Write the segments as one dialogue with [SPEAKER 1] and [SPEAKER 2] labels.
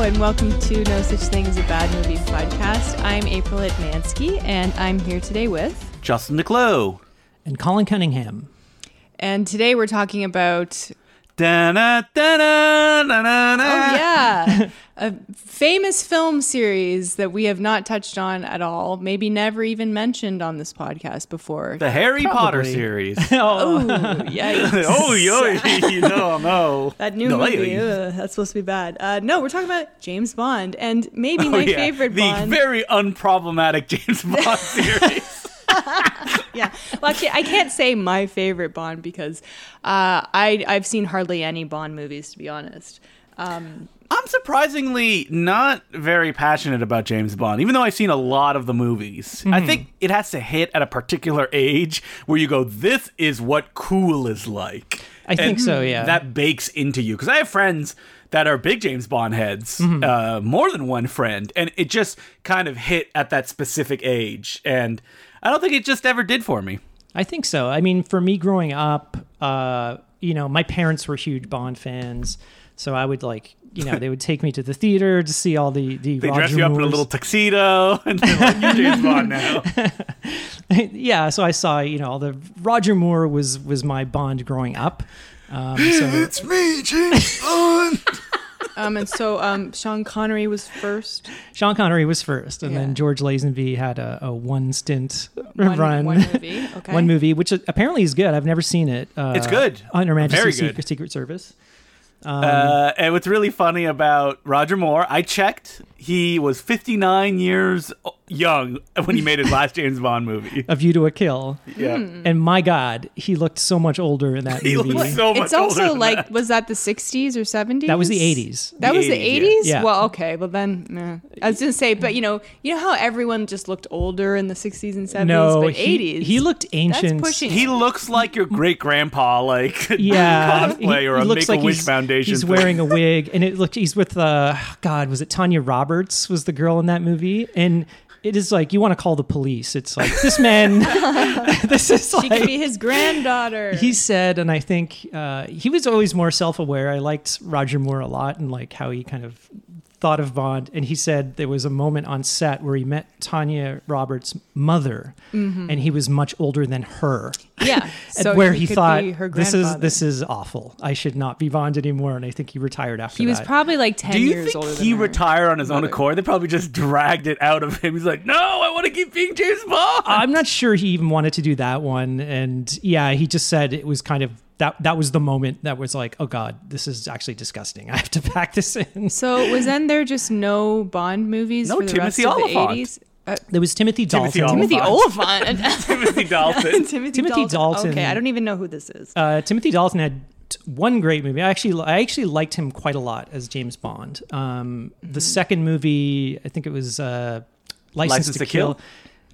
[SPEAKER 1] and welcome to No Such Thing as a Bad Movie podcast. I'm April Mansky, and I'm here today with.
[SPEAKER 2] Justin DeClue.
[SPEAKER 3] and Colin Cunningham.
[SPEAKER 1] And today we're talking about, oh
[SPEAKER 2] Da-na, da-na, na-na, na.
[SPEAKER 1] Ah. yeah, a famous film series that we have not touched on at all, maybe never even mentioned on this podcast before.
[SPEAKER 2] The Harry Potter
[SPEAKER 3] Probably.
[SPEAKER 2] series.
[SPEAKER 3] Oh,
[SPEAKER 1] Yikes.
[SPEAKER 2] oh, yo, you know, no.
[SPEAKER 1] That new
[SPEAKER 2] No,
[SPEAKER 1] movie,
[SPEAKER 2] I-
[SPEAKER 1] ugh, that's supposed to be bad. Uh, no, we're talking about James Bond, and maybe
[SPEAKER 2] Oh,
[SPEAKER 1] my
[SPEAKER 2] yeah.
[SPEAKER 1] favorite
[SPEAKER 2] The
[SPEAKER 1] Bond.
[SPEAKER 2] very unproblematic James Bond series.
[SPEAKER 1] yeah. Well, actually, I can't say my favorite Bond because uh, I I've seen hardly any Bond movies to be honest.
[SPEAKER 2] I'm surprisingly not very passionate about James Bond, even though I've seen a lot of the movies.
[SPEAKER 3] Mm-hmm.
[SPEAKER 2] I think it has to hit at a particular age where you go, this is what cool is like.
[SPEAKER 3] I think so, yeah.
[SPEAKER 2] That bakes into you. Because I have friends that are big James Bond heads,
[SPEAKER 3] Mm-hmm.
[SPEAKER 2] uh, more than one friend, and it just kind of hit at that specific age. And I don't think it just ever did for me.
[SPEAKER 3] I think so. I mean, for me growing up, uh, you know, my parents were huge Bond fans, so I would like, you know, they would take me to the theater to see all the the.
[SPEAKER 2] They
[SPEAKER 3] Roger
[SPEAKER 2] dress you up in a
[SPEAKER 3] Moore's-
[SPEAKER 2] little tuxedo, and they're like, you're James Bond now.
[SPEAKER 3] yeah, so I saw, you know, all the Roger Moore was was my Bond growing up. Um, so
[SPEAKER 2] it's me, James Bond.
[SPEAKER 1] Um, and so um, Sean Connery was first.
[SPEAKER 3] Sean Connery was first, and
[SPEAKER 1] Yeah.
[SPEAKER 3] then George Lazenby had a, a one stint
[SPEAKER 1] One,
[SPEAKER 3] run.
[SPEAKER 1] one movie. Okay.
[SPEAKER 3] One movie, which apparently is good. I've never seen it. Uh,
[SPEAKER 2] It's good.
[SPEAKER 3] On Her Majesty's
[SPEAKER 2] Very
[SPEAKER 3] Secret,
[SPEAKER 2] good.
[SPEAKER 3] Secret Service.
[SPEAKER 2] Uh, and what's really funny about Roger Moore, I checked, he was 59 years o- young when he made his last James Bond movie.
[SPEAKER 3] A View to a Kill.
[SPEAKER 2] Yeah.
[SPEAKER 1] Hmm.
[SPEAKER 3] Mm. And my God, he looked so much older in that
[SPEAKER 2] He
[SPEAKER 3] movie.
[SPEAKER 2] looks so much
[SPEAKER 1] it's also
[SPEAKER 2] older than
[SPEAKER 1] like
[SPEAKER 2] that.
[SPEAKER 1] was that the 60s or 70s?
[SPEAKER 3] that was the 80s.
[SPEAKER 1] That
[SPEAKER 2] The
[SPEAKER 1] was the
[SPEAKER 2] 80s, yeah.
[SPEAKER 1] 80s?
[SPEAKER 3] Yeah.
[SPEAKER 1] Well, okay. Well, then, meh. I was going to say, but you know, you know how everyone just looked older in the 60s and 70s,
[SPEAKER 3] no,
[SPEAKER 1] but
[SPEAKER 3] he,
[SPEAKER 1] 80s.
[SPEAKER 3] he looked ancient.
[SPEAKER 1] pushing
[SPEAKER 2] He looks like your great grandpa, like
[SPEAKER 3] yeah,
[SPEAKER 2] cosplay or a Make a Wish
[SPEAKER 3] he's-
[SPEAKER 2] Foundation.
[SPEAKER 3] He's
[SPEAKER 2] thing.
[SPEAKER 3] wearing a wig, and it looked he's with uh God was it Tanya Roberts was the girl in that movie, and it is like you want to call the police. It's like this man, this is
[SPEAKER 1] She could
[SPEAKER 3] like.
[SPEAKER 1] be his granddaughter.
[SPEAKER 3] He said, and I think uh, he was always more self-aware. I liked Roger Moore a lot, and like how he kind of thought of Bond. And he said there was a moment on set where he met Tanya Roberts' mother,
[SPEAKER 1] Mm-hmm.
[SPEAKER 3] and he was much older than her
[SPEAKER 1] yeah.
[SPEAKER 3] and where he,
[SPEAKER 1] could
[SPEAKER 3] thought
[SPEAKER 1] be her
[SPEAKER 3] this is
[SPEAKER 1] grandfather.
[SPEAKER 3] this is awful. I should not be Bond anymore, and I think he retired after
[SPEAKER 1] He
[SPEAKER 3] that.
[SPEAKER 1] was probably like 10
[SPEAKER 2] Do you
[SPEAKER 1] years
[SPEAKER 2] think
[SPEAKER 1] older than
[SPEAKER 2] he
[SPEAKER 1] her.
[SPEAKER 2] retired on his own accord? They probably just dragged it out of him. He's like, no, I want to keep being James Bond.
[SPEAKER 3] I'm not sure he even wanted to do that one, and yeah, he just said it was kind of that. That was the moment that was like, oh god, this is actually disgusting. I have to pack this in.
[SPEAKER 1] So was then there just no Bond movies
[SPEAKER 2] No
[SPEAKER 1] for the
[SPEAKER 2] Timothy
[SPEAKER 1] rest of
[SPEAKER 2] Oliphant. Oh,
[SPEAKER 1] the 80s? Uh,
[SPEAKER 3] There was Timothy Dalton.
[SPEAKER 2] Timothy Oliphant.
[SPEAKER 1] Timothy Oliphant.
[SPEAKER 2] Timothy Dalton.
[SPEAKER 1] Timothy,
[SPEAKER 3] Timothy Dalton.
[SPEAKER 1] Okay, I don't even know who this is.
[SPEAKER 3] uh, Timothy Dalton had t- one great movie. I actually I actually liked him quite a lot as James Bond. Um, the second movie, I think it was uh, License, to, Kill.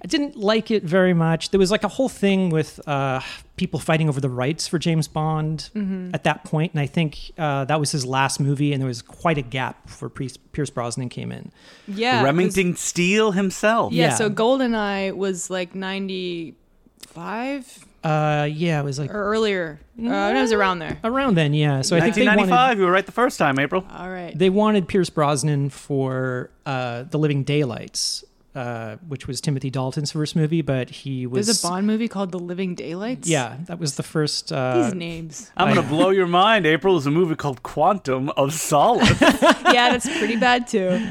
[SPEAKER 3] I didn't like it very much. There was like a whole thing with uh, people fighting over the rights for James Bond at that point, and I think uh, that was his last movie, and there was quite a gap before Pierce, Pierce Brosnan came in.
[SPEAKER 1] Yeah. 'cause-
[SPEAKER 2] Remington Steele himself.
[SPEAKER 1] Yeah,
[SPEAKER 3] Yeah.
[SPEAKER 1] so GoldenEye was like 95
[SPEAKER 3] Uh, yeah, it was like
[SPEAKER 1] or earlier. Uh, it was around there.
[SPEAKER 3] around then. Yeah, so I think they wanted
[SPEAKER 2] 1995. You were right the first time, April.
[SPEAKER 1] All right.
[SPEAKER 3] they wanted Pierce Brosnan for uh, The Living Daylights, uh, which was Timothy Dalton's first movie, but he was.
[SPEAKER 1] There's a Bond movie called The Living Daylights.
[SPEAKER 3] Yeah, that was the first.
[SPEAKER 1] These
[SPEAKER 3] Uh,
[SPEAKER 1] names.
[SPEAKER 2] I'm
[SPEAKER 3] I-
[SPEAKER 2] gonna blow your mind. April is a movie called Quantum of Solace.
[SPEAKER 1] yeah, that's pretty bad too.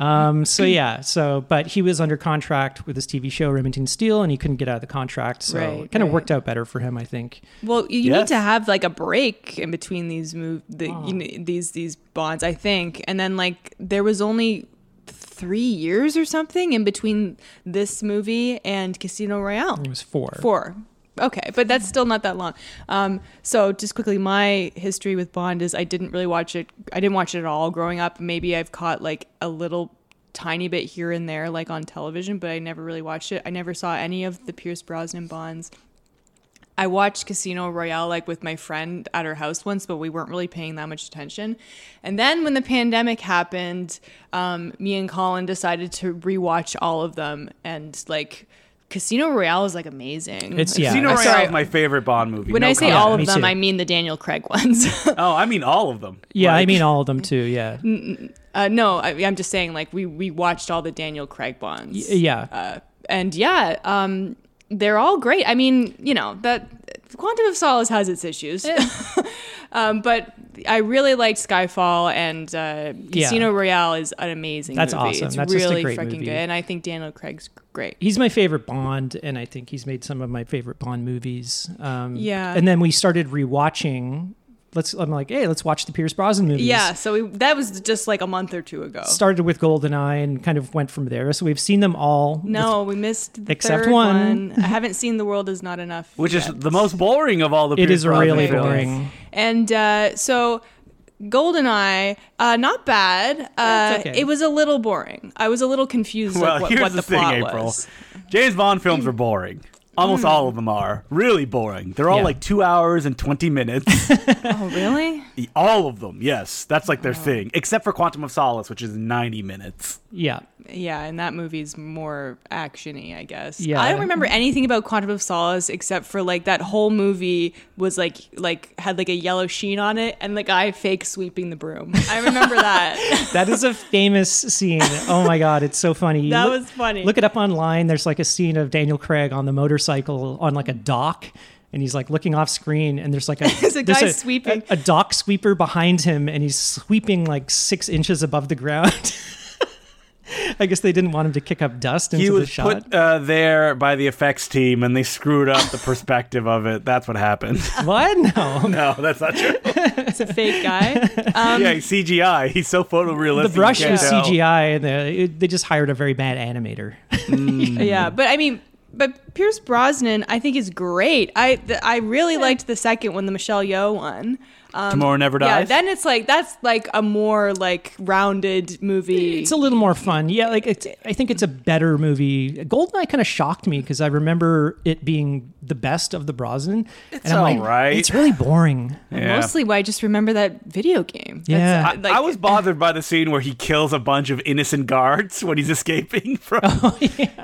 [SPEAKER 3] um, so yeah, so but he was under contract with his TV show Remington Steele, and he couldn't get out of the contract, so
[SPEAKER 1] Right,
[SPEAKER 3] it kind of
[SPEAKER 1] right.
[SPEAKER 3] worked out better for him, I think.
[SPEAKER 1] Well, you need
[SPEAKER 2] Yes.
[SPEAKER 1] to have like a break in between these move the, you know, these these bonds, I think. And then like there was only three years or something in between this movie and Casino Royale.
[SPEAKER 3] It was four.
[SPEAKER 1] Four. Okay, but that's still not that long. Um, so just quickly, my history with Bond is I didn't really watch it. I didn't watch it at all growing up. Maybe I've caught like a little tiny bit here and there, like on television, but I never really watched it. I never saw any of the Pierce Brosnan Bonds. I watched Casino Royale like with my friend at her house once, but we weren't really paying that much attention. And then when the pandemic happened, um, me and Colin decided to rewatch all of them and like Casino Royale is like amazing.
[SPEAKER 3] It's-
[SPEAKER 1] Like,
[SPEAKER 3] Yeah.
[SPEAKER 2] Casino
[SPEAKER 1] I'm
[SPEAKER 2] Royale
[SPEAKER 1] sorry.
[SPEAKER 2] is my favorite Bond movie.
[SPEAKER 1] When
[SPEAKER 2] no
[SPEAKER 1] I say
[SPEAKER 2] comment.
[SPEAKER 1] all
[SPEAKER 3] me
[SPEAKER 1] of them,
[SPEAKER 3] too.
[SPEAKER 1] I mean the Daniel Craig ones.
[SPEAKER 2] oh, I mean all of them.
[SPEAKER 3] Yeah, I
[SPEAKER 2] Like,
[SPEAKER 3] mean all of them too. Yeah, Y-
[SPEAKER 1] uh, no, I, I'm just saying like we we watched all the Daniel Craig Bonds.
[SPEAKER 3] yeah.
[SPEAKER 1] uh, and yeah, um, they're all great. I mean, you know that Quantum of Solace has its issues, um, but I really liked Skyfall and uh,
[SPEAKER 3] Yeah.
[SPEAKER 1] Casino Royale is an amazing.
[SPEAKER 3] That's
[SPEAKER 1] movie.
[SPEAKER 3] awesome.
[SPEAKER 1] It's
[SPEAKER 3] That's just a
[SPEAKER 1] really
[SPEAKER 3] great
[SPEAKER 1] freaking
[SPEAKER 3] movie.
[SPEAKER 1] good, and I think Daniel Craig's great.
[SPEAKER 3] he's my favorite Bond, and I think he's made some of my favorite Bond movies. Um,
[SPEAKER 1] Yeah.
[SPEAKER 3] and then we started rewatching. Let's. I'm like, hey, let's watch the Pierce Brosnan movies.
[SPEAKER 1] Yeah, so we, that was just like a month or two ago.
[SPEAKER 3] started with Goldeneye and kind of went from there. So we've seen them all.
[SPEAKER 1] no, we missed the
[SPEAKER 3] Except
[SPEAKER 1] third
[SPEAKER 3] one.
[SPEAKER 1] I haven't seen The World Is Not Enough,
[SPEAKER 2] which is
[SPEAKER 1] yet.
[SPEAKER 2] the most boring of all the.
[SPEAKER 3] it
[SPEAKER 2] Pierce
[SPEAKER 3] is
[SPEAKER 2] Brosnan
[SPEAKER 3] really
[SPEAKER 1] Brosnan
[SPEAKER 2] films.
[SPEAKER 3] boring.
[SPEAKER 1] And uh, so, Goldeneye, uh, not bad. Uh,
[SPEAKER 3] It's okay.
[SPEAKER 1] It was a little boring. I was a little confused
[SPEAKER 2] Well,
[SPEAKER 1] like, what,
[SPEAKER 2] here's
[SPEAKER 1] what
[SPEAKER 2] the,
[SPEAKER 1] the,
[SPEAKER 2] thing,
[SPEAKER 1] plot
[SPEAKER 2] April.
[SPEAKER 1] was.
[SPEAKER 2] James Bond films are boring. Almost all of them are really boring. They're all
[SPEAKER 3] Yeah.
[SPEAKER 2] like two hours and twenty minutes.
[SPEAKER 1] Oh, really?
[SPEAKER 2] all of them, yes, that's like their thing, except for Quantum of Solace, which is ninety minutes.
[SPEAKER 3] Yeah,
[SPEAKER 1] yeah, and that movie's more actiony, I guess.
[SPEAKER 3] Yeah.
[SPEAKER 1] I don't remember anything about Quantum of Solace except for like that whole movie was like like had like a yellow sheen on it and the guy fake sweeping the broom. I remember that.
[SPEAKER 3] that is a famous scene. Oh my god, it's so funny. You
[SPEAKER 1] That
[SPEAKER 3] look-
[SPEAKER 1] was funny.
[SPEAKER 3] Look it up online. There's like a scene of Daniel Craig on the motorcycle on like a dock. And he's like looking off screen, and there's like a
[SPEAKER 1] There's a guy sweeping.
[SPEAKER 3] a, a dock sweeper behind him, and he's sweeping like six inches above the ground. I guess they didn't want him to kick up dust into
[SPEAKER 2] He
[SPEAKER 3] the
[SPEAKER 2] was
[SPEAKER 3] shot.
[SPEAKER 2] put uh, there by the effects team, and they screwed up the perspective of it. That's what happened.
[SPEAKER 3] what? No,
[SPEAKER 2] no, that's not true.
[SPEAKER 1] it's a fake guy. Um,
[SPEAKER 2] yeah, CGI. He's so photorealistic.
[SPEAKER 3] the brush
[SPEAKER 2] you can't
[SPEAKER 3] was
[SPEAKER 2] tell.
[SPEAKER 3] CGI, and the, it, they just hired a very bad animator.
[SPEAKER 1] Uh, yeah but i mean but pierce brosnan i think is great i th- i really liked the second one the michelle yeoh one um,
[SPEAKER 2] Tomorrow Never
[SPEAKER 1] yeah
[SPEAKER 2] Dies?
[SPEAKER 1] then it's like that's like a more like rounded movie
[SPEAKER 3] It's a little more fun. Yeah, like it's, I think it's a better movie. Goldeneye kind of shocked me because I remember it being the best of the Brosnan. It's and I'm like,
[SPEAKER 2] all right.
[SPEAKER 3] It's really boring.
[SPEAKER 2] Yeah.
[SPEAKER 1] mostly why i just remember that video game
[SPEAKER 3] Yeah.
[SPEAKER 1] uh,
[SPEAKER 2] I, I was bothered by the scene where he kills a bunch of innocent guards when he's escaping from.
[SPEAKER 1] Oh,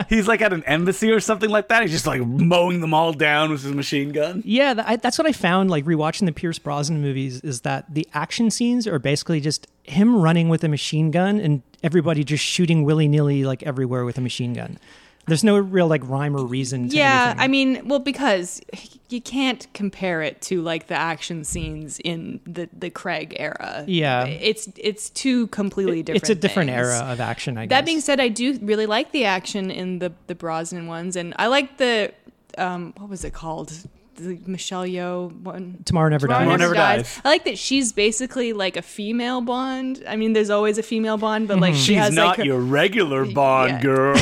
[SPEAKER 2] He's like at an embassy or something like that. He's just like mowing them all down with his machine gun.
[SPEAKER 3] Yeah, tha- I, that's what I found like rewatching the Pierce Brosnan movies is that the action scenes are basically just him running with a machine gun and everybody just shooting willy nilly like everywhere with a machine gun. There's no real like rhyme or reason. To
[SPEAKER 1] yeah
[SPEAKER 3] anything.
[SPEAKER 1] i mean well because you can't compare it to like the action scenes in the the craig era
[SPEAKER 3] Yeah.
[SPEAKER 1] it's it's two completely different
[SPEAKER 3] it's a different
[SPEAKER 1] things.
[SPEAKER 3] era of action. I guess
[SPEAKER 1] That being said, I do really like the action in the the Brosnan ones, and I like the um, what was it called? The Michelle Yeoh one.
[SPEAKER 3] Tomorrow Never
[SPEAKER 1] Tomorrow
[SPEAKER 3] Dies.
[SPEAKER 1] Never,
[SPEAKER 2] Never
[SPEAKER 1] dies.
[SPEAKER 2] Dies.
[SPEAKER 1] I like that she's basically like a female Bond. I mean, there's always a female Bond, but like she
[SPEAKER 2] She's
[SPEAKER 1] has
[SPEAKER 2] not
[SPEAKER 1] like her-
[SPEAKER 2] your regular Bond
[SPEAKER 1] yeah.
[SPEAKER 2] girl.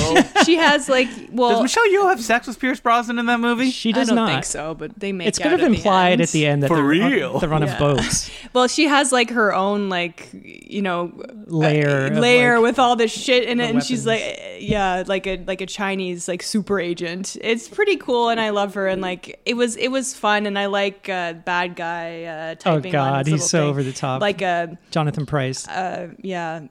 [SPEAKER 1] she has like
[SPEAKER 2] Does
[SPEAKER 1] well,
[SPEAKER 2] Michelle Yeoh have sex with Pierce Brosnan in that movie?
[SPEAKER 3] she
[SPEAKER 1] I
[SPEAKER 3] does
[SPEAKER 1] don't
[SPEAKER 3] not
[SPEAKER 1] think so, but they make
[SPEAKER 3] it's
[SPEAKER 1] out
[SPEAKER 3] kind of implied at the end that
[SPEAKER 2] For
[SPEAKER 3] they're on-
[SPEAKER 2] real?
[SPEAKER 3] they're on
[SPEAKER 1] Yeah.
[SPEAKER 3] a boat
[SPEAKER 1] Well, she has like her own like you know uh,
[SPEAKER 3] layer. of,
[SPEAKER 1] layer
[SPEAKER 3] like-
[SPEAKER 1] with all this shit in it, and she's like,
[SPEAKER 3] weapons.
[SPEAKER 1] eh, yeah, like a like a Chinese like super agent. It's pretty cool, and I love her, and like it was it was fun, and I like uh, bad guy uh, typing. on
[SPEAKER 3] Oh,
[SPEAKER 1] his
[SPEAKER 3] God, he's
[SPEAKER 1] little
[SPEAKER 3] so
[SPEAKER 1] thing.
[SPEAKER 3] over the top.
[SPEAKER 1] Like a
[SPEAKER 3] Jonathan Price.
[SPEAKER 1] uh, yeah,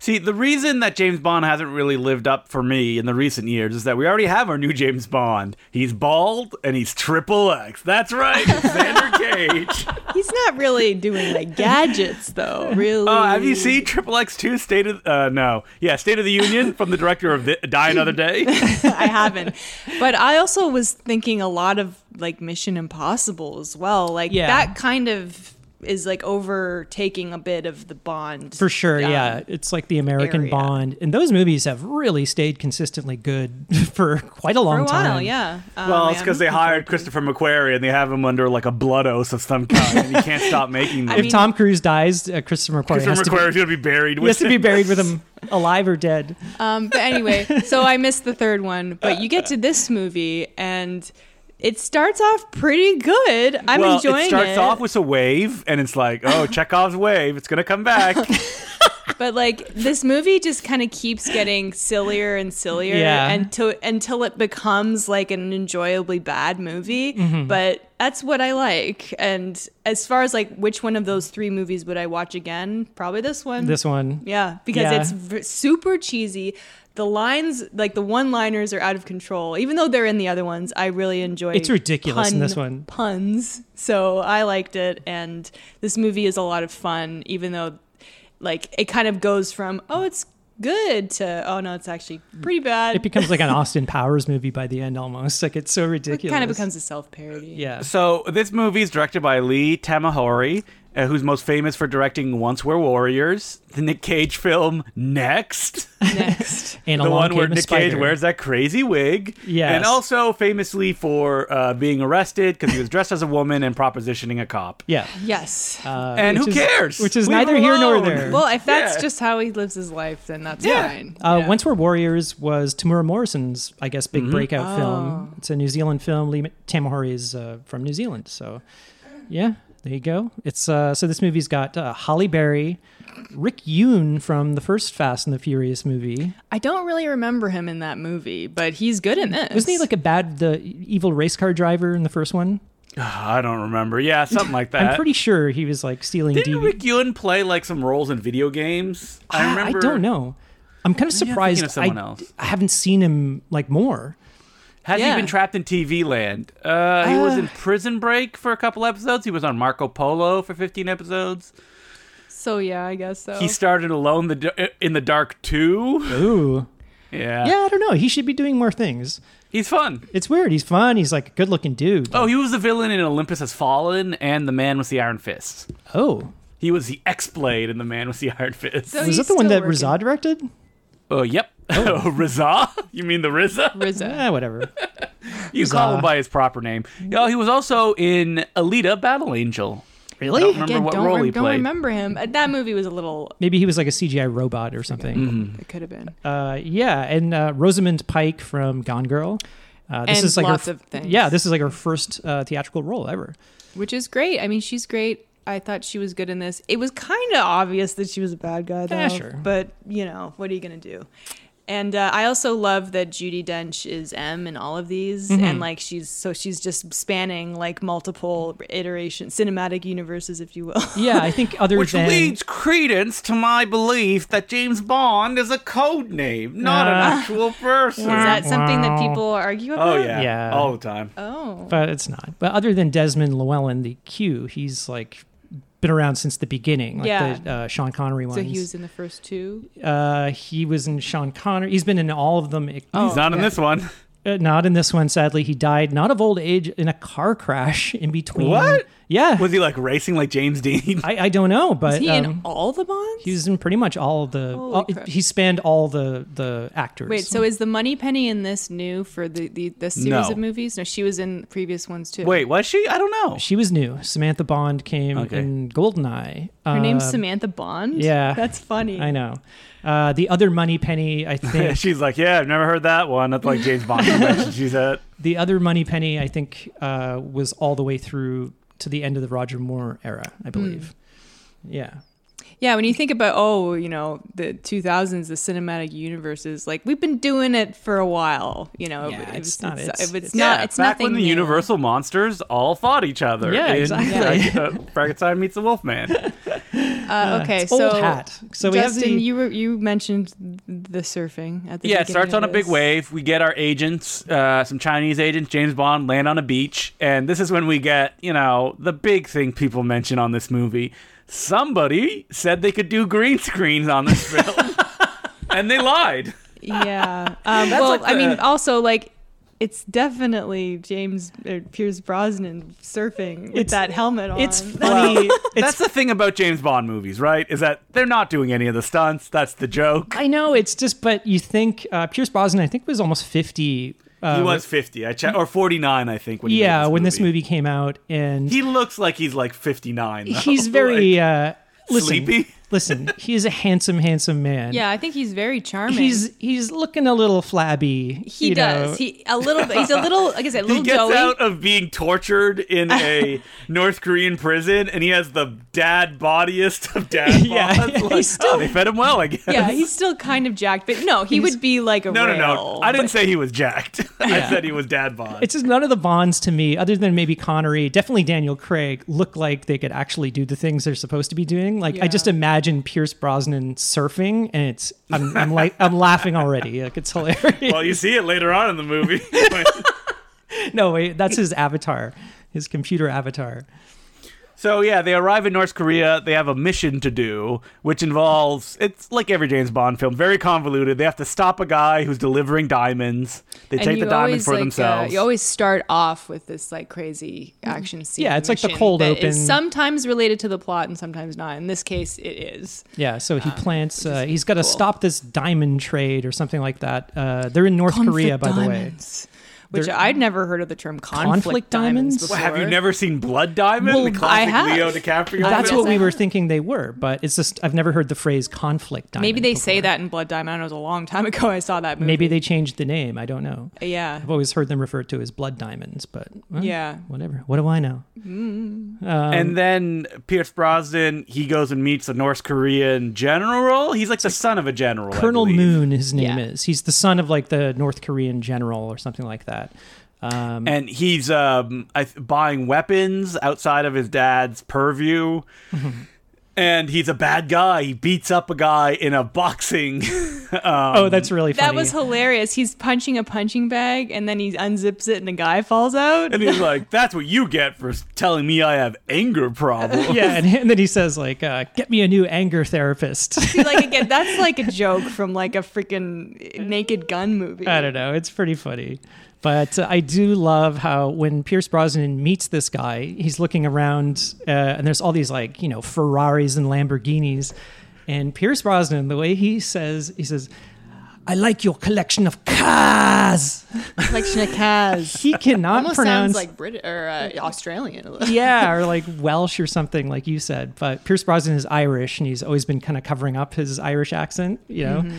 [SPEAKER 2] See, the reason that James Bond hasn't really lived up for me in the recent years is that we already have our new James Bond. He's bald and he's triple X. That's right, it's Xander Cage.
[SPEAKER 1] he's not really doing like gadgets though. Really,
[SPEAKER 2] Oh, have you seen Triple X Two State of uh, No? Yeah, State of the Union from the director of Th- Die Another Day.
[SPEAKER 1] I haven't. But I also was thinking a lot of like Mission Impossible as well. Like
[SPEAKER 3] Yeah.
[SPEAKER 1] that kind of is like overtaking a bit of the Bond
[SPEAKER 3] for sure,
[SPEAKER 1] um,
[SPEAKER 3] yeah. It's like the American
[SPEAKER 1] area.
[SPEAKER 3] Bond, and those movies have really stayed consistently good for quite a long
[SPEAKER 1] for a while.
[SPEAKER 3] time.
[SPEAKER 1] Yeah. Um,
[SPEAKER 3] Oh,
[SPEAKER 2] well, it's
[SPEAKER 1] and-
[SPEAKER 2] because they hired Christopher McQuarrie and they have him under like a blood oath of some kind, and he can't stop making them.
[SPEAKER 3] If
[SPEAKER 1] mean-
[SPEAKER 3] Tom Cruise dies, uh, Christopher McQuarrie has,
[SPEAKER 2] Christopher
[SPEAKER 3] to be,
[SPEAKER 2] McQuarrie's gonna be buried.
[SPEAKER 3] he
[SPEAKER 2] With
[SPEAKER 3] has to be buried with him, alive or dead.
[SPEAKER 1] Um, but anyway, so I missed the third one, but you get to this movie and it starts off pretty good. I'm
[SPEAKER 2] well,
[SPEAKER 1] enjoying
[SPEAKER 2] it
[SPEAKER 1] it.
[SPEAKER 2] starts off with a wave, and it's like, oh, Chekhov's wave. It's gonna come back.
[SPEAKER 1] But like this movie just kind of keeps getting sillier and sillier
[SPEAKER 3] Yeah.
[SPEAKER 1] until until it becomes like an enjoyably bad movie.
[SPEAKER 3] Mm-hmm.
[SPEAKER 1] But that's what I like. And as far as like which one of those three movies would I watch again? Probably this one.
[SPEAKER 3] This one.
[SPEAKER 1] Yeah, because
[SPEAKER 3] Yeah.
[SPEAKER 1] it's v- super cheesy. The lines, like the one-liners, are out of control. Even though they're in the other ones, I really enjoy.
[SPEAKER 3] It's ridiculous in this one.
[SPEAKER 1] Puns, so I liked it, and this movie is a lot of fun. Even though, like, it kind of goes from oh, it's good to oh no, it's actually pretty bad.
[SPEAKER 3] It becomes like an Austin Powers movie by the end almost. Like it's so
[SPEAKER 1] It
[SPEAKER 3] ridiculous.
[SPEAKER 1] kind of becomes a self-parody.
[SPEAKER 3] Yeah.
[SPEAKER 2] So this movie is directed by Lee Tamahori, uh, who's most famous for directing Once We're Warriors, the Nick Cage film Next,
[SPEAKER 1] Next,
[SPEAKER 3] And
[SPEAKER 2] the
[SPEAKER 3] along
[SPEAKER 2] one where
[SPEAKER 3] came a
[SPEAKER 2] Nick Cage
[SPEAKER 3] spider.
[SPEAKER 2] wears that crazy wig,
[SPEAKER 3] Yes.
[SPEAKER 2] and also famously for uh, being arrested because he was dressed as a woman and propositioning a cop.
[SPEAKER 3] Yeah.
[SPEAKER 1] yes. Oh.
[SPEAKER 3] Uh,
[SPEAKER 2] And
[SPEAKER 3] which
[SPEAKER 2] who
[SPEAKER 3] is-
[SPEAKER 2] cares?
[SPEAKER 3] Which is
[SPEAKER 2] Leave
[SPEAKER 3] neither
[SPEAKER 2] him
[SPEAKER 3] here nor
[SPEAKER 2] alone.
[SPEAKER 3] there.
[SPEAKER 1] well, if that's
[SPEAKER 2] yeah.
[SPEAKER 1] just how he lives his life, then that's
[SPEAKER 2] Yeah.
[SPEAKER 1] fine.
[SPEAKER 3] Uh,
[SPEAKER 1] Yeah.
[SPEAKER 3] Once We're Warriors was Tamura Morrison's, I guess,
[SPEAKER 2] Mm-hmm.
[SPEAKER 3] big breakout film.
[SPEAKER 1] Oh.
[SPEAKER 3] It's a New Zealand film. Lee Tamahori is uh, from New Zealand, so yeah, there you go. It's uh, so this movie's got uh, Holly Berry, Rick Yoon from the first Fast and the Furious movie.
[SPEAKER 1] I don't really remember him in that movie, but he's good in this.
[SPEAKER 3] Wasn't he like a bad, the evil race car driver in the first one?
[SPEAKER 2] Ah, I don't remember. Yeah, something like that.
[SPEAKER 3] I'm pretty sure he was like stealing
[SPEAKER 2] Didn't
[SPEAKER 3] DV
[SPEAKER 2] Rick Ewan play like some roles in video games? I
[SPEAKER 3] Ah,
[SPEAKER 2] remember.
[SPEAKER 3] I don't know. I'm kind of
[SPEAKER 2] Maybe I'm
[SPEAKER 3] surprised.
[SPEAKER 2] thinking of someone
[SPEAKER 3] I,
[SPEAKER 2] else.
[SPEAKER 3] I haven't seen him like more.
[SPEAKER 2] Has
[SPEAKER 1] Yeah.
[SPEAKER 2] he been trapped in TV land? Uh, he was in
[SPEAKER 3] Ah.
[SPEAKER 2] Prison Break for a couple episodes. He was on Marco Polo for 15 episodes.
[SPEAKER 1] So yeah, I guess so.
[SPEAKER 3] Oh.
[SPEAKER 2] He started Alone the D- uh, in the Dark 2.
[SPEAKER 3] Ooh.
[SPEAKER 2] Yeah.
[SPEAKER 3] Yeah, I don't know. He should be doing more things.
[SPEAKER 2] He's fun.
[SPEAKER 3] It's weird. He's fun. He's like a good looking dude.
[SPEAKER 2] Oh, he was the villain in Olympus Has Fallen and The Man with the Iron Fist.
[SPEAKER 3] Oh.
[SPEAKER 2] He was the X-Blade in The Man with the Iron Fist.
[SPEAKER 1] So-
[SPEAKER 3] was
[SPEAKER 1] he's
[SPEAKER 3] that the one
[SPEAKER 1] still
[SPEAKER 3] that
[SPEAKER 1] working.
[SPEAKER 3] Razad directed?
[SPEAKER 2] oh, yep. Oh, Rizza? You mean the Rizza?
[SPEAKER 1] RZA.
[SPEAKER 3] Eh, whatever.
[SPEAKER 2] You call
[SPEAKER 3] Rizza.
[SPEAKER 2] him by his proper name. Oh, he was also in Alita Battle Angel.
[SPEAKER 3] really?
[SPEAKER 2] I don't remember what
[SPEAKER 1] don't,
[SPEAKER 2] role
[SPEAKER 1] rem-
[SPEAKER 2] he
[SPEAKER 1] don't
[SPEAKER 2] played.
[SPEAKER 1] remember him. Uh, That movie was a little.
[SPEAKER 3] Maybe he was like a CGI robot or something.
[SPEAKER 2] Hmm.
[SPEAKER 1] It could have been.
[SPEAKER 3] Uh, yeah, and uh, Rosamund Pike from Gone Girl. Uh, this
[SPEAKER 1] And
[SPEAKER 3] is like
[SPEAKER 1] lots
[SPEAKER 3] her,
[SPEAKER 1] of things.
[SPEAKER 3] Yeah, this is like her first uh, theatrical role ever.
[SPEAKER 1] Which is great. I mean, she's great. I thought she was good in this. It was kind of obvious that she was a bad
[SPEAKER 2] Eh,
[SPEAKER 1] guy, though.
[SPEAKER 3] Yeah, sure.
[SPEAKER 1] But you know, what are you gonna do? And uh, I also love that Judy Dench is M in all of these,
[SPEAKER 2] Mm-hmm.
[SPEAKER 1] and like she's so she's just spanning like multiple iterations, cinematic universes, if you will.
[SPEAKER 3] Yeah, I think other
[SPEAKER 2] Which
[SPEAKER 3] than
[SPEAKER 2] leads credence to my belief that James Bond is a code name, not an
[SPEAKER 3] Uh,
[SPEAKER 2] actual person.
[SPEAKER 1] is that something that people argue
[SPEAKER 2] oh
[SPEAKER 1] about?
[SPEAKER 2] yeah,
[SPEAKER 3] Yeah.
[SPEAKER 2] all the time.
[SPEAKER 1] Oh.
[SPEAKER 3] but it's not. But other than Desmond Llewellyn, the Q, he's like been around since the beginning. Like
[SPEAKER 1] Yeah.
[SPEAKER 3] the uh, Sean Connery ones.
[SPEAKER 1] So he was in the first two.
[SPEAKER 3] uh, he was in Sean Connery. He's been in all of them. e-
[SPEAKER 1] Oh,
[SPEAKER 2] He's not in this one.
[SPEAKER 3] Uh, not in this one, sadly. He died not of old age in a car crash in between.
[SPEAKER 2] What?
[SPEAKER 3] Yeah.
[SPEAKER 2] Was he like racing like James Dean?
[SPEAKER 3] I, I don't know, but
[SPEAKER 1] Is he in
[SPEAKER 3] um,
[SPEAKER 1] all the Bonds?
[SPEAKER 3] he was in pretty much all the.
[SPEAKER 1] Holy
[SPEAKER 3] all-
[SPEAKER 1] crap.
[SPEAKER 3] he spanned all the the actors.
[SPEAKER 1] Wait, so is the Money Penny in this new for the the, the series
[SPEAKER 2] No.
[SPEAKER 1] of movies? No, she was in previous ones too.
[SPEAKER 2] Wait, was she? I don't know.
[SPEAKER 3] she was new. Samantha Bond came
[SPEAKER 2] Okay.
[SPEAKER 3] in Goldeneye.
[SPEAKER 1] her name's
[SPEAKER 3] Um,
[SPEAKER 1] Samantha Bond.
[SPEAKER 3] yeah.
[SPEAKER 1] that's funny.
[SPEAKER 3] I know. Uh, the other Money Penny, I think.
[SPEAKER 2] She's like, yeah, I've never heard that one. That's like James Bond convention. She's at.
[SPEAKER 3] the other Money Penny, I think, uh, was all the way through to the end of the Roger Moore era,
[SPEAKER 1] Hmm.
[SPEAKER 3] I believe. Yeah.
[SPEAKER 1] Yeah, when you think about oh, you know, the 2000s, the cinematic universes, like we've been doing it for a while. You know,
[SPEAKER 3] Yeah,
[SPEAKER 1] it-
[SPEAKER 3] it's not-
[SPEAKER 1] it's,
[SPEAKER 3] it's-
[SPEAKER 1] it- it's
[SPEAKER 3] it's-
[SPEAKER 1] not.
[SPEAKER 2] yeah,
[SPEAKER 1] It's
[SPEAKER 2] back
[SPEAKER 1] nothing.
[SPEAKER 2] when the
[SPEAKER 1] new.
[SPEAKER 2] Universal monsters all fought each other.
[SPEAKER 3] Yeah,
[SPEAKER 2] in,
[SPEAKER 3] exactly.
[SPEAKER 2] Uh, Frankenstein meets the Wolfman.
[SPEAKER 1] Uh, okay,
[SPEAKER 3] It's
[SPEAKER 1] so
[SPEAKER 3] old hat. So we have
[SPEAKER 1] Justin,
[SPEAKER 3] the.
[SPEAKER 1] you were, you mentioned the surfing at the
[SPEAKER 2] yeah,
[SPEAKER 1] beginning
[SPEAKER 2] it starts
[SPEAKER 1] of
[SPEAKER 2] on a big
[SPEAKER 1] this.
[SPEAKER 2] wave. We get our agents, uh, some Chinese agents, James Bond, land on a beach, and this is when we get, you know, the big thing people mention on this movie. Somebody said they could do green screens on this film, and they lied.
[SPEAKER 1] Yeah. Um, well,
[SPEAKER 2] like
[SPEAKER 1] I mean,
[SPEAKER 2] the-
[SPEAKER 1] also like it's definitely James or Pierce Brosnan surfing with
[SPEAKER 3] It's-
[SPEAKER 1] that helmet on.
[SPEAKER 3] it's funny.
[SPEAKER 2] That's
[SPEAKER 3] it's,
[SPEAKER 2] the thing about James Bond movies, right? Is that they're not doing any of the stunts. That's the joke.
[SPEAKER 3] I know it's just, but you think uh, Pierce Brosnan, I think, was almost fifty. Uh,
[SPEAKER 2] He was 50, I checked, or 49, I think. When he
[SPEAKER 3] yeah,
[SPEAKER 2] made
[SPEAKER 3] when this movie came out, and
[SPEAKER 2] he looks like he's like 59. though.
[SPEAKER 3] he's very
[SPEAKER 2] Like,
[SPEAKER 3] uh, listen,
[SPEAKER 2] sleepy.
[SPEAKER 3] listen, he is a handsome, handsome man.
[SPEAKER 1] Yeah, I think he's very charming.
[SPEAKER 3] He's he's looking a little flabby.
[SPEAKER 1] he
[SPEAKER 3] you
[SPEAKER 1] does.
[SPEAKER 3] know.
[SPEAKER 1] He a little bit. He's a little like I said, a
[SPEAKER 2] He
[SPEAKER 1] little
[SPEAKER 2] gets
[SPEAKER 1] doughy.
[SPEAKER 2] out of being tortured in a North Korean prison, and he has the dad bodiest of dad bods.
[SPEAKER 3] Yeah, yeah,
[SPEAKER 2] Like,
[SPEAKER 3] he's
[SPEAKER 2] oh, they fed him well, I guess.
[SPEAKER 1] Yeah, he's still kind of jacked, but no, he would be like a
[SPEAKER 2] no, no, no.
[SPEAKER 1] rail.
[SPEAKER 2] I didn't say he was jacked. I said he was dad bod.
[SPEAKER 3] It's just none of the Bonds to me, other than maybe Connery, definitely Daniel Craig, look like they could actually do the things they're supposed to be doing. Like
[SPEAKER 1] Yeah.
[SPEAKER 3] I just imagine Pierce Brosnan surfing, and it's I'm, I'm like I'm laughing already. Like it's hilarious.
[SPEAKER 2] well, you see it later on in the movie.
[SPEAKER 3] no, wait, that's his avatar, his computer avatar.
[SPEAKER 2] So yeah, they arrive in North Korea. They have a mission to do, which involves it's like every James Bond film, very convoluted. They have to stop a guy who's delivering diamonds. They
[SPEAKER 1] And
[SPEAKER 2] take the
[SPEAKER 1] you always,
[SPEAKER 2] diamonds for
[SPEAKER 1] like, uh,
[SPEAKER 2] themselves.
[SPEAKER 1] you always start off with this like crazy action scene.
[SPEAKER 3] Yeah, it's like the
[SPEAKER 1] mission
[SPEAKER 3] cold
[SPEAKER 1] that
[SPEAKER 3] open.
[SPEAKER 1] Is sometimes related to the plot and sometimes not. In this case, it is.
[SPEAKER 3] Yeah, so he plants. Uh, he's got to
[SPEAKER 1] cool.
[SPEAKER 3] stop this diamond trade or something like that. Uh, they're in North Korea, by the way.
[SPEAKER 1] the way. Which I'd never heard of the term conflict,
[SPEAKER 3] Conflict
[SPEAKER 1] diamonds.
[SPEAKER 3] diamonds?
[SPEAKER 1] before.
[SPEAKER 2] Well, have you never seen Blood Diamond?
[SPEAKER 1] Well,
[SPEAKER 2] the classic
[SPEAKER 1] I have.
[SPEAKER 2] Leo DiCaprio.
[SPEAKER 3] That's
[SPEAKER 1] guess
[SPEAKER 2] film?
[SPEAKER 3] what we
[SPEAKER 1] I-
[SPEAKER 3] were thinking they were, but it's just I've never heard the phrase conflict diamond.
[SPEAKER 1] Maybe they
[SPEAKER 3] before.
[SPEAKER 1] say that in Blood Diamond. I know it was a long time ago. I saw that movie.
[SPEAKER 3] Maybe they changed the name. I don't know.
[SPEAKER 1] Yeah.
[SPEAKER 3] I've always heard them referred to as blood diamonds, but well,
[SPEAKER 1] Yeah.
[SPEAKER 3] whatever. What do I know?
[SPEAKER 2] and then Pierce Brosnan, he goes and meets a North Korean general. He's like the son of a general. I
[SPEAKER 3] Colonel
[SPEAKER 2] believe.
[SPEAKER 3] Moon, his name
[SPEAKER 1] Yeah.
[SPEAKER 3] is. He's the son of like the North Korean general or something like that. Um,
[SPEAKER 2] and he's um I th- buying weapons outside of his dad's purview and he's a bad guy he beats up a guy in a boxing
[SPEAKER 3] oh, that's really funny.
[SPEAKER 1] That was hilarious. He's punching a punching bag and then he unzips it and a guy falls out.
[SPEAKER 2] and he's like that's what you get for s- telling me i have anger problems
[SPEAKER 3] yeah, and, and then he says like, uh, "Get me a new anger therapist."
[SPEAKER 1] See, like again, that's like a joke from like a freaking Naked Gun movie.
[SPEAKER 3] I don't know. It's pretty funny. But uh, I do love how when Pierce Brosnan meets this guy, he's looking around uh, and there's all these like, you know, Ferraris and Lamborghinis. And Pierce Brosnan, the way he says, he says, I like your collection of cars.
[SPEAKER 1] Like Shnakaz.
[SPEAKER 3] He cannot
[SPEAKER 1] Almost
[SPEAKER 3] pronounce
[SPEAKER 1] sounds like Brit or uh, Australian. a little.
[SPEAKER 3] yeah, or like Welsh or something, like you said. But Pierce Brosnan is Irish, and he's always been kind of covering up his Irish accent, you know.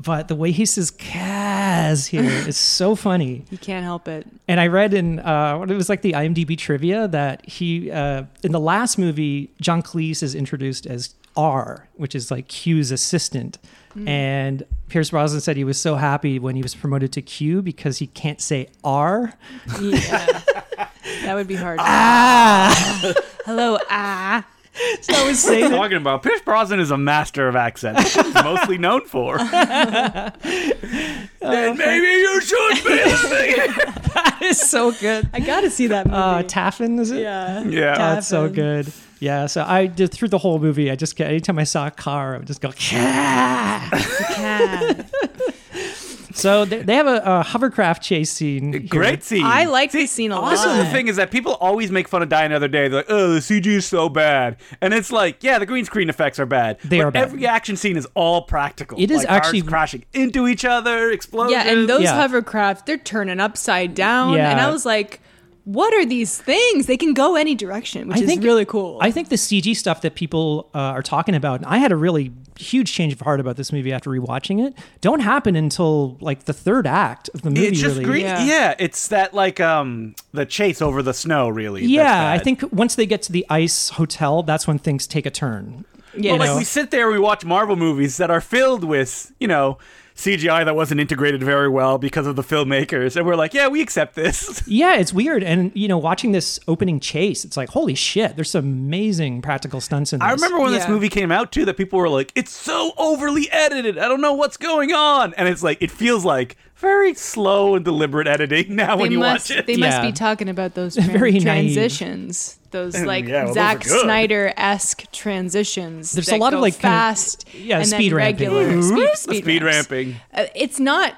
[SPEAKER 3] But the way he says "Kaz" here is so funny.
[SPEAKER 1] You can't help it.
[SPEAKER 3] And I read in uh, what it was like the IMDb trivia that he uh, in the last movie John Cleese is introduced as R, which is like Q's assistant, and Pierce Brosnan said he was so happy when he was promoted to Q because he can't say R.
[SPEAKER 1] Yeah. that would be hard. Hello, ah.
[SPEAKER 3] So I Ah! was saying
[SPEAKER 2] talking about pierce brosnan is a master of accents which he's mostly known for then maybe you should be listening.
[SPEAKER 3] that is so good.
[SPEAKER 1] I gotta see that movie.
[SPEAKER 3] Uh, Taffin is it?
[SPEAKER 1] yeah.
[SPEAKER 2] yeah
[SPEAKER 3] Oh, it's so
[SPEAKER 1] Taffin.
[SPEAKER 3] good. Yeah, so I did through the whole movie. I just get anytime I saw a car, I would just go. so they, they have a, a hovercraft chase scene. here.
[SPEAKER 2] Great scene.
[SPEAKER 1] I like this scene a lot.
[SPEAKER 2] This is the thing is that people always make fun of Die Another Day. They're like, "Oh, the CG is so bad," and it's like, yeah, the green screen effects are bad.
[SPEAKER 3] They
[SPEAKER 2] but
[SPEAKER 3] are bad.
[SPEAKER 2] Every action scene is all practical.
[SPEAKER 3] It is
[SPEAKER 2] Like, cars
[SPEAKER 3] actually-
[SPEAKER 2] crashing into each other, explosions.
[SPEAKER 1] Yeah, and those
[SPEAKER 3] Yeah.
[SPEAKER 1] hovercraft, they're turning upside down. And
[SPEAKER 3] Yeah.
[SPEAKER 1] I was like, what are these things? They can go any direction, which
[SPEAKER 3] I think
[SPEAKER 1] is really cool.
[SPEAKER 3] I think the CG stuff that people uh, are talking about, and I had a really huge change of heart about this movie after rewatching it. Don't happen until like the third act of the movie.
[SPEAKER 2] It's just
[SPEAKER 3] really.
[SPEAKER 2] green. Yeah.
[SPEAKER 1] Yeah.
[SPEAKER 2] it's that like um the chase over the snow. Really. that's
[SPEAKER 3] Yeah, I
[SPEAKER 2] bad.
[SPEAKER 3] think once they get to the ice hotel, that's when things take a turn.
[SPEAKER 1] Yeah.
[SPEAKER 2] But
[SPEAKER 1] you
[SPEAKER 2] like
[SPEAKER 1] know.
[SPEAKER 2] we sit there, we watch Marvel movies that are filled with you know. CGI that wasn't integrated very well because of the filmmakers, and we're like, yeah, we accept this.
[SPEAKER 3] Yeah, it's weird. And, you know, watching this opening chase, it's like, holy shit, there's some amazing practical stunts in this.
[SPEAKER 2] I remember when this
[SPEAKER 1] Yeah.
[SPEAKER 2] movie came out too that people were like, "It's so overly edited. I don't know what's going on." And it's like it feels like very slow and deliberate editing now
[SPEAKER 1] they
[SPEAKER 2] when you
[SPEAKER 1] must,
[SPEAKER 2] watch it.
[SPEAKER 1] they must
[SPEAKER 3] Yeah.
[SPEAKER 1] be talking about those tran-
[SPEAKER 3] Very naive.
[SPEAKER 1] transitions, those like
[SPEAKER 2] yeah, well, those
[SPEAKER 1] Zack
[SPEAKER 2] are good.
[SPEAKER 1] Snyder esque transitions.
[SPEAKER 3] There's a
[SPEAKER 1] that
[SPEAKER 3] lot of,
[SPEAKER 1] go
[SPEAKER 3] like, kinda-
[SPEAKER 1] fast,
[SPEAKER 3] yeah,
[SPEAKER 1] and
[SPEAKER 3] speed
[SPEAKER 1] then
[SPEAKER 3] ramping.
[SPEAKER 1] regular
[SPEAKER 2] Hmm?
[SPEAKER 1] speed,
[SPEAKER 2] The
[SPEAKER 1] speed,
[SPEAKER 2] speed
[SPEAKER 1] ramps.
[SPEAKER 2] ramping.
[SPEAKER 1] Uh, it's not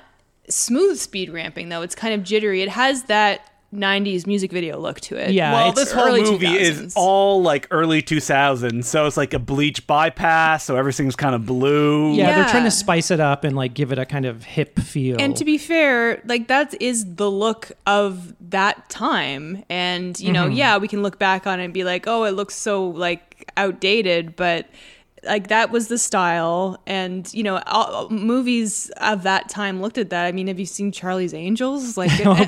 [SPEAKER 1] smooth speed ramping though. It's kind of jittery. It has that '90s music video look to it.
[SPEAKER 3] Yeah,
[SPEAKER 2] well,
[SPEAKER 3] it's
[SPEAKER 2] this whole
[SPEAKER 1] early
[SPEAKER 2] movie
[SPEAKER 1] 2000s.
[SPEAKER 2] is all like early 2000s, so it's like a bleach bypass, so everything's kind of blue.
[SPEAKER 3] Yeah, they're
[SPEAKER 1] Yeah.
[SPEAKER 3] trying to spice it up and, like, give it a kind of hip feel.
[SPEAKER 1] And to be fair, like that is the look of that time.
[SPEAKER 3] Mm-hmm.
[SPEAKER 1] And, you know, yeah, we can look back on it and be like, oh, it looks so like outdated, but like that was the style and you know all, movies of that time looked at that i mean have you seen charlie's angels like
[SPEAKER 3] Oh,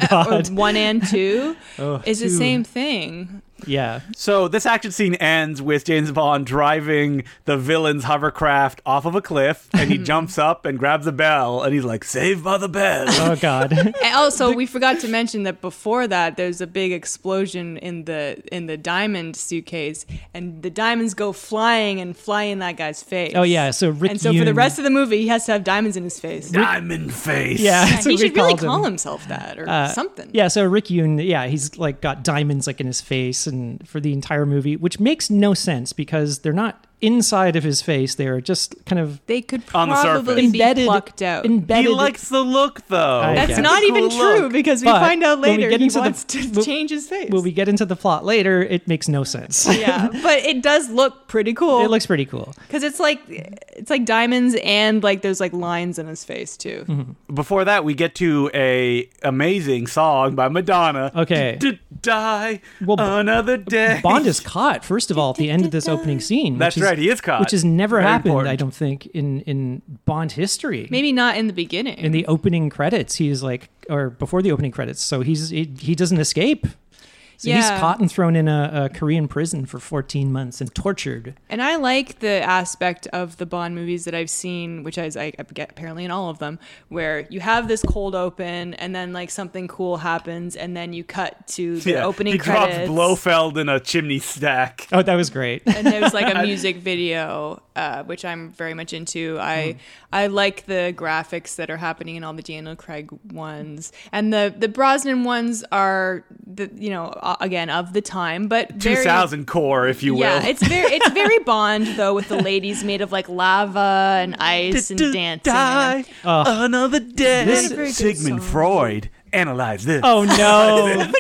[SPEAKER 3] God.
[SPEAKER 1] or one and two
[SPEAKER 3] Oh,
[SPEAKER 1] it's the
[SPEAKER 3] two.
[SPEAKER 1] same thing
[SPEAKER 3] Yeah.
[SPEAKER 2] So this action scene ends with James Bond driving the villain's hovercraft off of a cliff, and he jumps up and grabs a bell, and he's like, "Saved by the bell."
[SPEAKER 3] Oh God.
[SPEAKER 1] and also we forgot to mention that before that there's a big explosion in the in the diamond suitcase and the diamonds go flying and fly in that guy's face
[SPEAKER 3] Oh yeah. So Rick.
[SPEAKER 1] and so for the
[SPEAKER 3] Yoon-
[SPEAKER 1] rest of the movie he has to have diamonds in his face
[SPEAKER 2] Diamond face.
[SPEAKER 3] Yeah.
[SPEAKER 1] Yeah,
[SPEAKER 3] that's what
[SPEAKER 1] he
[SPEAKER 3] we
[SPEAKER 1] should really
[SPEAKER 3] called him.
[SPEAKER 1] call himself that or
[SPEAKER 3] Uh,
[SPEAKER 1] something
[SPEAKER 3] Yeah, so Rick Yoon, yeah, he's like got diamonds like in his face and for the entire movie, which makes no sense because they're not inside of his face; they're just kind of
[SPEAKER 1] they could
[SPEAKER 2] On the surface.
[SPEAKER 1] probably be
[SPEAKER 3] embedded,
[SPEAKER 1] plucked out
[SPEAKER 2] He
[SPEAKER 3] Embedded.
[SPEAKER 2] likes the look though.
[SPEAKER 3] I
[SPEAKER 1] That's
[SPEAKER 3] guess.
[SPEAKER 1] not
[SPEAKER 2] It's a
[SPEAKER 1] even
[SPEAKER 2] cool
[SPEAKER 1] true
[SPEAKER 2] look.
[SPEAKER 1] because we
[SPEAKER 3] But
[SPEAKER 1] find out
[SPEAKER 3] when we
[SPEAKER 1] later
[SPEAKER 3] get
[SPEAKER 1] he
[SPEAKER 3] into the-
[SPEAKER 1] wants to
[SPEAKER 3] when-
[SPEAKER 1] change his face.
[SPEAKER 3] when we get into the plot later, it makes no sense.
[SPEAKER 1] yeah, but it does look pretty cool.
[SPEAKER 3] it looks pretty cool.
[SPEAKER 1] because it's like it's like diamonds and like there's like lines in his face too.
[SPEAKER 2] Before that, we get to a amazing song by Madonna.
[SPEAKER 3] Okay.
[SPEAKER 2] D- die
[SPEAKER 3] Well, B-
[SPEAKER 2] another day.
[SPEAKER 3] Bond is caught first of all at the end of this opening scene. which
[SPEAKER 2] That's right, he is caught.
[SPEAKER 3] which has never
[SPEAKER 2] Very
[SPEAKER 3] happened.
[SPEAKER 2] important.
[SPEAKER 3] I don't think in in Bond history.
[SPEAKER 1] Maybe not in the beginning.
[SPEAKER 3] in the opening credits, he's like, or before the opening credits, so he's he, he doesn't escape. So he's
[SPEAKER 1] Yeah.
[SPEAKER 3] caught and thrown in a, a Korean prison for 14 months and tortured.
[SPEAKER 1] And I like the aspect of the Bond movies that I've seen, which is I I get apparently in all of them, where you have this cold open and then like something cool happens and then you cut to the
[SPEAKER 2] Yeah,
[SPEAKER 1] opening
[SPEAKER 2] he
[SPEAKER 1] credits.
[SPEAKER 2] drops Blofeld in a chimney stack.
[SPEAKER 3] Oh, that was great.
[SPEAKER 1] and there's like a music video uh, which i'm very much into
[SPEAKER 2] Hmm.
[SPEAKER 1] i i like the graphics that are happening in all the daniel craig ones and the the brosnan ones are the you know uh, again of the time but very-
[SPEAKER 2] 2000 core, if you
[SPEAKER 1] yeah
[SPEAKER 2] will.
[SPEAKER 1] it's very it's very bond though with the ladies made of like lava and ice and
[SPEAKER 2] To
[SPEAKER 1] dancing
[SPEAKER 2] Die another day.
[SPEAKER 1] This- Not a very good
[SPEAKER 2] Sigmund
[SPEAKER 1] song.
[SPEAKER 2] Freud analyze this.
[SPEAKER 3] Oh no.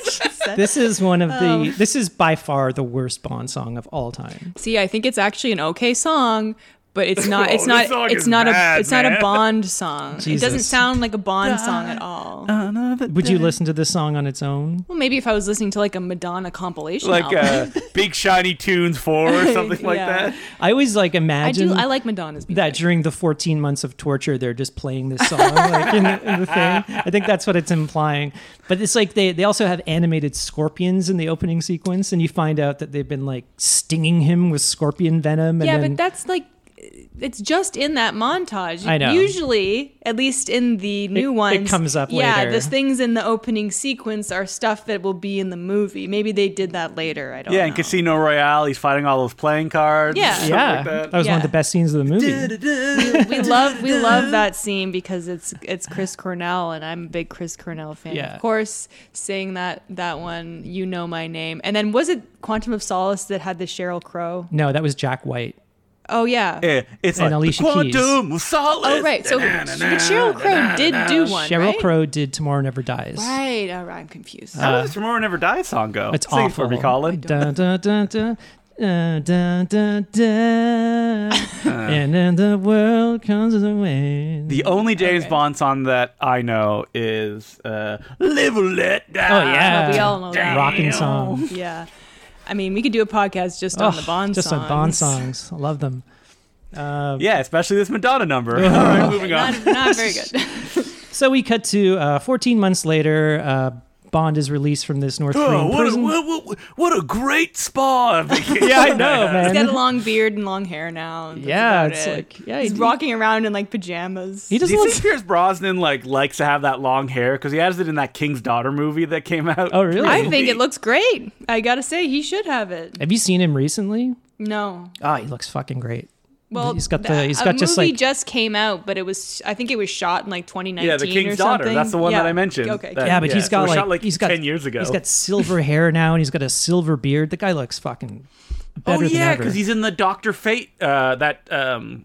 [SPEAKER 3] this is one of the
[SPEAKER 1] Oh.
[SPEAKER 3] this is by far the worst Bond song of all time.
[SPEAKER 1] see i think it's actually an okay song but it's not
[SPEAKER 2] Oh,
[SPEAKER 1] it's
[SPEAKER 2] this
[SPEAKER 1] not
[SPEAKER 2] song
[SPEAKER 1] it's
[SPEAKER 2] is
[SPEAKER 1] not
[SPEAKER 2] bad,
[SPEAKER 1] a it's not
[SPEAKER 2] man.
[SPEAKER 1] a bond song it doesn't
[SPEAKER 3] Jesus.
[SPEAKER 1] sound like a bond song at all
[SPEAKER 2] Another
[SPEAKER 3] Would you
[SPEAKER 2] day.
[SPEAKER 3] listen to this song on its own?
[SPEAKER 1] Well, maybe if I was listening to like a Madonna compilation,
[SPEAKER 2] Like
[SPEAKER 1] album.
[SPEAKER 2] uh, Big Shiny Tunes 4 or something like
[SPEAKER 1] Yeah.
[SPEAKER 2] that?
[SPEAKER 3] I always like
[SPEAKER 1] I
[SPEAKER 3] imagine
[SPEAKER 1] do. I like Madonna's music.
[SPEAKER 3] that during the 14 months of torture they're just playing this song like in, the, in the thing i think that's what it's implying but it's like they, they also have animated scorpions in the opening sequence and you find out that they've been like stinging him with scorpion venom and
[SPEAKER 1] yeah,
[SPEAKER 3] then
[SPEAKER 1] but that's like it's just in that montage.
[SPEAKER 3] I know.
[SPEAKER 1] Usually, at least in the new
[SPEAKER 3] it
[SPEAKER 1] ones,
[SPEAKER 3] comes up
[SPEAKER 1] yeah,
[SPEAKER 3] later.
[SPEAKER 1] the things in the opening sequence are stuff that will be in the movie. Maybe they did that later. I don't.
[SPEAKER 2] Yeah,
[SPEAKER 1] know.
[SPEAKER 2] in Casino Royale, he's fighting all those playing cards.
[SPEAKER 1] Oh, Yeah.
[SPEAKER 2] something
[SPEAKER 3] yeah
[SPEAKER 2] like
[SPEAKER 3] that.
[SPEAKER 2] that.
[SPEAKER 3] was one of
[SPEAKER 1] Yeah.
[SPEAKER 3] the best scenes of the movie
[SPEAKER 1] We love we love that scene because it's it's Chris Cornell and I'm a big Chris Cornell fan.
[SPEAKER 3] Yeah.
[SPEAKER 1] Of course, saying that that one, you know my name. And then was it Quantum of Solace that had the Cheryl Crow?
[SPEAKER 3] no that was jack white
[SPEAKER 1] Oh yeah.
[SPEAKER 2] Yeah, it's
[SPEAKER 3] And
[SPEAKER 2] like
[SPEAKER 3] Alicia
[SPEAKER 2] the
[SPEAKER 3] Keys.
[SPEAKER 2] quantum of solace.
[SPEAKER 1] Oh right, so but Cheryl Crow did do one,
[SPEAKER 3] cheryl
[SPEAKER 1] right?
[SPEAKER 3] crow did tomorrow never dies
[SPEAKER 1] Right, all right, I'm confused.
[SPEAKER 2] How does Tomorrow Never Dies song go?
[SPEAKER 3] Uh, it's
[SPEAKER 2] Sing it
[SPEAKER 3] awful
[SPEAKER 2] for me, Colin.
[SPEAKER 3] Dun, dun, dun, dun. Dun, dun, dun, dun. and then the world comes the way.
[SPEAKER 2] The only James Bond song that I know is uh, "Live or Let Die."
[SPEAKER 3] Oh yeah,
[SPEAKER 1] we all know that.
[SPEAKER 3] rocking song.
[SPEAKER 1] yeah, I mean, we could do a podcast just on the
[SPEAKER 3] Ugh,
[SPEAKER 1] Bond
[SPEAKER 3] just
[SPEAKER 1] songs.
[SPEAKER 3] on Bond songs. I love them. Uh,
[SPEAKER 2] Yeah, especially this Madonna number. all right, moving on.
[SPEAKER 1] Not, not very good.
[SPEAKER 3] So we cut to uh, 14 months later. Uh, Bond is released from this North Korean
[SPEAKER 2] Oh, what, a,
[SPEAKER 3] prison.
[SPEAKER 2] what, what, what a great spa!
[SPEAKER 3] yeah, I know,
[SPEAKER 1] He's got a
[SPEAKER 3] man.
[SPEAKER 1] long beard and long hair now. and that's
[SPEAKER 3] Yeah,
[SPEAKER 1] about
[SPEAKER 3] it's
[SPEAKER 1] it.
[SPEAKER 3] like- yeah,
[SPEAKER 1] he's
[SPEAKER 3] he-
[SPEAKER 1] walking around in like pajamas.
[SPEAKER 3] He
[SPEAKER 2] Do
[SPEAKER 3] doesn't
[SPEAKER 2] you
[SPEAKER 3] look.
[SPEAKER 2] think Pierce Brosnan like likes to have that long hair because he has it in that King's Daughter movie that came out?
[SPEAKER 3] Oh, really?
[SPEAKER 1] I think it looks great. I gotta say, he should have it.
[SPEAKER 3] Have you seen him recently?
[SPEAKER 1] No,
[SPEAKER 3] Oh, he looks fucking great.
[SPEAKER 1] well,
[SPEAKER 3] he's got the. He's
[SPEAKER 1] a
[SPEAKER 3] got just
[SPEAKER 1] movie
[SPEAKER 3] like.
[SPEAKER 1] just came out, but it was I think it was shot in like 2019.
[SPEAKER 2] Yeah, The
[SPEAKER 1] or
[SPEAKER 2] King's Daughter.
[SPEAKER 1] something.
[SPEAKER 2] That's the one that
[SPEAKER 1] Yeah.
[SPEAKER 2] I mentioned.
[SPEAKER 1] Okay,
[SPEAKER 2] That-
[SPEAKER 3] yeah, but
[SPEAKER 2] Uh, yeah,
[SPEAKER 3] he's
[SPEAKER 2] it
[SPEAKER 3] got
[SPEAKER 2] was
[SPEAKER 3] like,
[SPEAKER 2] shot, like,
[SPEAKER 3] he's got
[SPEAKER 2] 10 years ago.
[SPEAKER 3] He's got silver hair now, and he's got a silver beard. The guy looks fucking better
[SPEAKER 2] oh yeah,
[SPEAKER 3] than ever.
[SPEAKER 2] because he's in the Doctor Fate uh, that um,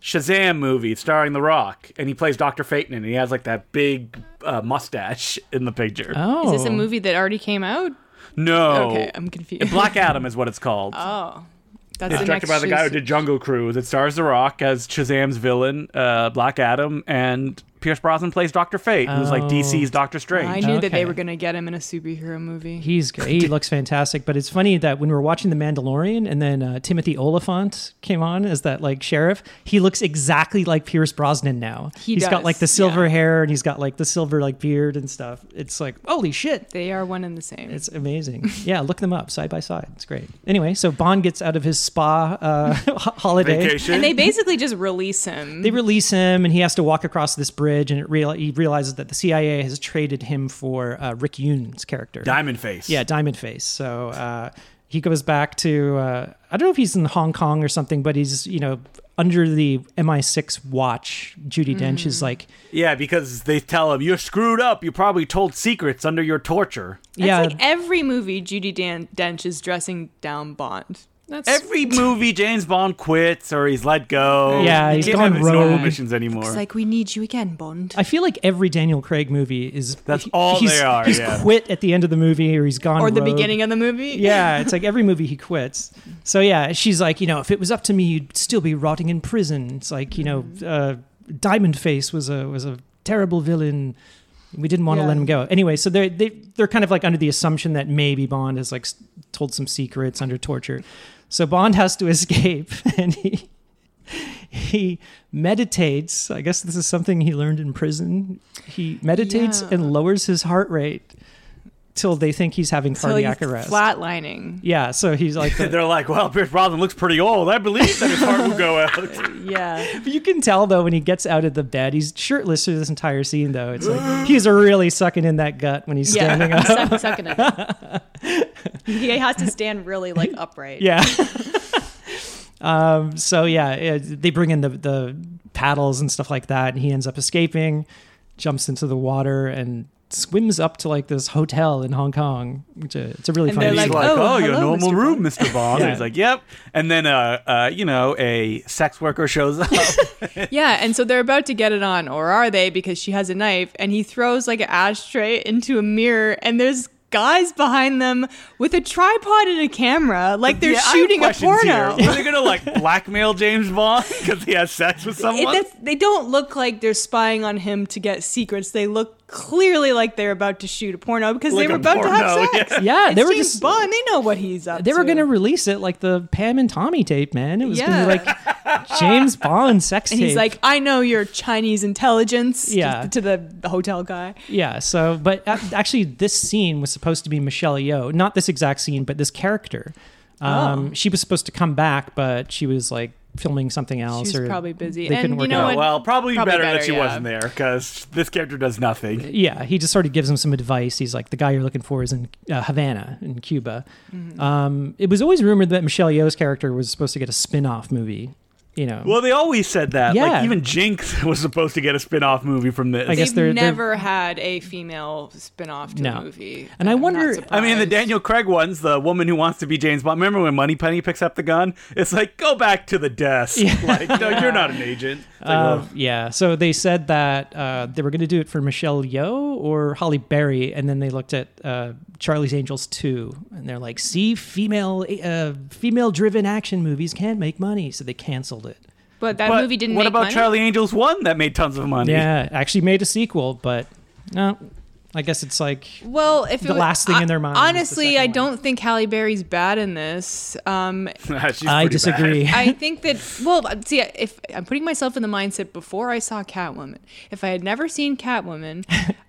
[SPEAKER 2] Shazam movie starring The Rock, and he plays Doctor Fate in it. And he has like that big uh, mustache in the picture.
[SPEAKER 1] Is
[SPEAKER 3] oh,
[SPEAKER 1] this a movie that already came out?
[SPEAKER 2] No,
[SPEAKER 1] Okay, I'm confused.
[SPEAKER 2] Black Adam is what it's called.
[SPEAKER 3] Uh,
[SPEAKER 1] Oh, that's
[SPEAKER 2] It's
[SPEAKER 1] the
[SPEAKER 2] directed
[SPEAKER 1] next
[SPEAKER 2] by the guy who
[SPEAKER 1] shoes-
[SPEAKER 2] did Jungle Cruise. It stars The Rock as Shazam's villain, uh, Black Adam, and Pierce Brosnan plays Doctor Fate, who's like
[SPEAKER 3] Oh.
[SPEAKER 2] DC's Doctor
[SPEAKER 1] I
[SPEAKER 2] Strange.
[SPEAKER 1] knew that they
[SPEAKER 3] Okay.
[SPEAKER 1] were going to get him in a superhero movie.
[SPEAKER 3] He's great. He looks fantastic. But it's funny that when we were watching The Mandalorian and then uh, Timothy Oliphant came on as that like sheriff, he looks exactly like Pierce Brosnan now.
[SPEAKER 1] He
[SPEAKER 3] has
[SPEAKER 1] does,
[SPEAKER 3] got like the silver
[SPEAKER 1] yeah.
[SPEAKER 3] hair and he's got like the silver like beard and stuff. It's like, holy shit.
[SPEAKER 1] they are one and the same.
[SPEAKER 3] It's amazing. Yeah, look them up side by side. It's great. Anyway, so Bond gets out of his spa uh, holiday.
[SPEAKER 2] Vacation.
[SPEAKER 1] and they basically just release him.
[SPEAKER 3] They release him, and he has to walk across this bridge, and it real- he realizes that the CIA has traded him for uh, Rick Yoon's character.
[SPEAKER 2] Diamond Face.
[SPEAKER 3] Yeah, Diamond Face. So uh, he goes back to uh, I don't know if he's in Hong Kong or something, but he's you know under the MI6 watch. Judy Dench
[SPEAKER 1] Mm-hmm.
[SPEAKER 3] is like,
[SPEAKER 2] Yeah, because they tell him you're screwed up. You probably told secrets under your torture.
[SPEAKER 1] That's
[SPEAKER 3] yeah,
[SPEAKER 1] like every movie Judy Dan- Dench is dressing down Bond.
[SPEAKER 3] that's
[SPEAKER 2] Every movie James Bond quits or he's let go.
[SPEAKER 3] Yeah,
[SPEAKER 2] They
[SPEAKER 3] he's
[SPEAKER 2] can't
[SPEAKER 3] gone
[SPEAKER 2] have his normal
[SPEAKER 3] rogue.
[SPEAKER 2] missions anymore.
[SPEAKER 1] It's like we need you again, Bond.
[SPEAKER 3] I feel like every Daniel Craig movie is
[SPEAKER 2] That's all
[SPEAKER 3] he's-
[SPEAKER 2] they are,
[SPEAKER 3] He's
[SPEAKER 2] yeah.
[SPEAKER 3] quit at the end of the movie, or he's gone
[SPEAKER 1] or the
[SPEAKER 3] rogue.
[SPEAKER 1] beginning of the movie.
[SPEAKER 3] Yeah, it's like every movie he quits. So yeah, she's like, you know, if it was up to me, you'd still be rotting in prison. It's like, you know, uh, Diamond Face was a was a terrible villain. We didn't want
[SPEAKER 1] Yeah.
[SPEAKER 3] to let him go. Anyway, so they they they're kind of like under the assumption that maybe Bond has like s- told some secrets under torture. So Bond has to escape, and he he meditates. I guess this is something he learned in prison. He meditates
[SPEAKER 1] Yeah.
[SPEAKER 3] and lowers his heart rate till they think he's having
[SPEAKER 1] So he's
[SPEAKER 3] cardiac arrest.
[SPEAKER 1] flatlining.
[SPEAKER 3] Yeah, so he's like, the-
[SPEAKER 2] They're like, well, Pierce Brosnan looks pretty old. I believe that his heart will go out.
[SPEAKER 1] Yeah.
[SPEAKER 3] you can tell though when he gets out of the bed, he's shirtless through this entire scene. Though it's like he's really sucking in that gut when he's standing
[SPEAKER 1] yeah.
[SPEAKER 3] up.
[SPEAKER 1] Suck, sucking it. he has to stand really like upright.
[SPEAKER 3] Yeah. um. So yeah, it, they bring in the the paddles and stuff like that, and he ends up escaping, jumps into the water, and swims up to like this hotel in Hong Kong. Which uh, it's a really
[SPEAKER 1] And
[SPEAKER 3] fun.
[SPEAKER 1] they're
[SPEAKER 2] And
[SPEAKER 3] scene.
[SPEAKER 2] he's
[SPEAKER 1] like,
[SPEAKER 2] like,
[SPEAKER 1] "Oh,
[SPEAKER 2] oh, your
[SPEAKER 1] hello,
[SPEAKER 2] normal
[SPEAKER 1] Mr.
[SPEAKER 2] room, Mr. Bond.
[SPEAKER 3] Yeah.
[SPEAKER 2] And he's like, yep. And then, uh, uh, you know, a sex worker shows up.
[SPEAKER 1] Yeah, and so they're about to get it on, or are they? Because she has a knife, and he throws like an ashtray into a mirror, and there's guys behind them with a tripod and a camera, like they're
[SPEAKER 2] Yeah, I have
[SPEAKER 1] shooting a
[SPEAKER 2] questions
[SPEAKER 1] porno.
[SPEAKER 2] Here. Are they going to, like, blackmail James Bond because he has sex with
[SPEAKER 1] It-
[SPEAKER 2] someone?
[SPEAKER 1] that's- they don't look like they're spying on him to get secrets. They look clearly like they're about to shoot a porno because
[SPEAKER 2] Like
[SPEAKER 1] they were
[SPEAKER 2] a
[SPEAKER 1] about to
[SPEAKER 2] porno,
[SPEAKER 1] have sex.
[SPEAKER 2] yeah.
[SPEAKER 3] yeah,
[SPEAKER 1] It's
[SPEAKER 3] they were
[SPEAKER 1] James
[SPEAKER 3] just
[SPEAKER 1] Bond. They know what he's up.
[SPEAKER 3] They were
[SPEAKER 1] to.
[SPEAKER 3] going to release it like the Pam and Tommy tape, man. It was
[SPEAKER 1] Yeah.
[SPEAKER 3] going to be like James Bond sex
[SPEAKER 1] And
[SPEAKER 3] tape.
[SPEAKER 1] he's like, I know your Chinese intelligence. to-
[SPEAKER 3] Yeah.
[SPEAKER 1] To the hotel guy.
[SPEAKER 3] yeah. So, but a- actually, this scene was supposed to be Michelle Yeoh, not this exact scene, but this character.
[SPEAKER 1] Oh.
[SPEAKER 3] Um, She was supposed to come back, but she was like filming something else.
[SPEAKER 1] She's
[SPEAKER 3] or
[SPEAKER 1] probably busy.
[SPEAKER 3] They
[SPEAKER 1] And
[SPEAKER 3] couldn't
[SPEAKER 1] you
[SPEAKER 3] work
[SPEAKER 1] know
[SPEAKER 3] it
[SPEAKER 1] what?
[SPEAKER 3] out.
[SPEAKER 2] Oh, well, probably,
[SPEAKER 1] Probably
[SPEAKER 2] better,
[SPEAKER 1] better,
[SPEAKER 2] that she
[SPEAKER 1] yeah.
[SPEAKER 2] wasn't there because this character does nothing.
[SPEAKER 3] yeah, he just sort of gives him some advice. He's like, the guy you're looking for is in uh, Havana, in Cuba.
[SPEAKER 1] Mm-hmm.
[SPEAKER 3] Um, it was always rumored that Michelle Yeoh's character was supposed to get a spin off movie. You know,
[SPEAKER 2] Well, they always said that. Like
[SPEAKER 3] Yeah.
[SPEAKER 2] even Jinx was supposed to get a spin-off movie from this.
[SPEAKER 3] I
[SPEAKER 2] I,
[SPEAKER 3] guess
[SPEAKER 1] They've
[SPEAKER 3] they're- they're-
[SPEAKER 1] never had a female spin-off to
[SPEAKER 3] No.
[SPEAKER 1] a movie.
[SPEAKER 3] And I
[SPEAKER 1] I'm not
[SPEAKER 3] wonder- I
[SPEAKER 2] mean, the
[SPEAKER 1] surprised.
[SPEAKER 2] Daniel Craig ones, the woman who wants to be James Bond. Remember when Moneypenny picks up the gun? It's like, go back to the desk. Like, no, you're not an agent. It's like,
[SPEAKER 3] Uh,
[SPEAKER 2] well,
[SPEAKER 3] yeah, so they said that uh, they were going to do it for Michelle Yeoh or Holly Berry, and then they looked at uh, Charlie's Angels 2, and they're like, "See, female, uh, female-driven action movies can make money," so they canceled it.
[SPEAKER 1] But that
[SPEAKER 2] but
[SPEAKER 1] movie didn't
[SPEAKER 2] What
[SPEAKER 1] make
[SPEAKER 2] about
[SPEAKER 1] money.
[SPEAKER 2] Charlie Angels One that made tons of money?
[SPEAKER 3] Yeah, actually made a sequel, but no, I guess it's like
[SPEAKER 1] Well, if it
[SPEAKER 3] The
[SPEAKER 1] was-
[SPEAKER 3] last thing in their mind was the
[SPEAKER 1] Honestly,
[SPEAKER 3] second
[SPEAKER 1] I
[SPEAKER 3] one.
[SPEAKER 1] don't think Halle Berry's bad in this. Um,
[SPEAKER 2] She's
[SPEAKER 3] I
[SPEAKER 2] pretty
[SPEAKER 3] disagree.
[SPEAKER 2] bad.
[SPEAKER 1] I think that well, see, if I'm putting myself in the mindset before I saw Catwoman, if I had never seen Catwoman,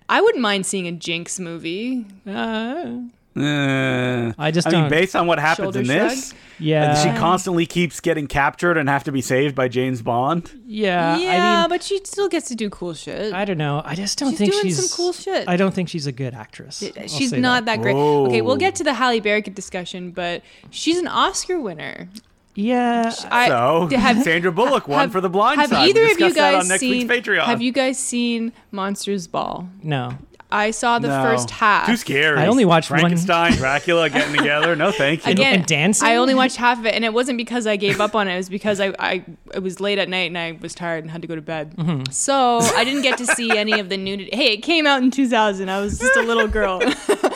[SPEAKER 1] I wouldn't mind seeing a Jinx movie.
[SPEAKER 3] uh,
[SPEAKER 2] Uh,
[SPEAKER 3] I just
[SPEAKER 2] I mean,
[SPEAKER 3] don't-
[SPEAKER 2] based on what happens
[SPEAKER 1] Shoulder
[SPEAKER 2] in this,
[SPEAKER 1] shrug?
[SPEAKER 3] yeah,
[SPEAKER 2] she constantly keeps getting captured and have to be saved by James Bond.
[SPEAKER 3] yeah,
[SPEAKER 1] yeah,
[SPEAKER 3] Uh, I mean,
[SPEAKER 1] but she still gets to do cool shit.
[SPEAKER 3] I don't know. I just don't
[SPEAKER 1] She's
[SPEAKER 3] think
[SPEAKER 1] doing
[SPEAKER 3] she's
[SPEAKER 1] some cool shit.
[SPEAKER 3] I don't think she's a good actress. I'll
[SPEAKER 1] She's
[SPEAKER 3] say
[SPEAKER 1] not
[SPEAKER 3] that.
[SPEAKER 1] that, great. Okay, we'll
[SPEAKER 2] Whoa.
[SPEAKER 1] get to the Halle Berry discussion, but she's an Oscar winner.
[SPEAKER 3] Yeah,
[SPEAKER 1] I
[SPEAKER 2] so
[SPEAKER 1] have
[SPEAKER 2] Sandra Bullock won
[SPEAKER 1] have-
[SPEAKER 2] for The Blind
[SPEAKER 1] have
[SPEAKER 2] Side. We
[SPEAKER 1] either of you
[SPEAKER 2] discussed that
[SPEAKER 1] guys
[SPEAKER 2] on next
[SPEAKER 1] seen?
[SPEAKER 2] week's Patreon.
[SPEAKER 1] Have you guys seen Monsters Ball?
[SPEAKER 3] no.
[SPEAKER 1] I saw the
[SPEAKER 2] No.
[SPEAKER 1] first half.
[SPEAKER 2] Too scary.
[SPEAKER 3] I only watched one-
[SPEAKER 2] Frankenstein, Dracula getting together. No, thank you.
[SPEAKER 1] Again,
[SPEAKER 3] And dancing?
[SPEAKER 1] I only watched half of it, and it wasn't because I gave up on it. It was because I, I it was late at night and I was tired and had to go to bed.
[SPEAKER 2] Mm-hmm.
[SPEAKER 1] So I didn't get to see any of the nudity. Hey, it came out in 2000. I was just a little girl.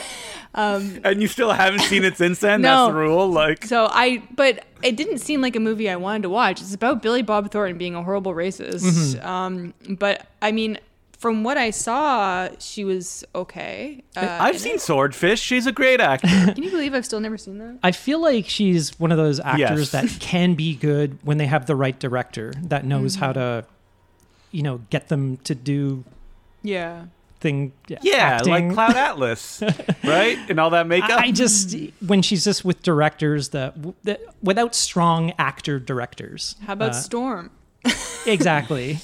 [SPEAKER 2] and you still haven't seen it since then.
[SPEAKER 1] No.
[SPEAKER 2] That's the rule. Like,
[SPEAKER 1] So I, but it didn't seem like a movie I
[SPEAKER 2] Mm-hmm.
[SPEAKER 1] wanted to watch. It's about Billy Bob Thornton being a horrible racist. Um, but I mean, from what I saw, she was okay. Uh,
[SPEAKER 2] I've
[SPEAKER 1] and
[SPEAKER 2] seen Swordfish. She's a great actor.
[SPEAKER 1] Can you believe I've still never seen that?
[SPEAKER 3] I feel like she's one of those
[SPEAKER 2] Yes.
[SPEAKER 3] actors that can be good when they have the right director that knows
[SPEAKER 1] Mm-hmm.
[SPEAKER 3] how to, you know, get them to do
[SPEAKER 1] Yeah.
[SPEAKER 3] thing.
[SPEAKER 2] yeah, like
[SPEAKER 3] acting.
[SPEAKER 2] Cloud Atlas, right? And all that makeup.
[SPEAKER 3] I I just when she's just with directors that, that without strong actor directors.
[SPEAKER 1] How about
[SPEAKER 3] Uh,
[SPEAKER 1] Storm?
[SPEAKER 3] exactly?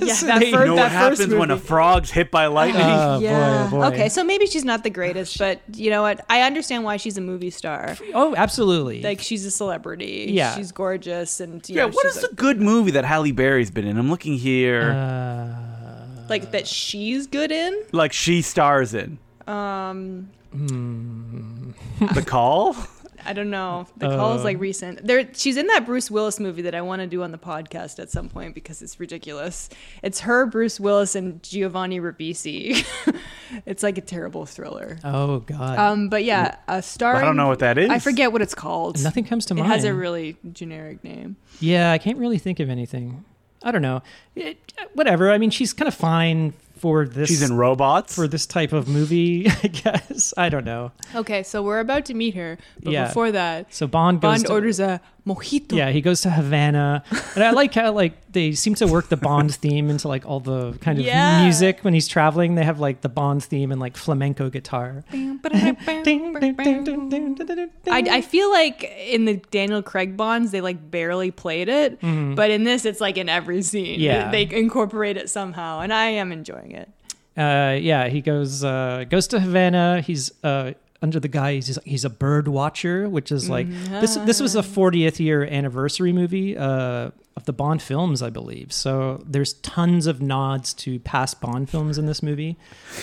[SPEAKER 1] Yeah,
[SPEAKER 3] So
[SPEAKER 1] that,
[SPEAKER 3] they
[SPEAKER 1] fir-
[SPEAKER 2] you know what
[SPEAKER 1] that first
[SPEAKER 2] happens when a Ah,
[SPEAKER 1] movie. Uh,
[SPEAKER 2] frog's hit by lightning?
[SPEAKER 3] Oh, boy,
[SPEAKER 1] yeah.
[SPEAKER 3] oh, boy.
[SPEAKER 1] Okay, so maybe she's not the greatest, but you know what? I understand why she's a movie star.
[SPEAKER 3] Oh, absolutely.
[SPEAKER 1] Like she's a celebrity.
[SPEAKER 3] Yeah.
[SPEAKER 1] She's gorgeous and you
[SPEAKER 2] yeah,
[SPEAKER 1] know,
[SPEAKER 2] what
[SPEAKER 1] she's
[SPEAKER 2] is
[SPEAKER 1] a-
[SPEAKER 2] a good movie that Halle Berry's been in? I'm looking here.
[SPEAKER 3] Uh,
[SPEAKER 1] like that she's good in?
[SPEAKER 2] like she stars in.
[SPEAKER 1] Um
[SPEAKER 3] Hmm.
[SPEAKER 2] The Call?
[SPEAKER 1] I don't know. The
[SPEAKER 2] Uh,
[SPEAKER 1] call is like recent. There, she's in that Bruce Willis movie that I want to do on the podcast at some point because it's ridiculous. It's her, Bruce Willis, and Giovanni Ribisi. it's like a terrible thriller.
[SPEAKER 3] oh God,
[SPEAKER 1] Um, but yeah, a star.
[SPEAKER 2] Uh, I don't know what that is.
[SPEAKER 1] I forget what it's called.
[SPEAKER 3] nothing comes to
[SPEAKER 1] It
[SPEAKER 3] mind.
[SPEAKER 1] has a really generic name.
[SPEAKER 3] Yeah, I can't really think of anything. I don't know. It, whatever. I mean, she's kind of fine for this
[SPEAKER 2] She's in Robots.
[SPEAKER 3] for this type of movie, I guess. I don't know.
[SPEAKER 1] Okay, so we're about to meet her, but
[SPEAKER 3] Yeah.
[SPEAKER 1] before that,
[SPEAKER 3] So Bond goes
[SPEAKER 1] Bond
[SPEAKER 3] to,
[SPEAKER 1] orders a mojito.
[SPEAKER 3] Yeah, he goes to Havana, and I like how like they seem to work the Bond theme into like all the kind of
[SPEAKER 1] Yeah.
[SPEAKER 3] music when he's traveling. They have like the Bond theme and like flamenco guitar. Ding, ding, ding, ding, ding, ding, ding, ding.
[SPEAKER 1] I, I feel like in the Daniel Craig Bonds, they like barely played it, but in this, it's like in every scene.
[SPEAKER 3] Mm-hmm. Yeah.
[SPEAKER 1] They incorporate it somehow, and I am enjoying it.
[SPEAKER 3] uh, yeah, he goes uh, goes to Havana. He's uh, under the guise he's, he's a bird watcher, which is like
[SPEAKER 1] Mm-hmm.
[SPEAKER 3] this. This was a
[SPEAKER 1] Ah.
[SPEAKER 3] 40th year anniversary movie uh, of the Bond films, I believe. So there's tons of nods to past Bond films in this movie.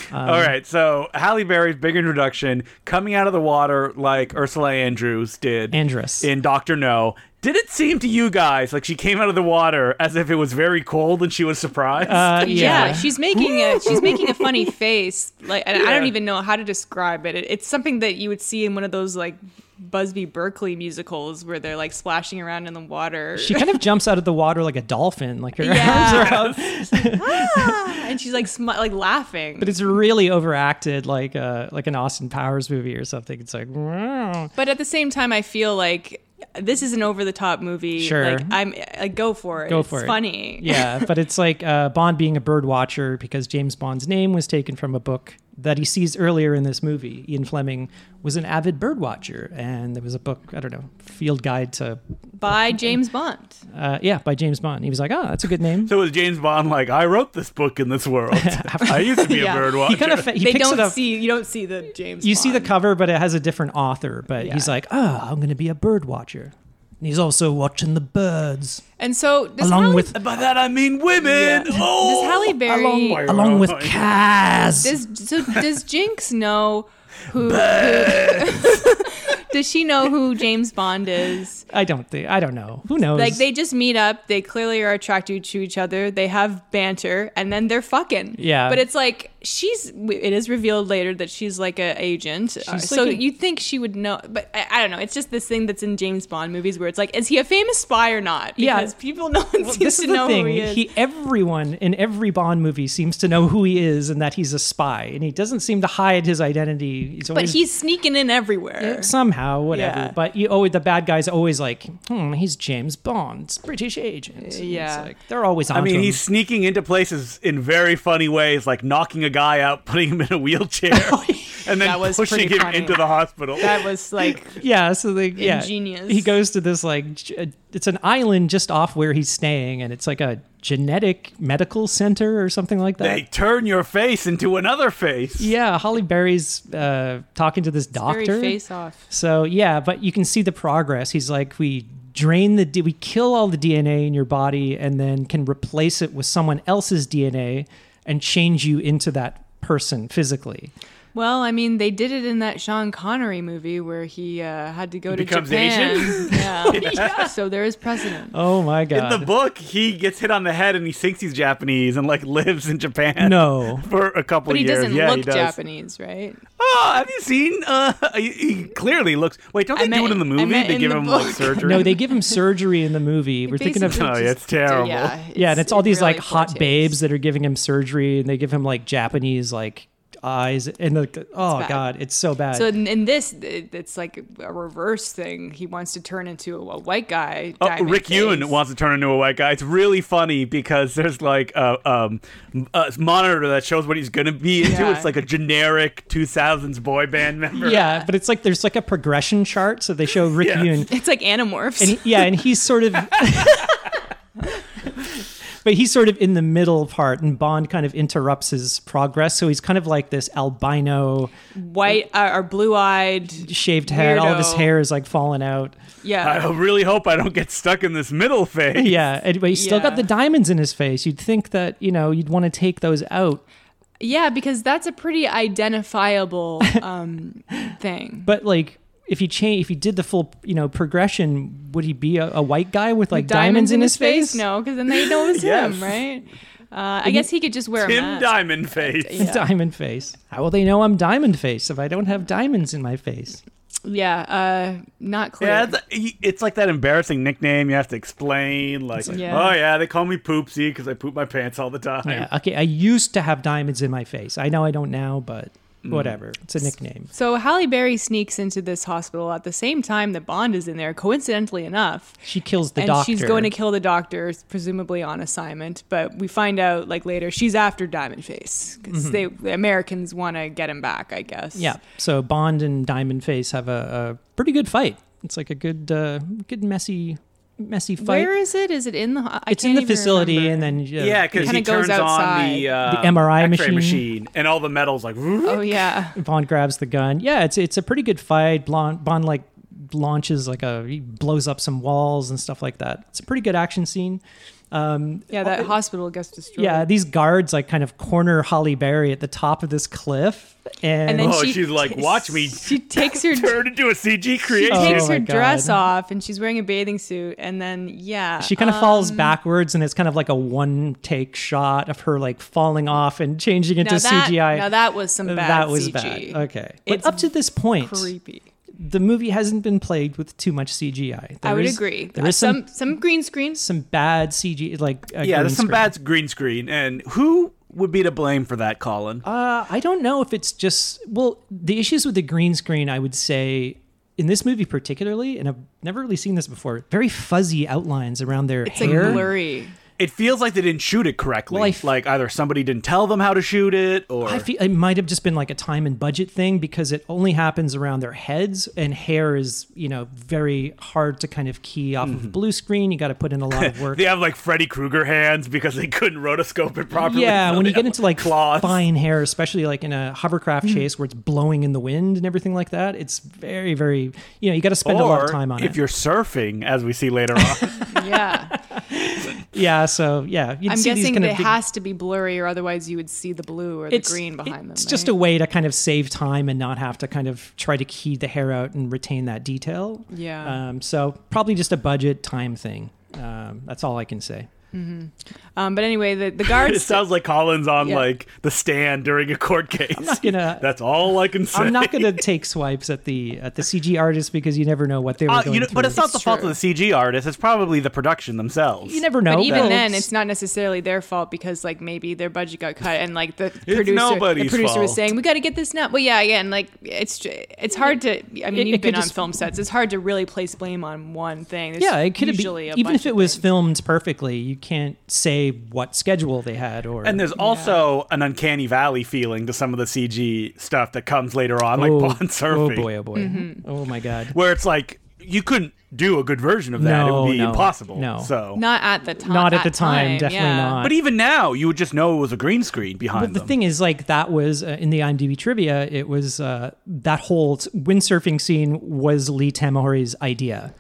[SPEAKER 3] Mm-hmm.
[SPEAKER 2] All right, so Halle Berry's big introduction, coming out of the water like Ursula Andrews did
[SPEAKER 3] Andress.
[SPEAKER 2] in Doctor No. Did it seem to you guys like she came out of the water as if it was very cold and she was surprised?
[SPEAKER 3] Uh,
[SPEAKER 1] yeah. she's making a she's making a funny face. Like and I
[SPEAKER 2] Yeah.
[SPEAKER 1] don't even know how to describe it. it. It's something that you would see in one of those like Busby Berkeley musicals where they're like splashing around in the water.
[SPEAKER 3] She kind of jumps out of the water like a dolphin, like her arms
[SPEAKER 1] Yeah.
[SPEAKER 3] are out.
[SPEAKER 1] Ah, and she's like smi- like laughing.
[SPEAKER 3] But it's really overacted, like uh, like an Austin Powers movie or something. It's like, wow.
[SPEAKER 1] But at the same time, I feel like this is an over the top movie.
[SPEAKER 3] Sure.
[SPEAKER 1] Like I'm like go for it.
[SPEAKER 3] Go
[SPEAKER 1] It's
[SPEAKER 3] for it.
[SPEAKER 1] Funny.
[SPEAKER 3] yeah. But it's like uh, Bond being a bird watcher because James Bond's name was taken from a book that he sees earlier in this movie. Ian Fleming was an avid bird watcher, and there was a book, I don't know, Field Guide to,
[SPEAKER 1] By James Bond.
[SPEAKER 3] uh, yeah, by James Bond. He was like, oh, that's a good name.
[SPEAKER 2] so was James Bond like, I wrote this book in this world. I used to be
[SPEAKER 1] Yeah.
[SPEAKER 2] a bird watcher.
[SPEAKER 3] he kind of he
[SPEAKER 1] they
[SPEAKER 3] picks it
[SPEAKER 1] don't
[SPEAKER 3] up.
[SPEAKER 1] see you don't see the James.
[SPEAKER 3] you see the
[SPEAKER 1] Bond.
[SPEAKER 3] cover, but it has a different author. But he's
[SPEAKER 1] Yeah.
[SPEAKER 3] like, oh, I'm going to be a bird watcher. And he's also watching the birds
[SPEAKER 1] and so does
[SPEAKER 3] along
[SPEAKER 1] Halle-
[SPEAKER 3] with
[SPEAKER 2] By that I mean women. Oh,
[SPEAKER 1] does Halle Berry
[SPEAKER 2] along my
[SPEAKER 3] along with
[SPEAKER 2] road.
[SPEAKER 3] Kaz.
[SPEAKER 1] does so does Jinx know who, who- does she know who James Bond is?
[SPEAKER 3] I don't think I don't know. Who knows?
[SPEAKER 1] Like they just meet up, they clearly are attracted to each other, they have banter, and then they're fucking.
[SPEAKER 3] Yeah.
[SPEAKER 1] But it's like she's. It is revealed later that she's like a agent, Uh,
[SPEAKER 3] like
[SPEAKER 1] so
[SPEAKER 3] a-
[SPEAKER 1] you'd think she would know. But I, I don't know. It's just this thing that's in James Bond movies where it's like, is he a famous spy or not?
[SPEAKER 3] Yeah.
[SPEAKER 1] Because people no one
[SPEAKER 3] Well,
[SPEAKER 1] seems
[SPEAKER 3] this
[SPEAKER 1] to
[SPEAKER 3] is the
[SPEAKER 1] know
[SPEAKER 3] thing.
[SPEAKER 1] who he is.
[SPEAKER 3] everyone in every Bond movie seems to know who he is and that he's a spy, and he doesn't seem to hide his identity. He's
[SPEAKER 1] but
[SPEAKER 3] always
[SPEAKER 1] he's sneaking in everywhere.
[SPEAKER 3] somehow whatever.
[SPEAKER 1] Yeah.
[SPEAKER 3] But you always the bad guy's always like, hmm, he's James Bond, British agent. And
[SPEAKER 1] Yeah.
[SPEAKER 3] it's like, they're always on.
[SPEAKER 2] I mean, he's sneaking into places in very funny ways, like knocking a guy out, putting him in a wheelchair,
[SPEAKER 3] Oh,
[SPEAKER 2] and
[SPEAKER 1] That
[SPEAKER 2] then
[SPEAKER 1] was
[SPEAKER 2] pushing
[SPEAKER 1] pretty
[SPEAKER 2] him
[SPEAKER 1] funny.
[SPEAKER 2] into the hospital.
[SPEAKER 1] that was like
[SPEAKER 3] yeah. So they yeah,
[SPEAKER 1] Ingenious.
[SPEAKER 3] He goes to this like j- uh, it's an island just off where he's staying, and it's like a genetic medical center or something like that.
[SPEAKER 2] they turn your face into another face.
[SPEAKER 3] yeah, Holly Berry's uh, talking to this doctor.
[SPEAKER 1] very face off.
[SPEAKER 3] So yeah, but you can see the progress. He's like, we drain the, D- we kill all the DNA in your body, and then can replace it with someone else's DNA and change you into that person physically.
[SPEAKER 1] Well, I mean, they did it in that Sean Connery movie where he uh, had to go to
[SPEAKER 2] Becomes
[SPEAKER 1] Japan. Yeah. So there is precedent.
[SPEAKER 3] Oh my
[SPEAKER 2] In
[SPEAKER 3] god!
[SPEAKER 2] the book, he gets hit on the head and he thinks he's Japanese and like lives in Japan
[SPEAKER 3] no.
[SPEAKER 2] for a couple
[SPEAKER 1] But he
[SPEAKER 2] years.
[SPEAKER 1] doesn't
[SPEAKER 2] yeah,
[SPEAKER 1] look
[SPEAKER 2] he does.
[SPEAKER 1] Japanese, right?
[SPEAKER 2] on. Have you seen? Uh, he, he clearly looks. Wait, don't
[SPEAKER 1] I
[SPEAKER 2] they do
[SPEAKER 1] meant-
[SPEAKER 2] it in the
[SPEAKER 1] I
[SPEAKER 2] movie?
[SPEAKER 1] meant
[SPEAKER 2] They
[SPEAKER 1] in
[SPEAKER 2] give
[SPEAKER 1] the
[SPEAKER 2] him like
[SPEAKER 1] book.
[SPEAKER 2] surgery.
[SPEAKER 3] No, they give him surgery in the movie. We're thinking of
[SPEAKER 1] Basically
[SPEAKER 2] Oh, yeah,
[SPEAKER 1] just-
[SPEAKER 2] it's terrible.
[SPEAKER 3] yeah, and it's all these
[SPEAKER 1] really
[SPEAKER 3] like hot
[SPEAKER 1] poor
[SPEAKER 3] babes
[SPEAKER 1] taste.
[SPEAKER 3] that are giving him surgery, and they give him like Japanese like eyes, and like oh
[SPEAKER 1] bad.
[SPEAKER 3] god, it's so bad.
[SPEAKER 1] So in, in this, it- it's like a reverse thing. He wants to turn into a, a white guy.
[SPEAKER 2] Oh,
[SPEAKER 1] diamond
[SPEAKER 2] Rick Ewan
[SPEAKER 1] face.
[SPEAKER 2] wants to turn into a white guy. It's really funny because there's like a, um, a monitor that shows what he's gonna be into.
[SPEAKER 1] Yeah.
[SPEAKER 2] It's like a generic 2000s boy band member.
[SPEAKER 3] yeah, but it's like there's like a progression chart, so they show Rick
[SPEAKER 2] Yes.
[SPEAKER 3] Yoon,
[SPEAKER 1] It's like Animorphs.
[SPEAKER 3] and he- yeah, and he's sort of. But he's sort of in the middle part, and Bond kind of interrupts his progress. So he's kind of like this albino,
[SPEAKER 1] white uh, or blue eyed.
[SPEAKER 3] shaved head. All of his
[SPEAKER 1] Weirdo.
[SPEAKER 3] hair is like falling out.
[SPEAKER 1] Yeah.
[SPEAKER 2] I really hope I don't get stuck in this middle phase.
[SPEAKER 3] Yeah. Anyway, he's still got
[SPEAKER 1] Yeah.
[SPEAKER 3] the diamonds in his face. You'd think that you know you'd want to take those out,
[SPEAKER 1] Yeah, because that's a pretty identifiable um, thing.
[SPEAKER 3] But like, if he change, if he did the full, you know, progression, would he be a, a white guy with like diamonds, in his face?
[SPEAKER 1] No, because then they know it's
[SPEAKER 2] Yes.
[SPEAKER 1] him, right? Uh, I guess he could just wear a
[SPEAKER 2] Tim
[SPEAKER 1] mask.
[SPEAKER 2] Diamond face.
[SPEAKER 1] Yeah.
[SPEAKER 3] Diamond face. How will they know I'm diamond face if I don't have diamonds in my face?
[SPEAKER 1] Yeah, uh, not clear.
[SPEAKER 2] Yeah, it's, it's like that embarrassing nickname you have to explain. Like,
[SPEAKER 1] Yeah.
[SPEAKER 2] oh yeah, they call me Poopsie because I poop my pants all the time.
[SPEAKER 3] Yeah. Okay. I used to have diamonds in my face. I know I don't now, but
[SPEAKER 1] Mm.
[SPEAKER 3] whatever. It's a nickname.
[SPEAKER 1] so Halle Berry sneaks into this hospital at the same time that Bond is in there, coincidentally enough.
[SPEAKER 3] She kills the
[SPEAKER 1] and
[SPEAKER 3] doctor.
[SPEAKER 1] she's going to kill the doctor, presumably on assignment. But we find out like later she's after Diamond Face because they the Americans want to get him back, I guess.
[SPEAKER 3] Mm-hmm. Yeah. So Bond and Diamond Face have a, a pretty good fight. It's like a good, uh, good messy, messy fight.
[SPEAKER 1] Where is it? Is it in the? ho- I
[SPEAKER 3] it's in
[SPEAKER 1] can't
[SPEAKER 3] the
[SPEAKER 1] even
[SPEAKER 3] facility,
[SPEAKER 1] remember.
[SPEAKER 3] and then yeah,
[SPEAKER 2] Yeah, because
[SPEAKER 1] Kinda
[SPEAKER 2] he
[SPEAKER 1] goes
[SPEAKER 2] turns on the, uh,
[SPEAKER 3] The MRI
[SPEAKER 2] X-ray
[SPEAKER 3] machine.
[SPEAKER 2] and all the metals like.
[SPEAKER 1] Oh yeah.
[SPEAKER 3] Bond grabs the gun. Yeah, it's it's a pretty good fight. Blond, Bond like launches like a he blows up some walls and stuff like that. It's a pretty good action scene. Um,
[SPEAKER 1] Yeah, that hospital gets destroyed.
[SPEAKER 3] yeah, these guards like kind of corner Holly Berry at the top of this cliff, and,
[SPEAKER 1] And then
[SPEAKER 2] Oh,
[SPEAKER 1] she-
[SPEAKER 2] she's like, watch me
[SPEAKER 1] She takes her
[SPEAKER 2] turn into a CG
[SPEAKER 1] she
[SPEAKER 2] creation.
[SPEAKER 3] Oh
[SPEAKER 1] takes
[SPEAKER 3] my
[SPEAKER 1] her
[SPEAKER 3] God.
[SPEAKER 1] dress off, and she's wearing a bathing suit, and then yeah, uh,
[SPEAKER 3] she kind of
[SPEAKER 1] Um,
[SPEAKER 3] falls backwards, and it's kind of like a one take shot of her like falling off and changing into
[SPEAKER 1] now that,
[SPEAKER 3] CGI.
[SPEAKER 1] Now that was some bad.
[SPEAKER 3] That was
[SPEAKER 1] CG.
[SPEAKER 3] bad. Oh, Okay, but
[SPEAKER 1] It's
[SPEAKER 3] up to this point,
[SPEAKER 1] Creepy.
[SPEAKER 3] the movie hasn't been plagued with too much CGI.
[SPEAKER 1] I
[SPEAKER 3] There
[SPEAKER 1] would
[SPEAKER 3] is-
[SPEAKER 1] agree.
[SPEAKER 3] There is some
[SPEAKER 1] some some green screens.
[SPEAKER 3] some bad CG like uh,
[SPEAKER 2] yeah,
[SPEAKER 3] green
[SPEAKER 2] there's some
[SPEAKER 3] screen.
[SPEAKER 2] bad green screen, and who would be to blame for that, Colin?
[SPEAKER 3] Uh, I don't know if it's just well the issues with the green screen. I would say in this movie particularly, and I've never really seen this before. Very fuzzy outlines around their
[SPEAKER 1] It's like
[SPEAKER 3] hair.
[SPEAKER 1] blurry.
[SPEAKER 2] it feels like they didn't shoot it correctly.
[SPEAKER 3] Well, I f-
[SPEAKER 2] like either somebody didn't tell them how to shoot it, or
[SPEAKER 3] I feel it might have just been like a time and budget thing because it only happens around their heads, and hair is you know very hard to kind of key off
[SPEAKER 2] Mm-hmm.
[SPEAKER 3] of blue screen. You got to put in a lot of work.
[SPEAKER 2] they have like Freddy Krueger hands because they couldn't rotoscope it properly.
[SPEAKER 3] Yeah,
[SPEAKER 2] so
[SPEAKER 3] when
[SPEAKER 2] they
[SPEAKER 3] you get
[SPEAKER 2] have,
[SPEAKER 3] into like
[SPEAKER 2] claws.
[SPEAKER 3] fine hair, especially like in a hovercraft
[SPEAKER 2] Mm-hmm.
[SPEAKER 3] chase where it's blowing in the wind and everything like that, it's very, very you know you got to spend a lot
[SPEAKER 2] Or
[SPEAKER 3] of time on
[SPEAKER 2] if
[SPEAKER 3] it.
[SPEAKER 2] you're surfing, as we see later on.
[SPEAKER 1] Yeah.
[SPEAKER 3] Yeah, so yeah, you'd
[SPEAKER 1] I'm
[SPEAKER 3] see these
[SPEAKER 1] guessing
[SPEAKER 3] kind
[SPEAKER 1] it
[SPEAKER 3] of big-
[SPEAKER 1] has to be blurry, or otherwise you would see the blue or the green behind them.
[SPEAKER 3] It's just
[SPEAKER 1] right?
[SPEAKER 3] a way to kind of save time and not have to kind of try to key the hair out and retain that detail.
[SPEAKER 1] Yeah.
[SPEAKER 3] Um, so probably just a budget time thing. Um, that's all I can say.
[SPEAKER 1] Um, but anyway, the the
[SPEAKER 2] it
[SPEAKER 1] guards.
[SPEAKER 2] sounds like Colin's on
[SPEAKER 1] Yeah.
[SPEAKER 2] like the stand during a court case. I'm
[SPEAKER 3] not gonna-
[SPEAKER 2] That's all I can say.
[SPEAKER 3] I'm not going to take swipes at the at the CG artists because you never know what they were
[SPEAKER 2] Uh,
[SPEAKER 3] going
[SPEAKER 2] you know,
[SPEAKER 3] through.
[SPEAKER 2] but it's not
[SPEAKER 1] It's
[SPEAKER 2] the fault of
[SPEAKER 1] true.
[SPEAKER 2] the CG artist. It's probably the production themselves.
[SPEAKER 3] you never know.
[SPEAKER 1] but even
[SPEAKER 3] Well,
[SPEAKER 1] then, it's not necessarily their fault because like maybe their budget got cut and like the
[SPEAKER 2] It's
[SPEAKER 1] producer, the
[SPEAKER 2] nobody's
[SPEAKER 1] producer was
[SPEAKER 2] fault.
[SPEAKER 1] saying we got to get this now. Well, yeah, again, like it's it's hard to. I mean,
[SPEAKER 3] It- it
[SPEAKER 1] you've
[SPEAKER 3] could
[SPEAKER 1] been on
[SPEAKER 3] just-
[SPEAKER 1] film sets. It's hard to really place blame on one thing. There's
[SPEAKER 3] yeah, it could be
[SPEAKER 1] usually a
[SPEAKER 3] even
[SPEAKER 1] bunch
[SPEAKER 3] if it
[SPEAKER 1] of
[SPEAKER 3] was
[SPEAKER 1] things.
[SPEAKER 3] filmed perfectly, you can't say what schedule they had or
[SPEAKER 2] And there's also an uncanny valley feeling to some of the CG stuff that comes later on, like
[SPEAKER 3] oh,
[SPEAKER 2] Bond
[SPEAKER 3] oh
[SPEAKER 2] surfing,
[SPEAKER 3] boy, oh boy,
[SPEAKER 1] Mm-hmm.
[SPEAKER 3] oh my god,
[SPEAKER 2] where it's like you couldn't do a good version of that. it
[SPEAKER 3] No,
[SPEAKER 2] would be
[SPEAKER 3] no,
[SPEAKER 2] impossible.
[SPEAKER 3] no.
[SPEAKER 2] So,
[SPEAKER 1] not at the time.
[SPEAKER 3] Not at the time, definitely
[SPEAKER 1] yeah.
[SPEAKER 3] not.
[SPEAKER 2] but even now, you would just know it was a green screen behind
[SPEAKER 3] Well, the
[SPEAKER 2] them.
[SPEAKER 3] thing is, like that was uh, in the IMDb trivia. It was uh, that whole t- windsurfing scene was Lee Tamahori's idea.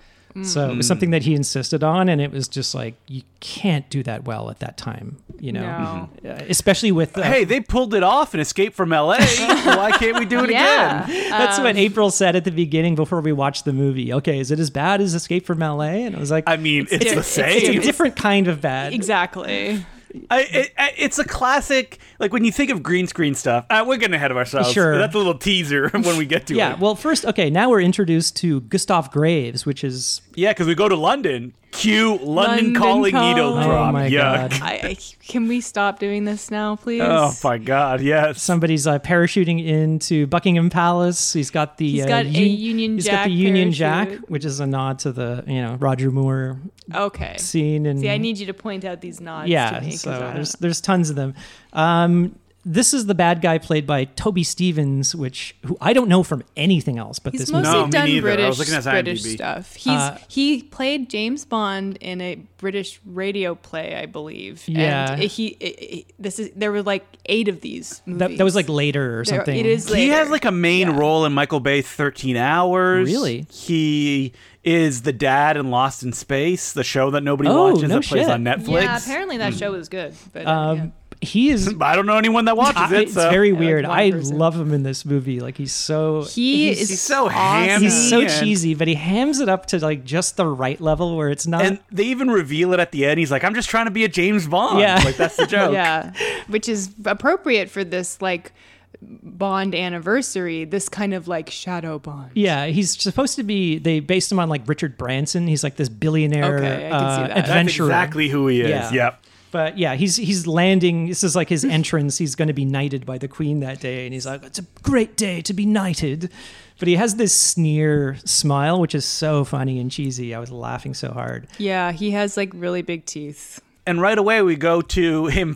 [SPEAKER 3] So it was something that he insisted on, and it was just like you can't do that well at that time, you know, Uh, especially with. Uh,
[SPEAKER 2] hey, they pulled it off in Escape from L.A. Why can't we do it
[SPEAKER 1] Yeah.
[SPEAKER 2] again?
[SPEAKER 3] that's what April said at the beginning before we watched the movie. Okay, is it as bad as Escape from LA? And I was like,
[SPEAKER 2] I mean, it's,
[SPEAKER 1] di-
[SPEAKER 2] the
[SPEAKER 1] it's
[SPEAKER 2] same.
[SPEAKER 3] it's a different kind of bad.
[SPEAKER 1] Exactly.
[SPEAKER 2] I, it, I- it's a classic. Like when you think of green screen stuff, uh, we're getting ahead of ourselves.
[SPEAKER 3] Sure.
[SPEAKER 2] that's a little teaser when we get to
[SPEAKER 3] yeah.
[SPEAKER 2] it.
[SPEAKER 3] Well, first, okay, now we're introduced to Gustav Graves, which is
[SPEAKER 2] yeah, because we go to London. Cue London,
[SPEAKER 1] London
[SPEAKER 2] calling
[SPEAKER 1] Calling.
[SPEAKER 2] Edo
[SPEAKER 1] Oh
[SPEAKER 2] drop.
[SPEAKER 3] my
[SPEAKER 2] Yuck.
[SPEAKER 3] God.
[SPEAKER 1] I, I can we stop doing this now, please?
[SPEAKER 2] Oh my god, yes.
[SPEAKER 3] somebody's uh, parachuting into Buckingham Palace. He's got the
[SPEAKER 1] He's
[SPEAKER 3] uh,
[SPEAKER 1] got a
[SPEAKER 3] un-
[SPEAKER 1] Union
[SPEAKER 3] he's got
[SPEAKER 1] Jack
[SPEAKER 3] the Union Jack,
[SPEAKER 1] parachute.
[SPEAKER 3] which is a nod to the you know Roger Moore
[SPEAKER 1] Okay.
[SPEAKER 3] scene. And
[SPEAKER 1] See, I need you to point out these nods.
[SPEAKER 3] yeah,
[SPEAKER 1] to me, 'cause
[SPEAKER 3] so
[SPEAKER 1] I don't
[SPEAKER 3] there's
[SPEAKER 1] know.
[SPEAKER 3] there's tons of them. Um, this is the bad guy played by Toby Stevens, which who I don't know from anything else, but
[SPEAKER 1] he's
[SPEAKER 3] this
[SPEAKER 1] mostly
[SPEAKER 3] movie.
[SPEAKER 2] No, me
[SPEAKER 1] done
[SPEAKER 2] neither. I
[SPEAKER 1] British
[SPEAKER 2] was looking at his
[SPEAKER 1] British
[SPEAKER 2] IMDb.
[SPEAKER 1] stuff. He's
[SPEAKER 3] Uh,
[SPEAKER 1] he played James Bond in a British radio play, I believe.
[SPEAKER 3] Yeah.
[SPEAKER 1] and he i i this is there were like eight of these movies.
[SPEAKER 3] That, that was like later or
[SPEAKER 1] There-
[SPEAKER 3] something.
[SPEAKER 1] It is.
[SPEAKER 2] He
[SPEAKER 1] later.
[SPEAKER 2] has like a main
[SPEAKER 1] Yeah.
[SPEAKER 2] role in Michael Bay's 13 Hours.
[SPEAKER 3] Really?
[SPEAKER 2] He is the dad in Lost in Space, the show that nobody
[SPEAKER 3] Oh,
[SPEAKER 2] watches
[SPEAKER 3] no
[SPEAKER 2] that plays
[SPEAKER 3] shit.
[SPEAKER 2] on Netflix.
[SPEAKER 1] Yeah, apparently
[SPEAKER 2] Hmm.
[SPEAKER 1] that show was good. But uh, yeah.
[SPEAKER 3] Um, He is.
[SPEAKER 2] I don't know anyone that watches
[SPEAKER 3] I-
[SPEAKER 2] it.
[SPEAKER 3] it's
[SPEAKER 2] so.
[SPEAKER 3] very
[SPEAKER 1] like
[SPEAKER 3] weird.
[SPEAKER 1] one
[SPEAKER 3] I
[SPEAKER 1] person.
[SPEAKER 3] love him in this movie. Like he's so
[SPEAKER 1] he
[SPEAKER 3] he's-
[SPEAKER 1] is
[SPEAKER 2] he's so
[SPEAKER 1] awesome.
[SPEAKER 2] hammy.
[SPEAKER 3] He's so
[SPEAKER 2] and-
[SPEAKER 3] cheesy, but he hams it up to like just the right level where it's not.
[SPEAKER 2] and they even reveal it at the end. He's like, "I'm just trying to be a James Bond."
[SPEAKER 3] Yeah.
[SPEAKER 2] like that's the joke.
[SPEAKER 1] Yeah, which is appropriate for this like Bond anniversary. This kind of like shadow Bond.
[SPEAKER 3] yeah, he's supposed to be. They based him on like Richard Branson. He's like this billionaire
[SPEAKER 1] Okay, I can see
[SPEAKER 3] uh,
[SPEAKER 1] that. That's
[SPEAKER 2] that's
[SPEAKER 3] adventurer.
[SPEAKER 2] exactly who he is.
[SPEAKER 3] Yeah.
[SPEAKER 2] Yep.
[SPEAKER 3] But yeah, he's he's landing. This is like his entrance. He's going to be knighted by the queen that day, and he's like, "It's a great day to be knighted." But he has this sneer smile, which is so funny and cheesy. I was laughing so hard.
[SPEAKER 1] Yeah, he has like really big teeth.
[SPEAKER 2] And right away we go to him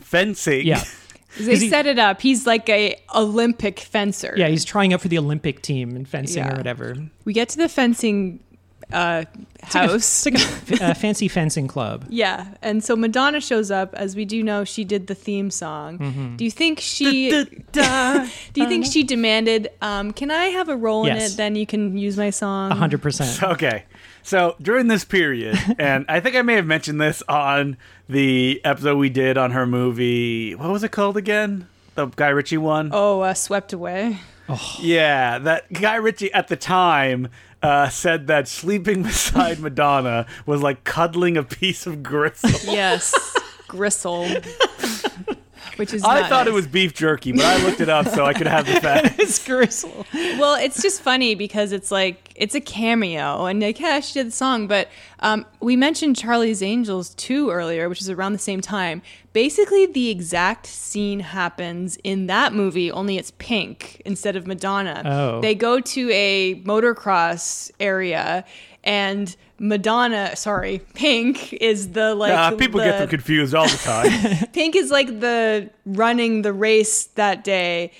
[SPEAKER 2] fencing.
[SPEAKER 3] Yeah,
[SPEAKER 1] They
[SPEAKER 3] he-
[SPEAKER 1] set it up. He's like a Olympic fencer.
[SPEAKER 3] yeah, he's trying out for the Olympic team in fencing
[SPEAKER 1] Yeah.
[SPEAKER 3] or whatever.
[SPEAKER 1] We get to the fencing uh, house.
[SPEAKER 3] It's like a f- uh, fancy fencing club.
[SPEAKER 1] yeah, and so Madonna shows up. As we do know, she did the theme song.
[SPEAKER 3] Mm-hmm.
[SPEAKER 1] Do you think she? do you think she demanded? Um, Can I have a role in
[SPEAKER 3] Yes.
[SPEAKER 1] it? Then you can use my song.
[SPEAKER 3] hundred percent.
[SPEAKER 2] Okay. So during this period, and I think I may have mentioned this on the episode we did on her movie. What was it called again? The Guy Ritchie one?
[SPEAKER 1] Oh, uh, swept away.
[SPEAKER 2] Yeah, that Guy Ritchie at the time uh, said that sleeping beside Madonna was like cuddling a piece of gristle.
[SPEAKER 1] Yes, gristle. Which is
[SPEAKER 2] I
[SPEAKER 1] not
[SPEAKER 2] thought it
[SPEAKER 1] nice.
[SPEAKER 2] was beef jerky, but I looked it up so I could have the fact.
[SPEAKER 3] it's gristle.
[SPEAKER 1] well, it's just funny because it's like it's a cameo, and like yeah, she did the song, but um, we mentioned Charlie's Angels too earlier, which is around the same time. Basically, the exact scene happens in that movie, only it's pink instead of Madonna.
[SPEAKER 3] Oh.
[SPEAKER 1] They go to a motocross area, and Madonna, sorry, Pink is the like
[SPEAKER 2] Uh, people get
[SPEAKER 1] the-
[SPEAKER 2] them confused all the time.
[SPEAKER 1] Pink is like the running the race that day.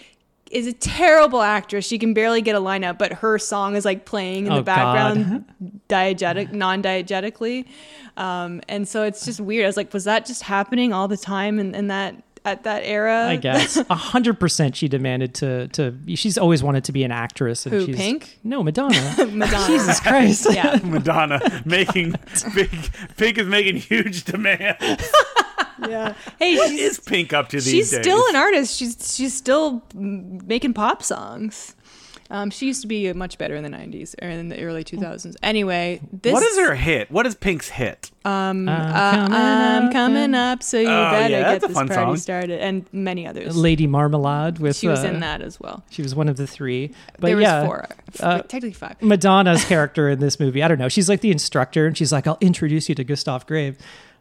[SPEAKER 1] Is a terrible actress. She can barely get a line out, but her song is like playing in
[SPEAKER 3] Oh,
[SPEAKER 1] the background, diegetic, non-diegetically, um, and so it's just weird. I was like, was that just happening all the time in, in that at that era?
[SPEAKER 3] I guess a hundred percent. She demanded to to. She's always wanted to be an actress. And
[SPEAKER 1] Who,
[SPEAKER 3] she's,
[SPEAKER 1] Pink?
[SPEAKER 3] No, Madonna.
[SPEAKER 1] Madonna.
[SPEAKER 3] Jesus Christ.
[SPEAKER 1] Yeah.
[SPEAKER 2] Madonna making big Pink is making huge demands.
[SPEAKER 1] yeah. Hey,
[SPEAKER 2] What
[SPEAKER 1] she's,
[SPEAKER 2] is Pink up to these
[SPEAKER 1] she's
[SPEAKER 2] days?
[SPEAKER 1] still an artist. She's she's still mm, making pop songs. Um, she used to be much better in the '90s or in the early 2000s. Anyway, this
[SPEAKER 2] What is her hit? What is Pink's hit?
[SPEAKER 1] Um,
[SPEAKER 3] I'm
[SPEAKER 1] uh,
[SPEAKER 3] coming
[SPEAKER 1] I'm
[SPEAKER 3] up
[SPEAKER 1] coming up, so you
[SPEAKER 2] Oh,
[SPEAKER 1] better
[SPEAKER 2] yeah,
[SPEAKER 1] get
[SPEAKER 2] that's a
[SPEAKER 1] this
[SPEAKER 2] fun
[SPEAKER 1] party
[SPEAKER 2] song.
[SPEAKER 1] started, and many others.
[SPEAKER 3] Lady Marmalade with.
[SPEAKER 1] she was
[SPEAKER 3] uh,
[SPEAKER 1] in that as well.
[SPEAKER 3] She was one of the three. But
[SPEAKER 1] there
[SPEAKER 3] yeah,
[SPEAKER 1] was four, f-
[SPEAKER 3] uh,
[SPEAKER 1] like, technically five.
[SPEAKER 3] Madonna's character in this movie. I don't know. She's like the instructor, and she's like, "I'll introduce you to Gustav Grave."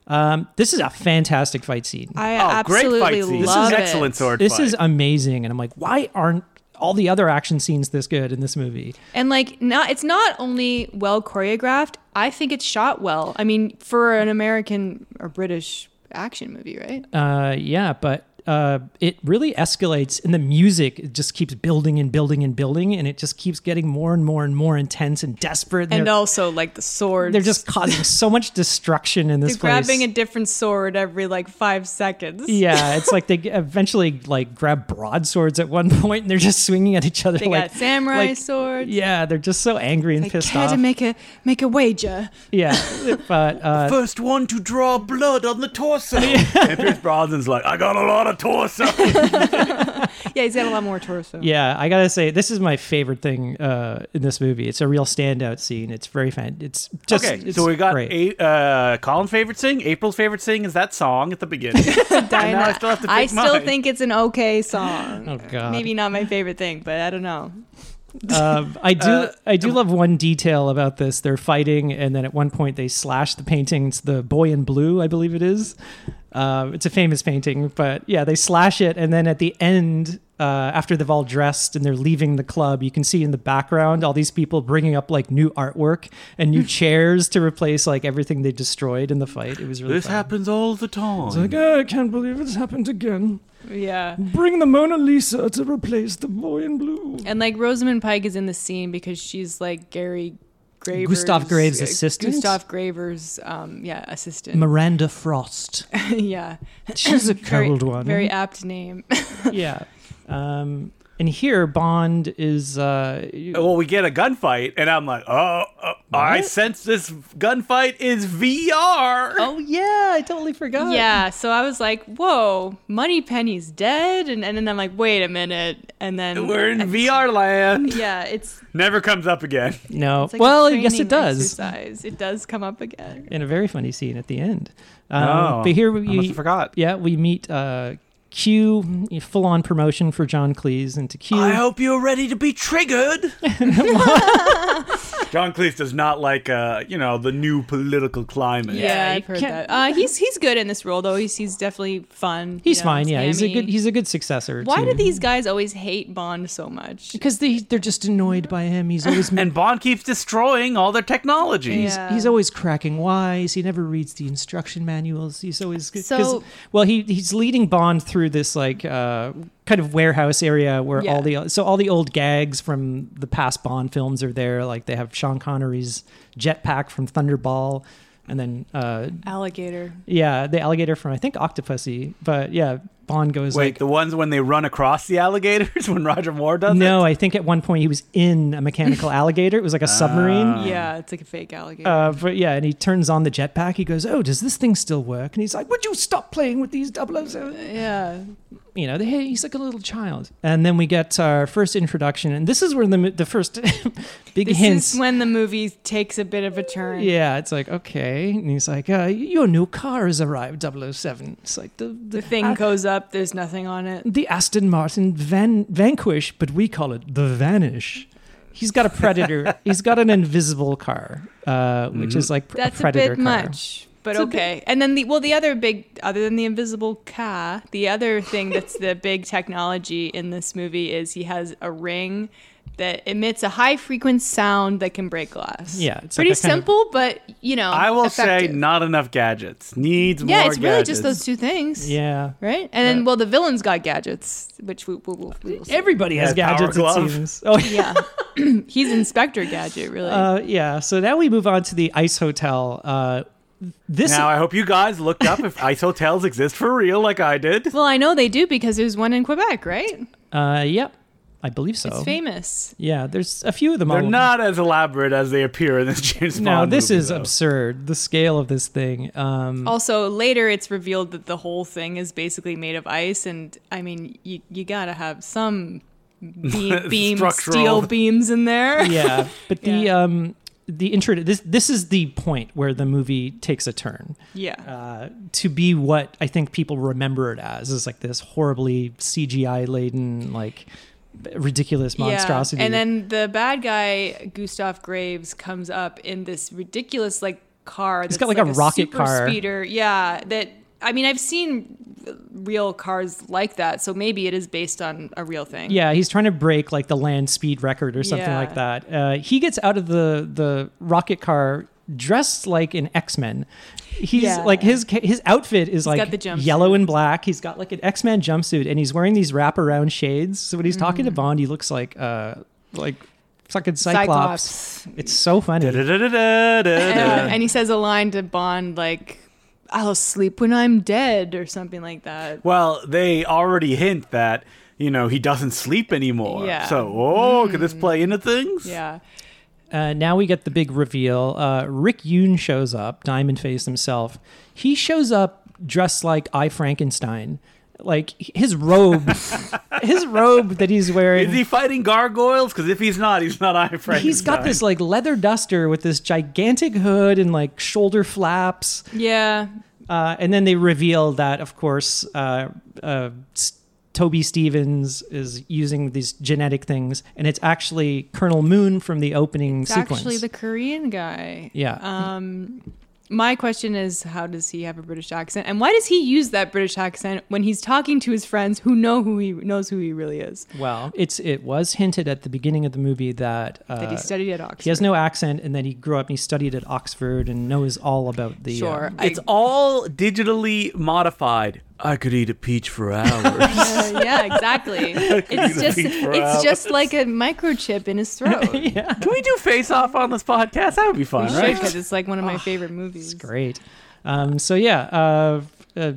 [SPEAKER 3] Um, this is a fantastic fight scene.
[SPEAKER 1] I
[SPEAKER 2] oh, great
[SPEAKER 1] absolutely
[SPEAKER 2] fight scene.
[SPEAKER 1] love it.
[SPEAKER 2] this is excellent sword
[SPEAKER 3] this
[SPEAKER 2] fight.
[SPEAKER 3] is amazing, and I'm like, why aren't all the other action scenes this good in this movie?
[SPEAKER 1] And like, not it's not only well choreographed. I think it's shot well. I mean, for an American or British action movie, right?
[SPEAKER 3] Uh, yeah, but uh, it really escalates, and the music it just keeps building and building and building, and it just keeps getting more and more and more intense and desperate. And,
[SPEAKER 1] And
[SPEAKER 3] they're,
[SPEAKER 1] also like the swords.
[SPEAKER 3] they're just causing so much destruction in this
[SPEAKER 1] They're
[SPEAKER 3] place.
[SPEAKER 1] grabbing a different sword every like five seconds.
[SPEAKER 3] yeah, it's like they g- eventually like grab broadswords at one point, and they're just swinging at each other.
[SPEAKER 1] They got
[SPEAKER 3] like
[SPEAKER 1] samurai
[SPEAKER 3] like,
[SPEAKER 1] swords.
[SPEAKER 3] Yeah, they're just so angry and
[SPEAKER 1] Like,
[SPEAKER 3] pissed
[SPEAKER 1] care
[SPEAKER 3] off.
[SPEAKER 1] to make a make a wager?
[SPEAKER 3] yeah, but uh,
[SPEAKER 2] First one to draw blood on the torso. and Pierce Brosnan's like, I got a lot of a torso.
[SPEAKER 1] Yeah, he's got a lot more torso.
[SPEAKER 3] Yeah, I gotta say, this is my favorite thing uh, in this movie. It's a real standout scene. It's very fan. It's just
[SPEAKER 2] okay,
[SPEAKER 3] it's
[SPEAKER 2] so we got
[SPEAKER 3] great.
[SPEAKER 2] a, uh, Colin's favorite thing, April's favorite thing is that song at the beginning. And now
[SPEAKER 1] Diana,
[SPEAKER 2] I still have to
[SPEAKER 1] I
[SPEAKER 2] pick
[SPEAKER 1] still
[SPEAKER 2] mine.
[SPEAKER 1] think it's an okay song.
[SPEAKER 3] Oh, God.
[SPEAKER 1] Maybe not my favorite thing, but I don't know.
[SPEAKER 3] Um, I do
[SPEAKER 2] Uh,
[SPEAKER 3] I do love one detail about this. They're fighting, and then at one point they slash the painting. It's the boy in blue, I believe it is. Um, it's a famous painting, but yeah, they slash it, and then at the end, uh, after they've all dressed and they're leaving the club, you can see in the background all these people bringing up like new artwork and new chairs to replace like everything they destroyed in the fight. It was really
[SPEAKER 2] This
[SPEAKER 3] fun.
[SPEAKER 2] happens all the time.
[SPEAKER 3] It's like, "Oh, I can't believe it's happened again.
[SPEAKER 1] Yeah.
[SPEAKER 3] Bring the Mona Lisa to replace the boy in blue.
[SPEAKER 1] And like Rosamund Pike is in the scene because she's like Gary Graves.
[SPEAKER 3] Gustav Graves' assistant?
[SPEAKER 1] Gustav Graves, um, yeah, assistant.
[SPEAKER 3] Miranda Frost.
[SPEAKER 1] yeah.
[SPEAKER 3] She's a
[SPEAKER 1] Very-
[SPEAKER 3] cold one.
[SPEAKER 1] Very apt name.
[SPEAKER 3] yeah. Um, and here Bond is uh,
[SPEAKER 2] well, we get a gunfight, and I'm like, oh, uh, I
[SPEAKER 3] What?
[SPEAKER 2] sense this gunfight is VR.
[SPEAKER 3] Oh yeah, I totally forgot.
[SPEAKER 1] yeah. So I was like, whoa, Money Penny's dead. And, and then I'm like, wait a minute. And then
[SPEAKER 2] We're in VR land.
[SPEAKER 1] Yeah, it's,
[SPEAKER 2] Never comes up again.
[SPEAKER 3] No.
[SPEAKER 1] it's like a
[SPEAKER 3] well, yes, it
[SPEAKER 1] training
[SPEAKER 3] does.
[SPEAKER 1] Exercise. It does come up again.
[SPEAKER 3] In a very funny scene at the end. Um,
[SPEAKER 2] Oh,
[SPEAKER 3] but here
[SPEAKER 2] I must
[SPEAKER 3] we
[SPEAKER 2] have forgot.
[SPEAKER 3] yeah we meet uh, Q, full on promotion for John Cleese into Q.
[SPEAKER 2] I hope you're ready to be triggered. John Cleese does not like, uh, you know, the new political climate.
[SPEAKER 1] Yeah,
[SPEAKER 3] you
[SPEAKER 1] I've heard
[SPEAKER 3] can't-
[SPEAKER 1] that. Uh, he's he's good in this role though. He's he's definitely fun.
[SPEAKER 3] he's
[SPEAKER 1] you know,
[SPEAKER 3] fine. Yeah, he's a
[SPEAKER 1] scammy.
[SPEAKER 3] good he's a good successor.
[SPEAKER 1] Why
[SPEAKER 3] to-
[SPEAKER 1] do these guys always hate Bond so much?
[SPEAKER 3] Because they they're just annoyed by him. He's always
[SPEAKER 2] And Bond keeps destroying all their technologies.
[SPEAKER 3] He's,
[SPEAKER 1] Yeah.
[SPEAKER 3] he's always cracking wise. He never reads the instruction manuals. He's always 'cause-
[SPEAKER 1] So-
[SPEAKER 3] well. He he's leading Bond through this like uh, kind of warehouse area where all the so all the old gags from the past Bond films are there. Like they have Sean Connery's jetpack from Thunderball, and then uh,
[SPEAKER 1] Alligator.
[SPEAKER 3] yeah, the alligator from I think Octopussy. But yeah, Bond goes
[SPEAKER 2] Wait,
[SPEAKER 3] like.
[SPEAKER 2] the ones when they run across the alligators when Roger Moore does it?
[SPEAKER 3] no, I think at one point he was in a mechanical alligator. It was like a submarine.
[SPEAKER 1] yeah, it's like a fake alligator.
[SPEAKER 3] Uh, but yeah, and he turns on the jetpack. He goes, "Oh, does this thing still work?" And he's like, "Would you stop playing with these 007?
[SPEAKER 1] yeah,
[SPEAKER 3] You know, they, he's like a little child. And then we get our first introduction, and this is where the the first big
[SPEAKER 1] this
[SPEAKER 3] hints.
[SPEAKER 1] is when the movie takes a bit of a turn.
[SPEAKER 3] yeah, it's like okay, and he's like, uh, "Your new car has arrived, 007. It's like the the,
[SPEAKER 1] the thing
[SPEAKER 3] A-
[SPEAKER 1] goes up. There's nothing on it.
[SPEAKER 3] the Aston Martin Van Vanquish, but we call it the Vanish. He's got a predator. he's got an invisible car, uh, which is like pr-
[SPEAKER 1] That's
[SPEAKER 3] a
[SPEAKER 1] a bit
[SPEAKER 3] predator car.
[SPEAKER 1] much. But
[SPEAKER 3] It's a bit-
[SPEAKER 1] okay, and then the well, the other big, other than the invisible car, the other thing that's the big technology in this movie is he has a ring that emits a high frequency sound that can break glass.
[SPEAKER 3] Yeah, it's
[SPEAKER 1] pretty
[SPEAKER 3] like a kind of-
[SPEAKER 1] simple, but you know,
[SPEAKER 2] I will
[SPEAKER 1] effective.
[SPEAKER 2] say not enough gadgets. Needs more
[SPEAKER 1] Yeah, it's really just
[SPEAKER 2] gadgets.
[SPEAKER 1] those two things.
[SPEAKER 3] Yeah.
[SPEAKER 1] Right, and then well, the villain's got gadgets, which we, we, will we will see.
[SPEAKER 3] Everybody has
[SPEAKER 2] Yeah, power
[SPEAKER 3] gadgets. It
[SPEAKER 2] glove.
[SPEAKER 3] seems. Oh
[SPEAKER 1] yeah, he's Inspector Gadget, really.
[SPEAKER 3] Uh, yeah. So now we move on to the ice hotel. Uh, this
[SPEAKER 2] Now, I hope you guys looked up if ice hotels exist for real like I did.
[SPEAKER 1] well, I know they do because there's one in Quebec, right?
[SPEAKER 3] uh, yep, I believe so.
[SPEAKER 1] It's famous.
[SPEAKER 3] Yeah, there's a few of them.
[SPEAKER 2] They're
[SPEAKER 3] all-
[SPEAKER 2] not as elaborate as they appear in this James Bond
[SPEAKER 3] No, this
[SPEAKER 2] movie,
[SPEAKER 3] is
[SPEAKER 2] though.
[SPEAKER 3] absurd. The scale of this thing. Um,
[SPEAKER 1] Also, later it's revealed that the whole thing is basically made of ice, and I mean, you you gotta have some beam, beam
[SPEAKER 2] Structural.
[SPEAKER 1] steel beams in there.
[SPEAKER 3] yeah, but the
[SPEAKER 1] Yeah.
[SPEAKER 3] um, the intro. This this is the point where the movie takes a turn.
[SPEAKER 1] Yeah,
[SPEAKER 3] uh, to be what I think people remember it as is like this horribly CGI laden, like ridiculous monstrosity.
[SPEAKER 1] And then the bad guy Gustav Graves comes up in this ridiculous like car. That's
[SPEAKER 3] got, like, a rocket
[SPEAKER 1] super
[SPEAKER 3] car.
[SPEAKER 1] speeder. Yeah, that I mean, I've seen real cars like that, so maybe it is based on a real thing.
[SPEAKER 3] Yeah, he's trying to break like the land speed record or something
[SPEAKER 1] Yeah.
[SPEAKER 3] like that. Uh, he gets out of the the rocket car dressed like an X Men. He's
[SPEAKER 1] Yeah.
[SPEAKER 3] like his ca- his outfit is
[SPEAKER 1] got the
[SPEAKER 3] like
[SPEAKER 1] jumpsuit.
[SPEAKER 3] yellow and black. He's got like an X Men jumpsuit, and he's wearing these wraparound shades. So when he's talking to
[SPEAKER 1] Mm.
[SPEAKER 3] Bond, he looks like uh like fucking Cyclops.
[SPEAKER 1] Cyclops.
[SPEAKER 3] It's so funny.
[SPEAKER 1] Yeah,
[SPEAKER 2] Da-da-da-da-da-da.
[SPEAKER 1] and he says a line to Bond like, "I'll sleep when I'm dead" or something like that.
[SPEAKER 2] Well, they already hint that, you know, he doesn't sleep anymore.
[SPEAKER 1] Yeah. Hmm.
[SPEAKER 2] So, oh, could this play into things?
[SPEAKER 1] Yeah,
[SPEAKER 3] Uh, now we get the big reveal. Uh, Rick Yoon shows up, Diamond Face himself. He shows up dressed like I Frankenstein, Like his robe, his robe that he's wearing.
[SPEAKER 2] Is he fighting gargoyles? Because if he's not, he's not I Frankenstein.
[SPEAKER 3] He's got this like leather duster with this gigantic hood and like shoulder flaps.
[SPEAKER 1] Yeah.
[SPEAKER 3] Uh, and then they reveal that, of course, uh, uh, S- Toby Stevens is using these genetic things, and it's actually Colonel Moon from the opening
[SPEAKER 1] It's
[SPEAKER 3] sequence.
[SPEAKER 1] actually the Korean guy.
[SPEAKER 3] yeah,
[SPEAKER 1] Um, my question is, how does he have a British accent, and why does he use that British accent when he's talking to his friends who know who he knows who he really is?
[SPEAKER 3] well, it's it was hinted at the beginning of the movie that, uh,
[SPEAKER 1] That he studied at Oxford.
[SPEAKER 3] he has no accent, and then he grew up and he studied at Oxford and knows all about the.
[SPEAKER 1] Sure,
[SPEAKER 3] um,
[SPEAKER 1] I-
[SPEAKER 2] It's all digitally modified. I could eat a peach for hours.
[SPEAKER 1] Uh, yeah, exactly. it's just
[SPEAKER 2] speak for
[SPEAKER 1] it's
[SPEAKER 2] hours.
[SPEAKER 1] just like a microchip in his throat.
[SPEAKER 3] yeah,
[SPEAKER 2] Can we do face off on this podcast? That would be fun, right?
[SPEAKER 1] because it's like one of my favorite movies.
[SPEAKER 3] it's great. Um, so yeah. Uh, uh,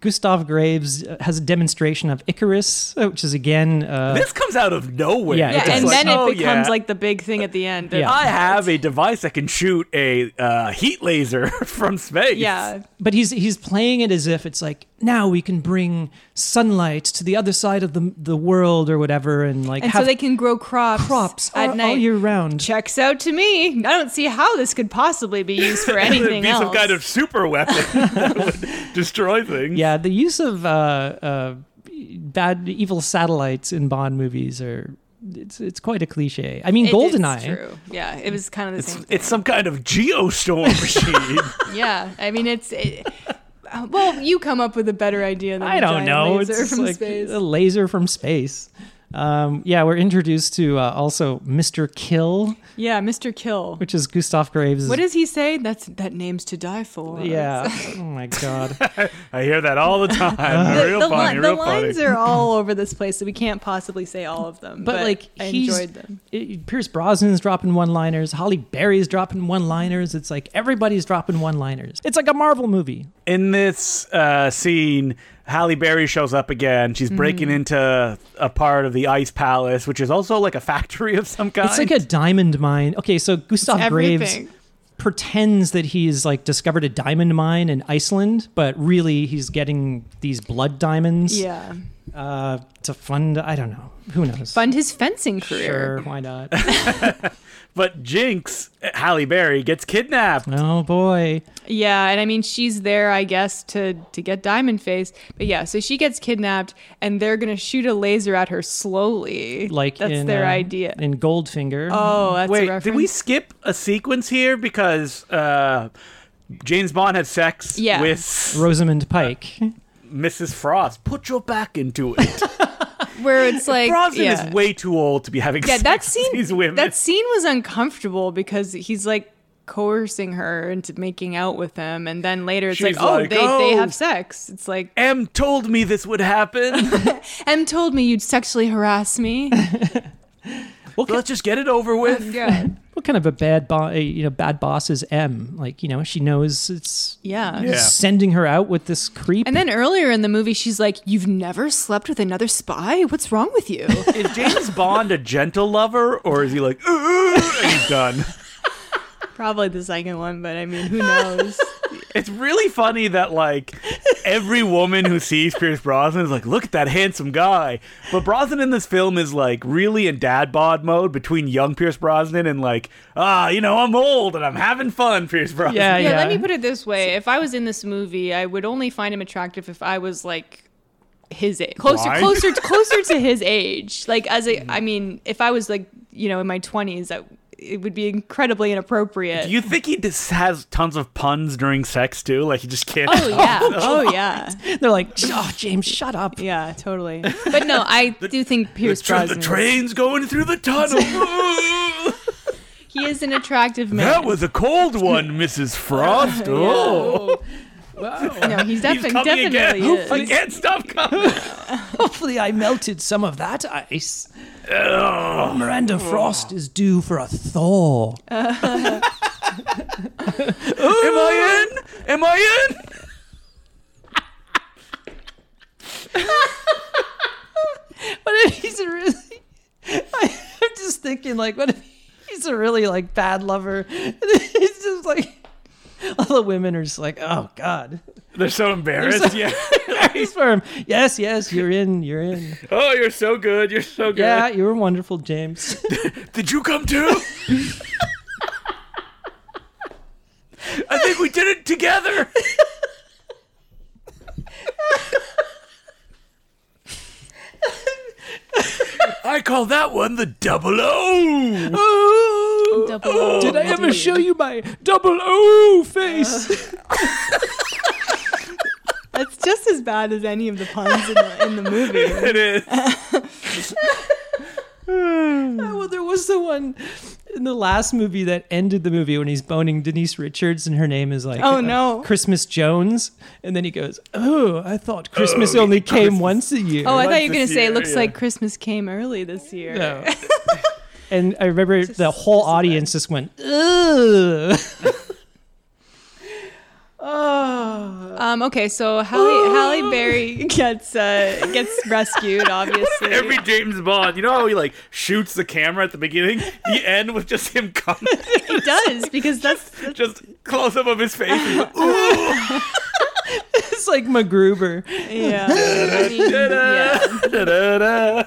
[SPEAKER 3] Gustav Graves has a demonstration of Icarus, uh, which is again uh,
[SPEAKER 2] This comes out of nowhere.
[SPEAKER 3] Yeah,
[SPEAKER 1] Yeah,
[SPEAKER 3] It's
[SPEAKER 1] and
[SPEAKER 3] like,
[SPEAKER 1] then
[SPEAKER 2] oh,
[SPEAKER 1] it becomes
[SPEAKER 2] yeah.
[SPEAKER 1] like the big thing at the end.
[SPEAKER 3] Yeah.
[SPEAKER 2] I have a device that can shoot a uh, heat laser from space.
[SPEAKER 1] yeah.
[SPEAKER 3] but he's he's playing it as if it's like now we can bring sunlight to the other side of the the world or whatever, and like
[SPEAKER 1] And
[SPEAKER 3] have
[SPEAKER 1] so they can grow crops,
[SPEAKER 3] crops
[SPEAKER 1] at
[SPEAKER 3] all,
[SPEAKER 1] night.
[SPEAKER 3] all year round.
[SPEAKER 1] Checks out to me. I don't see how this could possibly be used for
[SPEAKER 2] It'd
[SPEAKER 1] anything
[SPEAKER 2] be
[SPEAKER 1] else.
[SPEAKER 2] some kind of super weapon that would destroy things.
[SPEAKER 3] Yeah, the use of uh, uh, bad evil satellites in Bond movies are it's it's quite a cliche. I mean,
[SPEAKER 1] It-
[SPEAKER 3] Goldeneye.
[SPEAKER 1] It's true. Yeah, it was kind of the
[SPEAKER 2] It's,
[SPEAKER 1] same.
[SPEAKER 2] it's some kind of geostorm machine.
[SPEAKER 1] Yeah, I mean it's. It, uh, well, you come up with a better idea than
[SPEAKER 3] I
[SPEAKER 1] a
[SPEAKER 3] don't
[SPEAKER 1] giant
[SPEAKER 3] know.
[SPEAKER 1] Laser
[SPEAKER 3] It's
[SPEAKER 1] from
[SPEAKER 3] like uh,
[SPEAKER 1] space.
[SPEAKER 3] a laser from space. Um, yeah, we're introduced to uh, also Mr. Kill,
[SPEAKER 1] Yeah, Mr. Kill.
[SPEAKER 3] which is Gustav Graves.
[SPEAKER 1] What does he say? That's that name's to die for.
[SPEAKER 3] yeah. oh my god.
[SPEAKER 2] I hear that all the time.
[SPEAKER 1] The,
[SPEAKER 2] real
[SPEAKER 1] the,
[SPEAKER 2] funny,
[SPEAKER 1] li- the
[SPEAKER 2] real
[SPEAKER 1] lines
[SPEAKER 2] funny.
[SPEAKER 1] are all over this place, so we can't possibly say all of them.
[SPEAKER 3] But, like
[SPEAKER 1] I
[SPEAKER 3] he's,
[SPEAKER 1] enjoyed them.
[SPEAKER 3] it- Pierce Brosnan's dropping one-liners. Holly Berry's dropping one-liners. It's like everybody's dropping one-liners. It's like a Marvel movie.
[SPEAKER 2] In this uh, scene, Halle Berry shows up again. She's
[SPEAKER 1] Mm.
[SPEAKER 2] breaking into a part of the Ice Palace, which is also like a factory of some kind.
[SPEAKER 3] It's like a diamond mine. Okay, so Gustav Graves
[SPEAKER 1] Everything.
[SPEAKER 3] pretends that he's like discovered a diamond mine in Iceland, but really he's getting these blood diamonds
[SPEAKER 1] Yeah.
[SPEAKER 3] uh, to fund. I don't know. Who knows?
[SPEAKER 1] Fund his fencing career.
[SPEAKER 3] Sure, why not?
[SPEAKER 2] But Jinx, Halle Berry, gets kidnapped.
[SPEAKER 3] oh boy.
[SPEAKER 1] Yeah, and I mean she's there, I guess, to to get Diamond Face. But yeah, so she gets kidnapped, and they're gonna shoot a laser at her slowly.
[SPEAKER 3] Like
[SPEAKER 1] that's
[SPEAKER 3] in,
[SPEAKER 1] their
[SPEAKER 3] uh,
[SPEAKER 1] idea.
[SPEAKER 3] In Goldfinger.
[SPEAKER 1] oh, that's a
[SPEAKER 2] Wait,
[SPEAKER 1] reference.
[SPEAKER 2] did we skip a sequence here? Because uh, James Bond had sex
[SPEAKER 1] Yeah.
[SPEAKER 2] with
[SPEAKER 3] Rosamund Pike.
[SPEAKER 2] Mrs. Frost. Put your back into it.
[SPEAKER 1] Where it's like
[SPEAKER 2] Brosnan
[SPEAKER 1] yeah.
[SPEAKER 2] is way too old to be having
[SPEAKER 1] yeah,
[SPEAKER 2] sex
[SPEAKER 1] that
[SPEAKER 2] with these
[SPEAKER 1] scene.
[SPEAKER 2] women.
[SPEAKER 1] That scene was uncomfortable because he's like coercing her into making out with him, and then later it's
[SPEAKER 2] She's
[SPEAKER 1] like, oh,
[SPEAKER 2] like,
[SPEAKER 1] they they
[SPEAKER 2] "Oh."
[SPEAKER 1] have sex. It's like
[SPEAKER 2] M told me this would happen.
[SPEAKER 1] M told me you'd sexually harass me.
[SPEAKER 2] Let's just get it over with.
[SPEAKER 1] yeah,
[SPEAKER 3] What kind of a bad bo- a, you know bad boss is M? Like you know she knows it's
[SPEAKER 1] yeah.
[SPEAKER 2] Yeah.
[SPEAKER 3] sending her out with this creep.
[SPEAKER 1] And then earlier in the movie, she's like, "You've never slept with another spy? What's wrong with you?"
[SPEAKER 2] Is James Bond a gentle lover or is he like, "Ugh," and he's done?
[SPEAKER 1] Probably the second one, but I mean, who knows?
[SPEAKER 2] It's really funny that like every woman who sees Pierce Brosnan is like, look at that handsome guy. But Brosnan in this film is like really in dad bod mode between young Pierce Brosnan and like, ah, you know, I'm old and I'm having fun, Pierce Brosnan.
[SPEAKER 3] yeah,
[SPEAKER 1] yeah,
[SPEAKER 3] yeah.
[SPEAKER 1] let me put it this way: if I was in this movie, I would only find him attractive if I was like his age, closer,
[SPEAKER 2] Blind?
[SPEAKER 1] closer, closer to his age. Like as a,
[SPEAKER 2] Mm.
[SPEAKER 1] I mean, if I was like you know in my twenties, that it would be incredibly inappropriate.
[SPEAKER 2] Do you think he just has tons of puns during sex too? Like he just can't.
[SPEAKER 1] oh yeah, oh yeah,
[SPEAKER 3] They're like, oh, James, shut up.
[SPEAKER 1] yeah, totally. But no, I do think Pierce
[SPEAKER 2] Tra-
[SPEAKER 1] Brosnan.
[SPEAKER 2] the
[SPEAKER 1] is-
[SPEAKER 2] train's going through the tunnel.
[SPEAKER 1] He is an attractive man.
[SPEAKER 2] that was a cold one, Mrs. Frost. Oh.
[SPEAKER 1] no, he's, defi-
[SPEAKER 2] He's coming again.
[SPEAKER 1] definitely is.
[SPEAKER 2] I can't stop coming.
[SPEAKER 3] Hopefully, I melted some of that ice. Miranda Frost is due for a thaw.
[SPEAKER 2] Am I in? Am I in?
[SPEAKER 3] What if he's a really? I'm just thinking, like, what if he's a really like bad lover? And then he's just like, all the women are just like, oh god,
[SPEAKER 2] They're so embarrassed. yeah.
[SPEAKER 3] praise for him. Yes, yes, you're in, you're in.
[SPEAKER 2] Oh, you're so good. You're so good.
[SPEAKER 3] Yeah, you were wonderful, James.
[SPEAKER 2] Did you come too? I think we did it together. I call that one the double O.
[SPEAKER 3] Oh,
[SPEAKER 1] Double O,
[SPEAKER 3] Did I ever
[SPEAKER 1] indeed.
[SPEAKER 3] show you my double O face?
[SPEAKER 1] That's just as bad as any of the puns in the, in the movie.
[SPEAKER 2] It is.
[SPEAKER 3] Oh, well, there was the one in the last movie that ended the movie when he's boning Denise Richards, and her name is like, uh,
[SPEAKER 1] Oh, no.
[SPEAKER 3] Christmas Jones. And then he goes, "Oh, I thought Christmas only came once a year."
[SPEAKER 1] Oh, I
[SPEAKER 2] Like
[SPEAKER 1] thought you were
[SPEAKER 2] this
[SPEAKER 1] gonna say
[SPEAKER 2] year,
[SPEAKER 1] it looks
[SPEAKER 2] yeah.
[SPEAKER 1] like Christmas came early this year.
[SPEAKER 3] No. and I remember the whole audience just went, "Ugh." oh,
[SPEAKER 1] Um, okay, so Halle, Halle Berry gets uh, gets rescued, obviously.
[SPEAKER 2] Every James Bond, you know how he like shoots the camera at the beginning, the end with just him coming,
[SPEAKER 1] it does because that's, that's
[SPEAKER 2] just close up of his face.
[SPEAKER 3] it's like MacGruber.
[SPEAKER 1] yeah. I mean, yeah.
[SPEAKER 2] Da-da-da.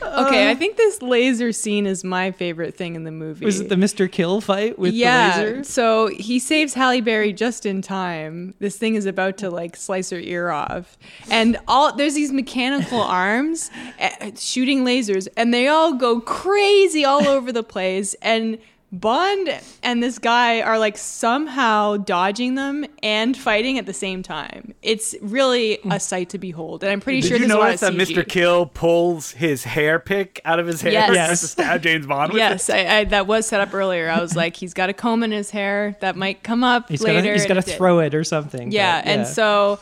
[SPEAKER 1] Okay, I think this laser scene is my favorite thing in the movie.
[SPEAKER 3] Was it the Mr. Kill fight with
[SPEAKER 1] yeah,
[SPEAKER 3] the laser?
[SPEAKER 1] so he saves Halle Berry just in time. This thing is about to like slice her ear off, and all there's these mechanical arms eh, shooting lasers, and they all go crazy all over the place. And Bond and this guy are like somehow dodging them and fighting at the same time. It's really
[SPEAKER 3] Hmm.
[SPEAKER 1] a sight to behold, and I'm pretty
[SPEAKER 2] Did
[SPEAKER 1] sure
[SPEAKER 2] you
[SPEAKER 1] there's a lot
[SPEAKER 2] notice
[SPEAKER 1] of
[SPEAKER 2] that
[SPEAKER 1] CG.
[SPEAKER 2] Mr. Kill pulls his hair pick out of his hair
[SPEAKER 1] Yes.
[SPEAKER 2] and
[SPEAKER 1] Yes.
[SPEAKER 2] tries to stab James Bond with
[SPEAKER 1] Yes, I, I, that was set up earlier. I was like, he's got a comb in his hair that might come up
[SPEAKER 3] He's
[SPEAKER 1] later.
[SPEAKER 3] gotta, he's
[SPEAKER 1] and
[SPEAKER 3] gotta
[SPEAKER 1] it did.
[SPEAKER 3] throw it or something.
[SPEAKER 1] Yeah,
[SPEAKER 3] but
[SPEAKER 1] and so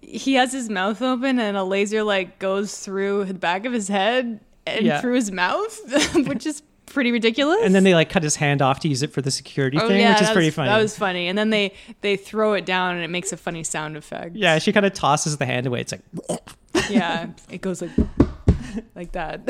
[SPEAKER 1] he has his mouth open, and a laser like goes through the back of his head and
[SPEAKER 3] Yeah.
[SPEAKER 1] through his mouth, which is pretty ridiculous. Oh,
[SPEAKER 3] and then they like cut his hand off to use it for the security thing, which is
[SPEAKER 1] that
[SPEAKER 3] pretty
[SPEAKER 1] was,
[SPEAKER 3] funny.
[SPEAKER 1] That was funny. And then they they throw it down, and it makes a funny sound effect.
[SPEAKER 3] Yeah, she kind of tosses the hand away. It's like,
[SPEAKER 1] yeah, it goes like like that.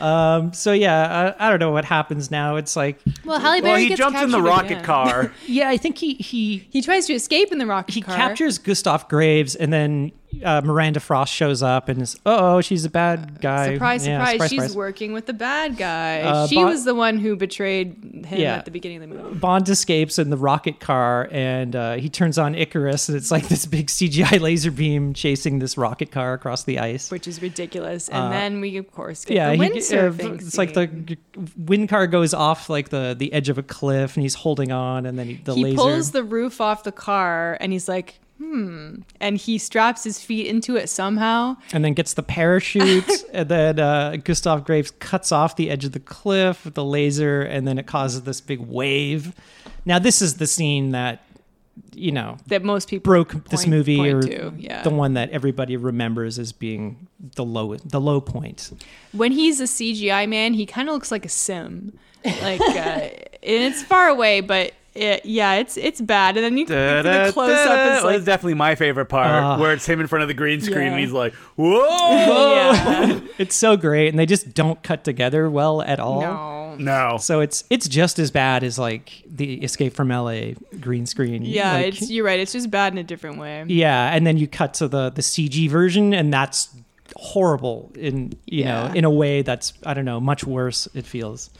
[SPEAKER 3] um, so yeah, I, I don't know what happens now. It's like,
[SPEAKER 1] Well, Halle
[SPEAKER 2] it. Well, he jumped in the rocket car.
[SPEAKER 3] yeah, I think he he
[SPEAKER 1] He tries to escape in the rocket
[SPEAKER 3] he
[SPEAKER 1] car.
[SPEAKER 3] captures Gustav Graves, and then uh, Miranda Frost shows up and is, oh, she's a bad guy.
[SPEAKER 1] Uh, Surprise,
[SPEAKER 3] Yeah,
[SPEAKER 1] surprise, She's working with the bad guy.
[SPEAKER 3] Uh,
[SPEAKER 1] she
[SPEAKER 3] Bo-
[SPEAKER 1] was the one who betrayed him
[SPEAKER 3] Yeah.
[SPEAKER 1] at the beginning of the movie.
[SPEAKER 3] Bond escapes in the rocket car, and uh, he turns on Icarus, and it's like this big CGI laser beam chasing this rocket car across the ice.
[SPEAKER 1] which is ridiculous. And then we, of course, get
[SPEAKER 3] Uh, yeah,
[SPEAKER 1] the
[SPEAKER 3] he, g- uh,
[SPEAKER 1] windsurfing.
[SPEAKER 3] it's like the g- wind car goes off like the the edge of a cliff, and he's holding on, and then he, the
[SPEAKER 1] he
[SPEAKER 3] laser
[SPEAKER 1] pulls the roof off the car, and he's like, hmm. And he straps his feet into it somehow.
[SPEAKER 3] and then gets the parachute, and then uh, Gustav Graves cuts off the edge of the cliff with the laser, and then it causes this big wave. Now, this is the scene that you know
[SPEAKER 1] That most people
[SPEAKER 3] broke
[SPEAKER 1] point-
[SPEAKER 3] this movie,
[SPEAKER 1] point
[SPEAKER 3] or
[SPEAKER 1] to. Yeah.
[SPEAKER 3] the one that everybody remembers as being the low the low point.
[SPEAKER 1] when he's a CGI man, he kind of looks like a sim. Like, uh, and it's far away, but. It, yeah, it's it's bad, and then you the close up
[SPEAKER 2] Da-da-da.
[SPEAKER 1] is
[SPEAKER 2] Well,
[SPEAKER 1] like
[SPEAKER 2] it's definitely my favorite part,
[SPEAKER 3] Ah.
[SPEAKER 2] where it's him in front of the green screen
[SPEAKER 1] Yeah.
[SPEAKER 2] and he's like, whoa!
[SPEAKER 1] yeah,
[SPEAKER 3] It's so great, and they just don't cut together well at all.
[SPEAKER 1] no,
[SPEAKER 2] No.
[SPEAKER 3] So it's it's just as bad as like the Escape from LA green screen.
[SPEAKER 1] yeah,
[SPEAKER 3] like-
[SPEAKER 1] it's you're right. It's just bad in a different way.
[SPEAKER 3] yeah, and then you cut to the the CG version, and that's horrible in you
[SPEAKER 1] Yeah.
[SPEAKER 3] know in a way that's I don't know much worse. It feels.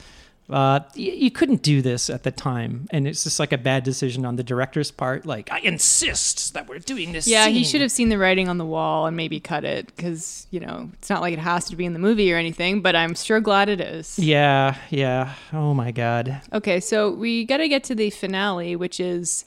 [SPEAKER 3] Uh, y- you couldn't do this at the time, and it's just like a bad decision on the director's part. Like, I insist that we're doing this.
[SPEAKER 1] Yeah, he
[SPEAKER 3] scene."
[SPEAKER 1] should have seen the writing on the wall and maybe cut it because, you know, it's not like it has to be in the movie or anything, but I'm sure glad it is.
[SPEAKER 3] Yeah, yeah. Oh my god.
[SPEAKER 1] Okay, so we got to get to the finale, which is,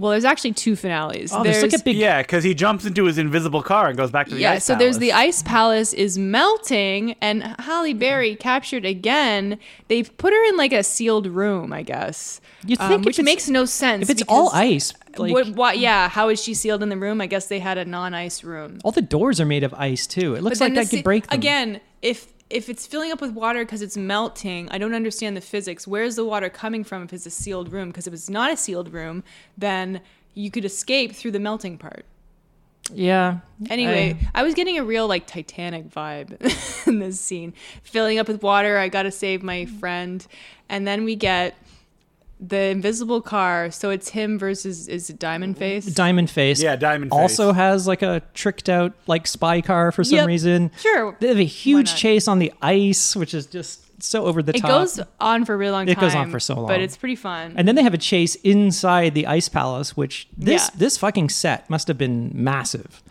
[SPEAKER 1] well, there's actually two finales.
[SPEAKER 3] Oh, there's, like a big
[SPEAKER 2] Yeah, because he jumps into his invisible car and goes back to the
[SPEAKER 1] yeah,
[SPEAKER 2] ice
[SPEAKER 1] so there's the
[SPEAKER 2] palace.
[SPEAKER 1] ice palace is melting, and Halle Berry captured again. They've put her in like a sealed room, I guess.
[SPEAKER 3] You'd
[SPEAKER 1] um,
[SPEAKER 3] think if
[SPEAKER 1] which
[SPEAKER 3] it's-
[SPEAKER 1] makes no sense.
[SPEAKER 3] If it's all
[SPEAKER 1] because
[SPEAKER 3] ice, like
[SPEAKER 1] what, why, yeah, how is she sealed in the room? I guess they had a non-ice room.
[SPEAKER 3] all the doors are made of ice too. It looks
[SPEAKER 1] But then
[SPEAKER 3] like that
[SPEAKER 1] the
[SPEAKER 3] could
[SPEAKER 1] ci-
[SPEAKER 3] break them.
[SPEAKER 1] again if if it's filling up with water because it's melting i don't understand the physics where's the water coming from if it's a sealed room because if it's not a sealed room then you could escape through the melting part
[SPEAKER 3] Yeah.
[SPEAKER 1] anyway i, was getting a real like titanic vibe in this scene filling up with water i gotta save my friend and then we get the invisible car. So it's him versus is it Diamond Face?
[SPEAKER 3] Diamond Face.
[SPEAKER 2] Yeah, Diamond Face.
[SPEAKER 3] Also has like a tricked out like spy car for some
[SPEAKER 1] Yep.
[SPEAKER 3] reason.
[SPEAKER 1] Sure.
[SPEAKER 3] They have a huge
[SPEAKER 1] not?
[SPEAKER 3] chase on the ice, which is just so over the
[SPEAKER 1] It
[SPEAKER 3] top.
[SPEAKER 1] goes on for a really long
[SPEAKER 3] It
[SPEAKER 1] time.
[SPEAKER 3] goes on for so long.
[SPEAKER 1] but it's pretty fun.
[SPEAKER 3] and then they have a chase inside the ice palace, which this
[SPEAKER 1] Yeah.
[SPEAKER 3] this fucking set must have been massive.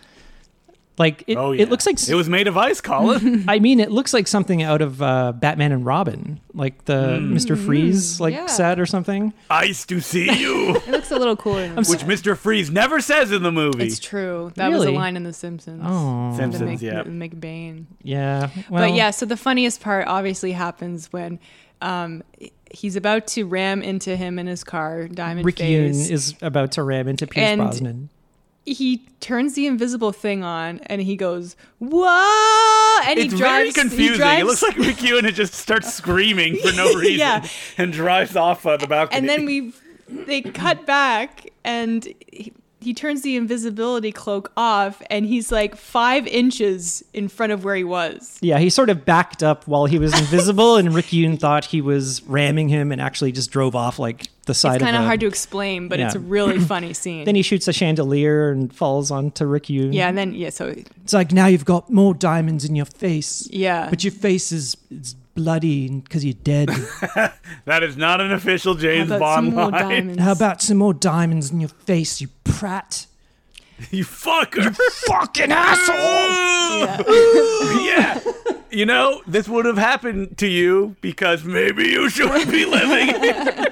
[SPEAKER 3] Like it,
[SPEAKER 2] Oh yeah.
[SPEAKER 3] it looks like
[SPEAKER 2] it was made of ice, Colin.
[SPEAKER 3] I mean, it looks like something out of uh, Batman and Robin, like the
[SPEAKER 2] Hmm.
[SPEAKER 3] Mister Freeze like
[SPEAKER 1] Hmm. yeah.
[SPEAKER 3] set or something.
[SPEAKER 2] ice to see you,
[SPEAKER 1] it looks a little cooler. Than
[SPEAKER 2] which Mr. Freeze never says in the movie.
[SPEAKER 1] It's true. That was a
[SPEAKER 3] Really?
[SPEAKER 1] line in The Simpsons.
[SPEAKER 3] Oh,
[SPEAKER 1] The Mc,
[SPEAKER 2] Simpsons, yeah.
[SPEAKER 1] the McBain.
[SPEAKER 3] yeah. Well,
[SPEAKER 1] but yeah, so the funniest part obviously happens when um, he's about to ram into him in his car, Diamond
[SPEAKER 3] Ricky
[SPEAKER 1] Face.
[SPEAKER 3] Yoon is about to ram into Pierce
[SPEAKER 1] And-
[SPEAKER 3] Brosnan.
[SPEAKER 1] he turns the invisible thing on and he goes, Whoa! And
[SPEAKER 2] It's
[SPEAKER 1] he drives.
[SPEAKER 2] very confusing.
[SPEAKER 1] He drives,
[SPEAKER 2] It looks like Rick Ewan had just starts screaming for no reason
[SPEAKER 1] Yeah.
[SPEAKER 2] and drives off on the balcony.
[SPEAKER 1] and then we they cut back and he, he turns the invisibility cloak off and he's like five inches in front of where he was.
[SPEAKER 3] Yeah, he sort of backed up while he was invisible, and Rick Yoon thought he was ramming him, and actually just drove off like the side.
[SPEAKER 1] It's kind
[SPEAKER 3] of
[SPEAKER 1] of
[SPEAKER 3] a-
[SPEAKER 1] hard to explain, but it's a
[SPEAKER 3] Yeah.
[SPEAKER 1] really funny scene.
[SPEAKER 3] Then he shoots a chandelier and falls onto Rick Yoon.
[SPEAKER 1] yeah, and then yeah, so
[SPEAKER 3] it's like now you've got more diamonds in your face,
[SPEAKER 1] yeah,
[SPEAKER 3] but your face is is bloody because you're dead.
[SPEAKER 2] that is not an official
[SPEAKER 1] How
[SPEAKER 2] James
[SPEAKER 1] about
[SPEAKER 2] Bond
[SPEAKER 1] some more
[SPEAKER 2] line.
[SPEAKER 1] diamonds?
[SPEAKER 3] How about some more diamonds in your face, you prat?
[SPEAKER 2] you fucker.
[SPEAKER 3] Fucking asshole!
[SPEAKER 1] Yeah.
[SPEAKER 2] yeah. You know, this would have happened to you because maybe you shouldn't be living.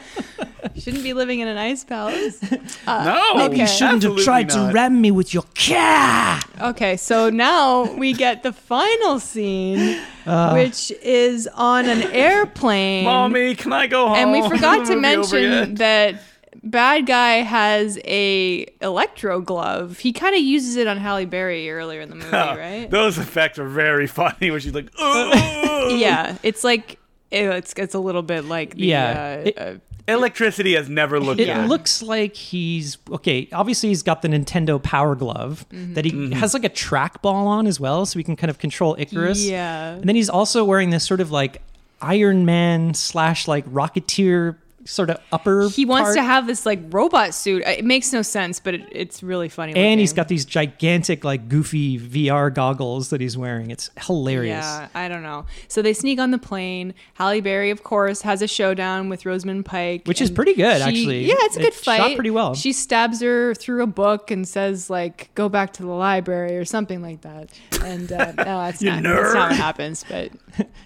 [SPEAKER 1] Shouldn't be living in an ice palace.
[SPEAKER 2] no.
[SPEAKER 1] Maybe you Okay. shouldn't
[SPEAKER 2] absolutely not.
[SPEAKER 3] ram me with your car.
[SPEAKER 1] Okay, so now we get the final scene,
[SPEAKER 3] Uh.
[SPEAKER 1] which is on an airplane.
[SPEAKER 2] Mommy, can I go home?
[SPEAKER 1] and we forgot to
[SPEAKER 2] Movie over yet.
[SPEAKER 1] mention that bad guy has a electro glove. He kind of uses it on Halle Berry earlier in the movie,
[SPEAKER 2] Huh.
[SPEAKER 1] right?
[SPEAKER 2] Those effects are very funny when she's like, "Ooh."
[SPEAKER 1] yeah, it's like ew, it's it's a little bit like the,
[SPEAKER 3] Yeah,
[SPEAKER 1] Uh,
[SPEAKER 3] it-
[SPEAKER 1] uh,
[SPEAKER 2] Electricity has never looked
[SPEAKER 3] It
[SPEAKER 2] good.
[SPEAKER 3] looks like he's okay. Obviously, he's got the Nintendo Power Glove
[SPEAKER 1] Mm-hmm.
[SPEAKER 3] that he has like a trackball on as well, so he can kind of control Icarus.
[SPEAKER 1] yeah.
[SPEAKER 3] And then he's also wearing this sort of like Iron Man slash like Rocketeer sort of upper.
[SPEAKER 1] He wants
[SPEAKER 3] part.
[SPEAKER 1] to have this like robot suit. Uh, It makes no sense, but it, it's really funny.
[SPEAKER 3] and he's
[SPEAKER 1] looking.
[SPEAKER 3] got these gigantic like goofy VR goggles that he's wearing. It's hilarious.
[SPEAKER 1] Yeah, I don't know. So they sneak on the plane. Halle Berry, of course, has a showdown with Rosamund Pike,
[SPEAKER 3] Which is
[SPEAKER 1] and
[SPEAKER 3] pretty good,
[SPEAKER 1] she-
[SPEAKER 3] actually.
[SPEAKER 1] Yeah, it's a
[SPEAKER 3] It
[SPEAKER 1] good
[SPEAKER 3] shot
[SPEAKER 1] fight.
[SPEAKER 3] pretty well.
[SPEAKER 1] She stabs her through a book and says, like, "Go back to the library" or something like that. And uh, no, that's
[SPEAKER 2] You
[SPEAKER 1] not, that's not
[SPEAKER 2] nerd.
[SPEAKER 1] what happens. But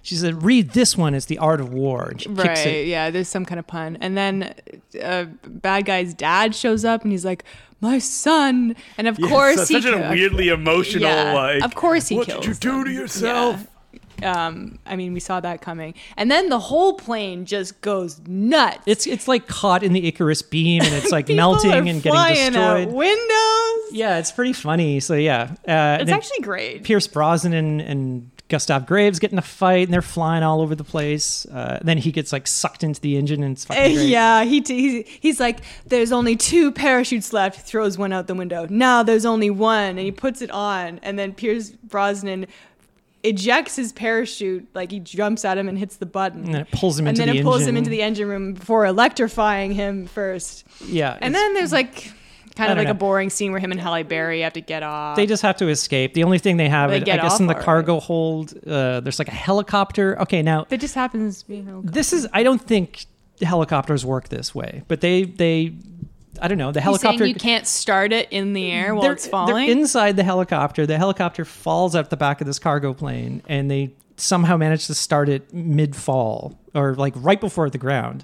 [SPEAKER 3] She said, "Read this one. It's the Art of War." And she kicks
[SPEAKER 1] right,
[SPEAKER 3] it.
[SPEAKER 1] yeah, there's some kind of pun. And then uh, bad guy's dad shows up and he's like, "My son," and of
[SPEAKER 2] Yeah,
[SPEAKER 1] course
[SPEAKER 2] so-
[SPEAKER 1] he
[SPEAKER 2] such a
[SPEAKER 1] co-
[SPEAKER 2] weirdly emotional
[SPEAKER 1] Yeah,
[SPEAKER 2] like.
[SPEAKER 1] of course he
[SPEAKER 2] What
[SPEAKER 1] kills
[SPEAKER 2] did you do
[SPEAKER 1] them."
[SPEAKER 2] to yourself?
[SPEAKER 1] Yeah. Um, I mean, we saw that coming, and then the whole plane just goes nuts.
[SPEAKER 3] It's it's like caught in the Icarus beam, and it's like
[SPEAKER 1] People
[SPEAKER 3] melting
[SPEAKER 1] are
[SPEAKER 3] and getting
[SPEAKER 1] flying out
[SPEAKER 3] destroyed.
[SPEAKER 1] windows.
[SPEAKER 3] Yeah, it's pretty funny. So yeah, uh,
[SPEAKER 1] It's actually great.
[SPEAKER 3] Pierce Brosnan and, and Gustav Graves get in a fight, and they're flying all over the place. Uh, then he gets like sucked into the engine, and it's
[SPEAKER 1] Uh,
[SPEAKER 3] fucking great.
[SPEAKER 1] yeah, he, t- he he's like, there's only two parachutes left. He throws one out the window. Now there's only one, and he puts it on, and then Pierce Brosnan ejects his parachute, like he jumps at him and hits the button,
[SPEAKER 3] And then it pulls him
[SPEAKER 1] and
[SPEAKER 3] into
[SPEAKER 1] then
[SPEAKER 3] the
[SPEAKER 1] it pulls him
[SPEAKER 3] engine.
[SPEAKER 1] into the engine room before electrifying him first.
[SPEAKER 3] yeah,
[SPEAKER 1] And
[SPEAKER 3] it's-
[SPEAKER 1] then there's like kind
[SPEAKER 3] I
[SPEAKER 1] of
[SPEAKER 3] don't
[SPEAKER 1] like a
[SPEAKER 3] know.
[SPEAKER 1] boring scene where him and Halle Berry have to get off.
[SPEAKER 3] they just have to escape. The only thing they have,
[SPEAKER 1] They
[SPEAKER 3] is, I
[SPEAKER 1] get
[SPEAKER 3] guess,
[SPEAKER 1] off
[SPEAKER 3] in the
[SPEAKER 1] already.
[SPEAKER 3] cargo hold, uh, there's like a helicopter. Okay, now
[SPEAKER 1] that just happens, you know.
[SPEAKER 3] this is I don't think helicopters work this way, but they they I don't know the
[SPEAKER 1] He's saying
[SPEAKER 3] helicopter.
[SPEAKER 1] you can't start it in the air while
[SPEAKER 3] they're-
[SPEAKER 1] it's falling.
[SPEAKER 3] They're inside the helicopter. The helicopter falls out the back of this cargo plane, and they somehow manage to start it mid-fall or like right before the ground.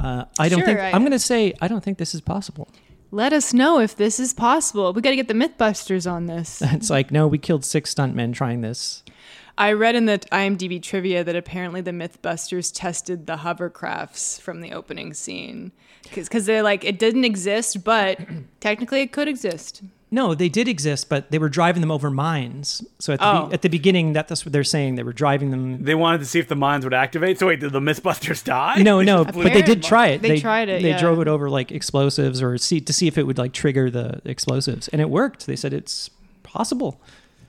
[SPEAKER 3] Uh, I don't
[SPEAKER 1] Sure,
[SPEAKER 3] think
[SPEAKER 1] I-
[SPEAKER 3] I'm going to say I don't think this is possible.
[SPEAKER 1] Let us know if this is possible. We got to get the MythBusters on this.
[SPEAKER 3] It's like no, we killed six stuntmen trying this.
[SPEAKER 1] I read in the IMDb trivia that apparently the MythBusters tested the hovercrafts from the opening scene because they're like it didn't exist, but technically it could exist.
[SPEAKER 3] No, they did exist, but they were driving them over mines. So at the,
[SPEAKER 1] Oh.
[SPEAKER 3] be- at the beginning, that- that's what they're saying. They were driving them.
[SPEAKER 2] They wanted to see if the mines would activate. So wait, did the Mythbusters die?
[SPEAKER 3] No, no, but they did try it.
[SPEAKER 1] They tried it,
[SPEAKER 3] They
[SPEAKER 1] yeah.
[SPEAKER 3] drove it over like explosives or see to see if it would like trigger the explosives, and it worked. They said it's possible.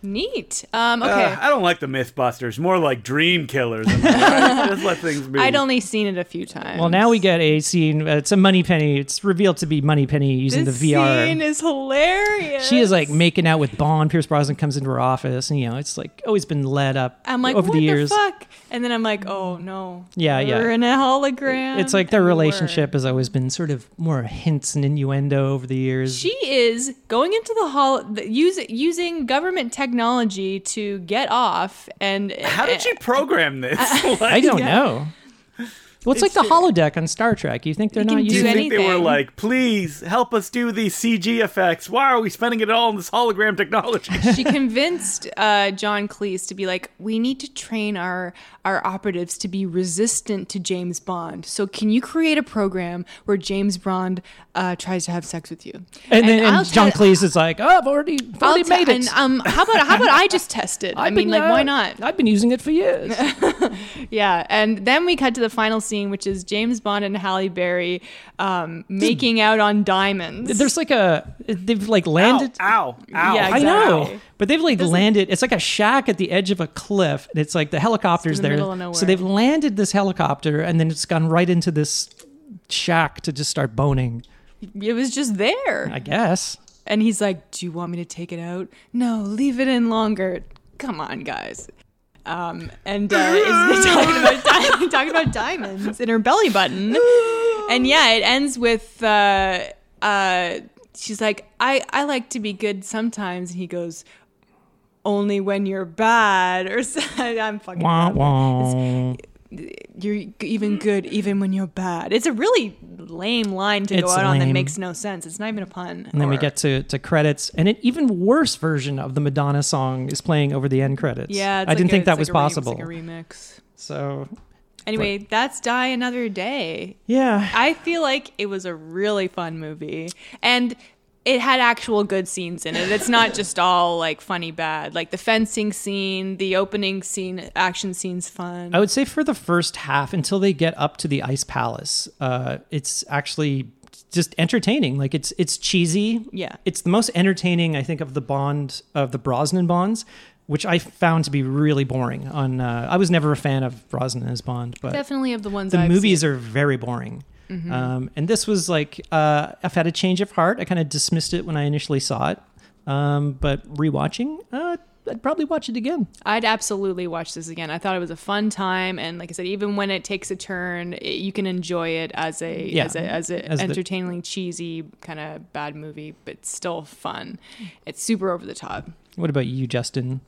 [SPEAKER 1] Neat. Um, okay.
[SPEAKER 2] Uh, I don't like the Mythbusters. More like dream killers. am I right? Just let things be.
[SPEAKER 1] I'd only seen it a few times.
[SPEAKER 3] Well, now we get a scene. uh, It's a money penny. It's revealed to be money penny using
[SPEAKER 1] this
[SPEAKER 3] the VR.
[SPEAKER 1] scene is hilarious.
[SPEAKER 3] she is like making out with Bond. Pierce Brosnan comes into her office, and you know it's like always been led up
[SPEAKER 1] I'm like,
[SPEAKER 3] over
[SPEAKER 1] what
[SPEAKER 3] the years.
[SPEAKER 1] fuck? And then I'm like, oh no.
[SPEAKER 3] Yeah, yeah.
[SPEAKER 1] We're in a hologram.
[SPEAKER 3] It's like their
[SPEAKER 1] and we're-
[SPEAKER 3] relationship has always been sort of more hints and innuendo over the years.
[SPEAKER 1] She is going into the hall, the- use, using government technology to get off. And
[SPEAKER 2] How did she program this?
[SPEAKER 3] I
[SPEAKER 2] Like,
[SPEAKER 3] don't know. Well, it's, like the
[SPEAKER 1] It's-
[SPEAKER 3] holodeck on Star Trek. You think they're
[SPEAKER 1] You can
[SPEAKER 3] not
[SPEAKER 1] do
[SPEAKER 2] do you
[SPEAKER 3] using
[SPEAKER 2] think they were
[SPEAKER 1] anything.
[SPEAKER 2] like, please help us do these CG effects? Why are we spending it all on this hologram technology?
[SPEAKER 1] eh, she convinced uh, John Cleese to be like, we need to train our our operatives to be resistant to James Bond. So can you create a program where James Bond uh, tries to have sex with you?
[SPEAKER 3] And then
[SPEAKER 1] I'll
[SPEAKER 3] and John
[SPEAKER 1] te-
[SPEAKER 3] Cleese is like, "Oh, I've already, I've
[SPEAKER 1] I'll
[SPEAKER 3] already
[SPEAKER 1] te-
[SPEAKER 3] made it.
[SPEAKER 1] And, um, how about how about I just test it? I
[SPEAKER 3] I've
[SPEAKER 1] mean,
[SPEAKER 3] been,
[SPEAKER 1] like,
[SPEAKER 3] uh,
[SPEAKER 1] why not?
[SPEAKER 3] I've been using it for years."
[SPEAKER 1] Yeah. And then we cut to the final scene, which is James Bond and Halle Berry um, making out on diamonds.
[SPEAKER 3] There's like a they've like landed.
[SPEAKER 2] ow, ow.
[SPEAKER 1] Yeah,
[SPEAKER 2] ow.
[SPEAKER 1] exactly.
[SPEAKER 3] I know, but they've like landed. It's like a shack at the edge of a cliff, and it's like the helicopter's
[SPEAKER 1] the
[SPEAKER 3] there.
[SPEAKER 1] middle of nowhere.
[SPEAKER 3] So they've landed this helicopter, and then it's gone right into this shack to just start boning.
[SPEAKER 1] it was just there.
[SPEAKER 3] I guess.
[SPEAKER 1] And he's like, "Do you want me to take it out? No, leave it in longer. Come on, guys." Um, and uh, is talking about di- talking about diamonds in her belly button, and yeah, it ends with uh, uh, she's like, "I I like to be good sometimes," and he goes, "Only when you're bad." Or so- I'm fucking.
[SPEAKER 3] Wah,
[SPEAKER 1] up.
[SPEAKER 3] wah.
[SPEAKER 1] You're even good even when you're bad. It's a really lame line to go
[SPEAKER 3] It's
[SPEAKER 1] out on that
[SPEAKER 3] lame.
[SPEAKER 1] makes no sense. It's not even a pun.
[SPEAKER 3] And then we
[SPEAKER 1] or-
[SPEAKER 3] get to, to credits, and an even worse version of the Madonna song is playing over the end credits.
[SPEAKER 1] Yeah,
[SPEAKER 3] I
[SPEAKER 1] it's like
[SPEAKER 3] didn't
[SPEAKER 1] a-
[SPEAKER 3] think that
[SPEAKER 1] it's
[SPEAKER 3] was
[SPEAKER 1] like a re- it's
[SPEAKER 3] possible.
[SPEAKER 1] like a remix.
[SPEAKER 3] so,
[SPEAKER 1] Anyway, that's Die Another Day.
[SPEAKER 3] yeah,
[SPEAKER 1] I feel like it was a really fun movie, and it had actual good scenes in it. It's not just all like funny bad. Like the fencing scene, the opening scene, action scene's fun.
[SPEAKER 3] I would say for the first half until they get up to the Ice Palace, uh, it's actually just entertaining. Like it's it's cheesy.
[SPEAKER 1] Yeah.
[SPEAKER 3] it's the most entertaining I think of the Bond of the Brosnan Bonds. Which I found to be really boring. On uh, I was never a fan of Brosnan as Bond, but
[SPEAKER 1] Definitely of the ones
[SPEAKER 3] the
[SPEAKER 1] I've
[SPEAKER 3] movies
[SPEAKER 1] seen. Mm-hmm.
[SPEAKER 3] are very boring. Um, and this was like uh, I've had a change of heart. I kind of dismissed it when I initially saw it, um, but rewatching, uh, I'd probably watch it again.
[SPEAKER 1] I'd absolutely watch this again. I thought it was a fun time, and like I said, even when it takes a turn, it, you can enjoy it as a
[SPEAKER 3] Yeah,
[SPEAKER 1] as a as an
[SPEAKER 3] as the-
[SPEAKER 1] entertainingly cheesy kind of bad movie, but still fun. It's super over the top.
[SPEAKER 3] What about you, Justin?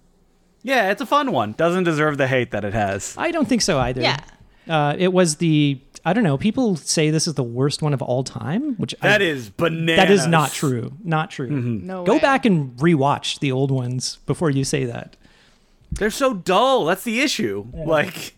[SPEAKER 2] Yeah, it's a fun one. Doesn't deserve the hate that it has.
[SPEAKER 3] I don't think so either.
[SPEAKER 1] Yeah.
[SPEAKER 3] uh, it was the I don't know. People say this is the worst one of all time, which
[SPEAKER 2] That
[SPEAKER 3] I,
[SPEAKER 2] is bananas. Mm-hmm.
[SPEAKER 3] that is not true. Not true.
[SPEAKER 1] No
[SPEAKER 3] Go
[SPEAKER 1] way.
[SPEAKER 3] back and rewatch the old ones before you say that.
[SPEAKER 2] They're so dull. That's the issue. Like,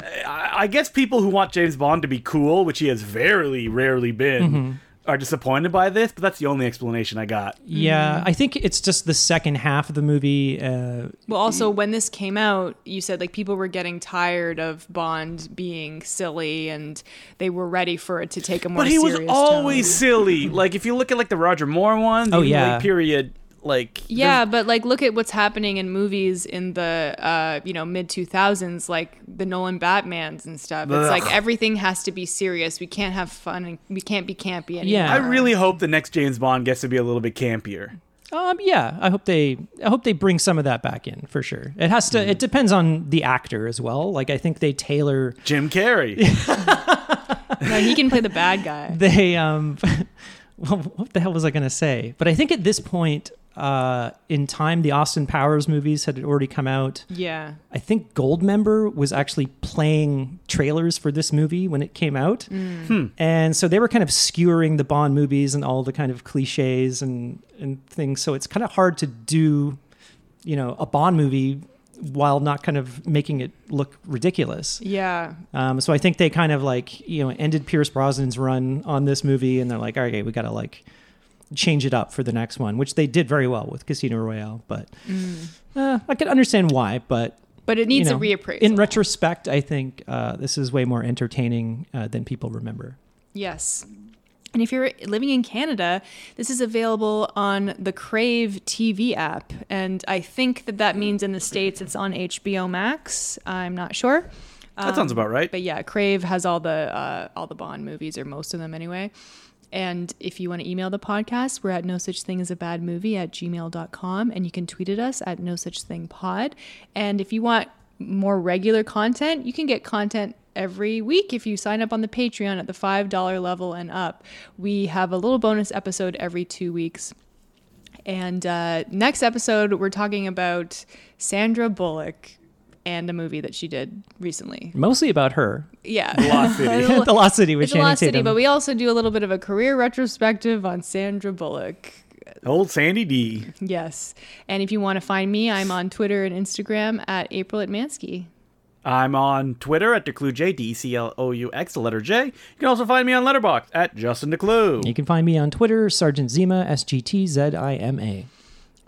[SPEAKER 2] I, I guess people who want James Bond to be cool, which he has very rarely been,
[SPEAKER 3] Mm-hmm.
[SPEAKER 2] are disappointed by this. But that's the only explanation I got.
[SPEAKER 1] Mm-hmm.
[SPEAKER 3] Yeah, I think it's just the second half of the movie. Uh,
[SPEAKER 1] Well,
[SPEAKER 2] Mm-hmm.
[SPEAKER 1] also when this came out, you said like people were getting tired of Bond being silly, and they were ready for it to take a more.
[SPEAKER 2] But he was
[SPEAKER 1] serious
[SPEAKER 2] always
[SPEAKER 1] tone.
[SPEAKER 2] silly. Like, if you look at like the Roger Moore one, the
[SPEAKER 3] Oh, yeah.
[SPEAKER 2] late period, like
[SPEAKER 1] Yeah, but like look at what's happening in movies in the uh, you know mid two thousands, like the Nolan Batman's and stuff. It's
[SPEAKER 2] Ugh.
[SPEAKER 1] like everything has to be serious. We can't have fun. and We can't be campy anymore.
[SPEAKER 3] Yeah.
[SPEAKER 2] I really hope the next James Bond gets to be a little bit campier.
[SPEAKER 3] Um, yeah, I hope they I hope they bring some of that back in for sure. It has
[SPEAKER 2] Mm-hmm.
[SPEAKER 3] to. It depends on the actor as well. Like I think they tailor
[SPEAKER 2] Jim Carrey.
[SPEAKER 1] No, he can play the bad guy.
[SPEAKER 3] they um. well, what the hell was I going to say? But I think at this point uh, in time, the Austin Powers movies had already come out.
[SPEAKER 1] Yeah,
[SPEAKER 3] I think Goldmember was actually playing trailers for this movie when it came out. And so they were kind of skewering the Bond movies and all the kind of cliches and, and things. So it's kind of hard to do, you know, a Bond movie while not kind of making it look ridiculous.
[SPEAKER 1] yeah.
[SPEAKER 3] Um, so I think they kind of like, you know, ended Pierce Brosnan's run on this movie and they're like, okay, we got to like change it up for the next one, which they did very well with Casino Royale. But uh, I could understand why, but
[SPEAKER 1] But it Mm. needs
[SPEAKER 3] you
[SPEAKER 1] a
[SPEAKER 3] know,
[SPEAKER 1] reappraisal.
[SPEAKER 3] In retrospect, I think uh, this is way more entertaining uh, than people remember.
[SPEAKER 1] Yes. And if you're living in Canada, this is available on the Crave TV app. And I think that that means in the States it's on HBO Max. I'm not sure.
[SPEAKER 2] that sounds about right.
[SPEAKER 1] But yeah, Crave has all the uh, all the Bond movies, or most of them anyway. And if you want to email the podcast, we're at no such thing as a bad movie at gmail.com. And you can tweet at us at no such thing pod. And if you want more regular content, you can get content every week if you sign up on the Patreon at the $5 level and up. We have a little bonus episode every two weeks. And uh, next episode, we're talking about Sandra Bullock and a movie that she did recently.
[SPEAKER 3] Mostly about her.
[SPEAKER 1] Yeah.
[SPEAKER 2] Lost City.
[SPEAKER 3] the Lost City with
[SPEAKER 1] It's a
[SPEAKER 3] Channing
[SPEAKER 1] Lost City,
[SPEAKER 3] Tatum.
[SPEAKER 1] but we also do a little bit of a career retrospective on Sandra Bullock.
[SPEAKER 2] Old Sandy D.
[SPEAKER 1] Yes. And if you want to find me, I'm on Twitter and Instagram at April at Mansky.
[SPEAKER 2] I'm on Twitter at DeClueJ, D E C L O U X, the letter J. You can also find me on Letterboxd at Justin DeClue.
[SPEAKER 3] you can find me on Twitter, Sergeant Zima, S G T Z I M A.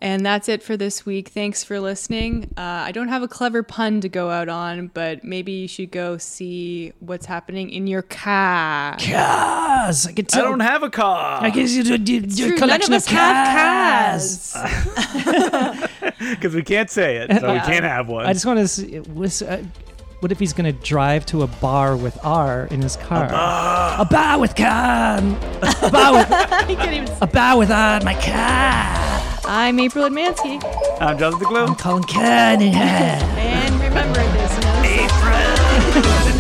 [SPEAKER 1] And that's it for this week. Thanks for listening. Uh, I don't have a clever pun to go out on, but maybe you should go see what's happening in your car.
[SPEAKER 3] Cars! I can
[SPEAKER 2] I
[SPEAKER 3] tell.
[SPEAKER 2] don't have a car.
[SPEAKER 3] guess you do, do, do
[SPEAKER 1] True, none of us have cars.
[SPEAKER 2] Because we can't say it, so we
[SPEAKER 1] Yeah.
[SPEAKER 2] can't have one.
[SPEAKER 3] I just want to see. Was, uh, what if he's going to drive to a bar with R in his car? A bar, with car. A bar with,
[SPEAKER 1] I can't even
[SPEAKER 3] a bar with R in my car.
[SPEAKER 1] I'm April at Mansky.
[SPEAKER 2] I'm Justin DeClue.
[SPEAKER 3] Colin Cunningham.
[SPEAKER 1] And remember this. No
[SPEAKER 2] April.